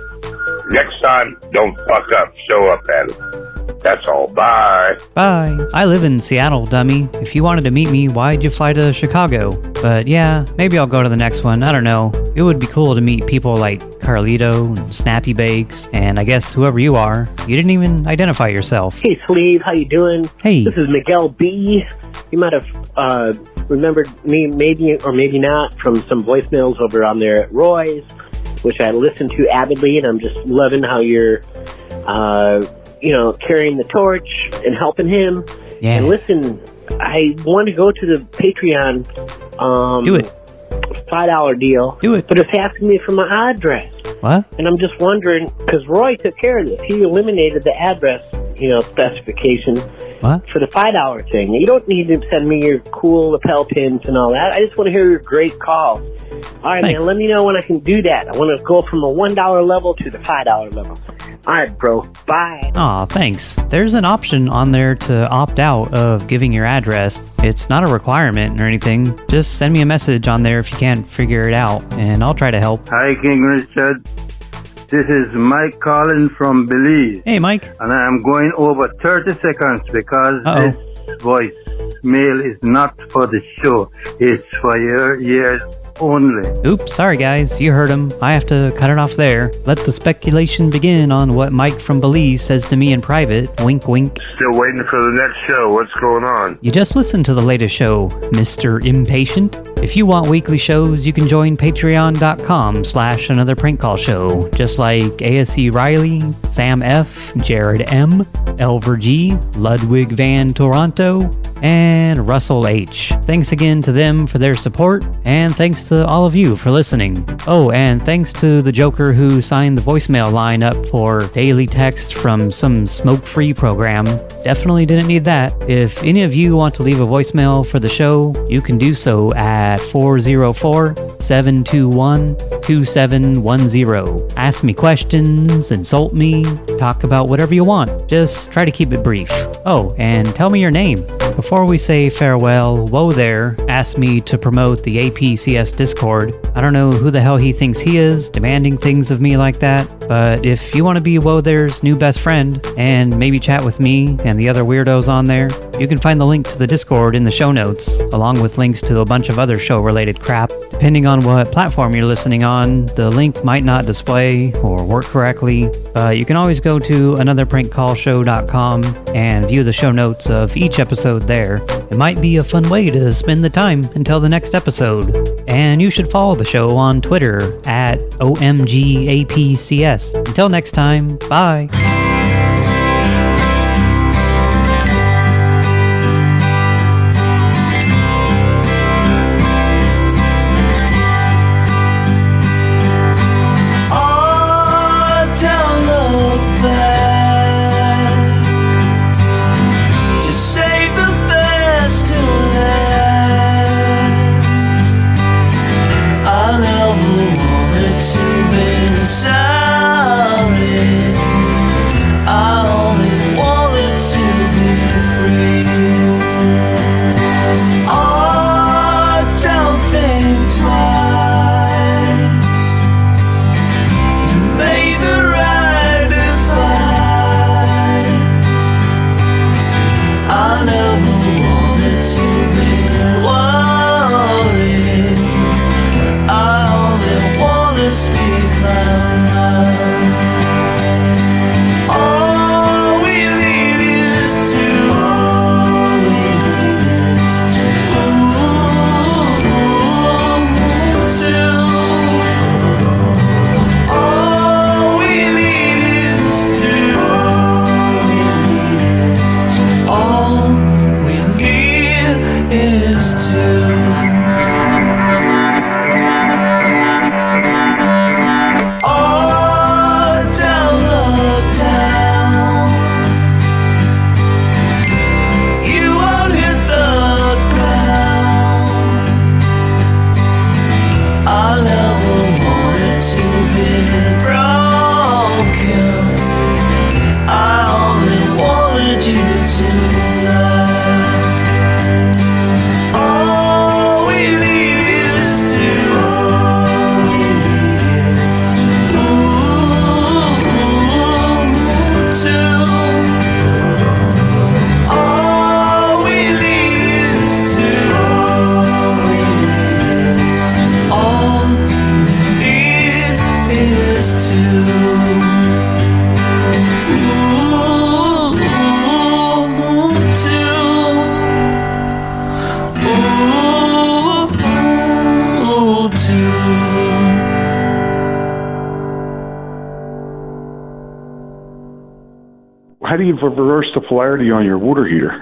[SPEAKER 6] next time, don't fuck up. Show up at it. That's all. Bye.
[SPEAKER 2] Bye. I live in Seattle, dummy. If you wanted to meet me, why'd you fly to Chicago? But yeah, maybe I'll go to the next one. I don't know. It would be cool to meet people like Carlito and Snappy Bakes, and I guess whoever you are. You didn't even identify yourself.
[SPEAKER 23] Hey, Sleeve, how you doing?
[SPEAKER 2] Hey.
[SPEAKER 23] This is Miguel B. You might have uh, remembered me, maybe or maybe not, from some voicemails over on there at Roy's, which I listen to avidly, and I'm just loving how you're, uh, you know, carrying the torch and helping him.
[SPEAKER 2] Yeah.
[SPEAKER 23] And listen, I want to go to the Patreon. Um,
[SPEAKER 2] Do it.
[SPEAKER 23] Five dollar deal.
[SPEAKER 2] Do it.
[SPEAKER 23] But it's asking me for my address.
[SPEAKER 2] What?
[SPEAKER 23] And I'm just wondering because Roy took care of this. He eliminated the address, you know, specification
[SPEAKER 2] What?
[SPEAKER 23] for the five dollar thing. You don't need to send me your cool lapel pins and all that. I just want to hear your great calls. All right,
[SPEAKER 2] Thanks.
[SPEAKER 23] man. Let me know when I can do that. I want to go from a one dollar level to the five dollar level. All right, bro. Bye.
[SPEAKER 2] Aw, thanks. There's an option on there to opt out of giving your address. It's not a requirement or anything. Just send me a message on there if you can't figure it out, and I'll try to help.
[SPEAKER 24] Hi, King Richard. This is Mike Collins from Belize.
[SPEAKER 2] Hey, Mike.
[SPEAKER 24] And I'm going over 30 seconds because
[SPEAKER 2] Uh-oh.
[SPEAKER 24] this voice mail is not for the show. It's for your ears only.
[SPEAKER 2] Oops, sorry guys, you heard him. I have to cut it off there. Let the speculation begin on what Mike from Belize says to me in private. Wink, wink.
[SPEAKER 6] Still waiting for the next show. What's going on?
[SPEAKER 2] You just listened to the latest show, Mr. Impatient. If you want weekly shows, you can join patreon.com slash another prank call show, just like ASC Riley, Sam F., Jared M., Elver G., Ludwig Van Toronto, and Russell H. Thanks again to them for their support, and thanks to all of you for listening. Oh, and thanks to the Joker who signed the voicemail line up for daily text from some smoke-free program. Definitely didn't need that. If any of you want to leave a voicemail for the show, you can do so at 404-721-2710. Ask me questions, insult me, talk about whatever you want. Just try to keep it brief. Oh, and tell me your name. Before we say farewell, Whoa There asked me to promote the APCS Discord. I don't know who the hell he thinks he is, demanding things of me like that, but if you want to be Whoa There's new best friend and maybe chat with me and the other weirdos on there, you can find the link to the Discord in the show notes, along with links to a bunch of other show related crap. Depending on what platform you're listening on, the link might not display or work correctly, but you can always go to anotherprankcallshow.com and view the show notes of each episode there. It might be a fun way to spend the time until the next episode. And you should follow the show on Twitter at OMGAPCS. Until next time, bye.
[SPEAKER 3] Oh, don't look back. Just save the best till last. I never wanted to be sorry. I only wanted to be free. Oh, don't think twice. May the right advice. I never wanted to be worried. I only want to speak my mind. All we need is to only to all we need is to all we need is to all Oh, down look down you won't hit the ground I never wanted to be broken. I only wanted you to fly. All we need is to move to. All we need is to. All it is to ooh, to ooh, to.
[SPEAKER 1] How do you reverse the polarity on your water heater?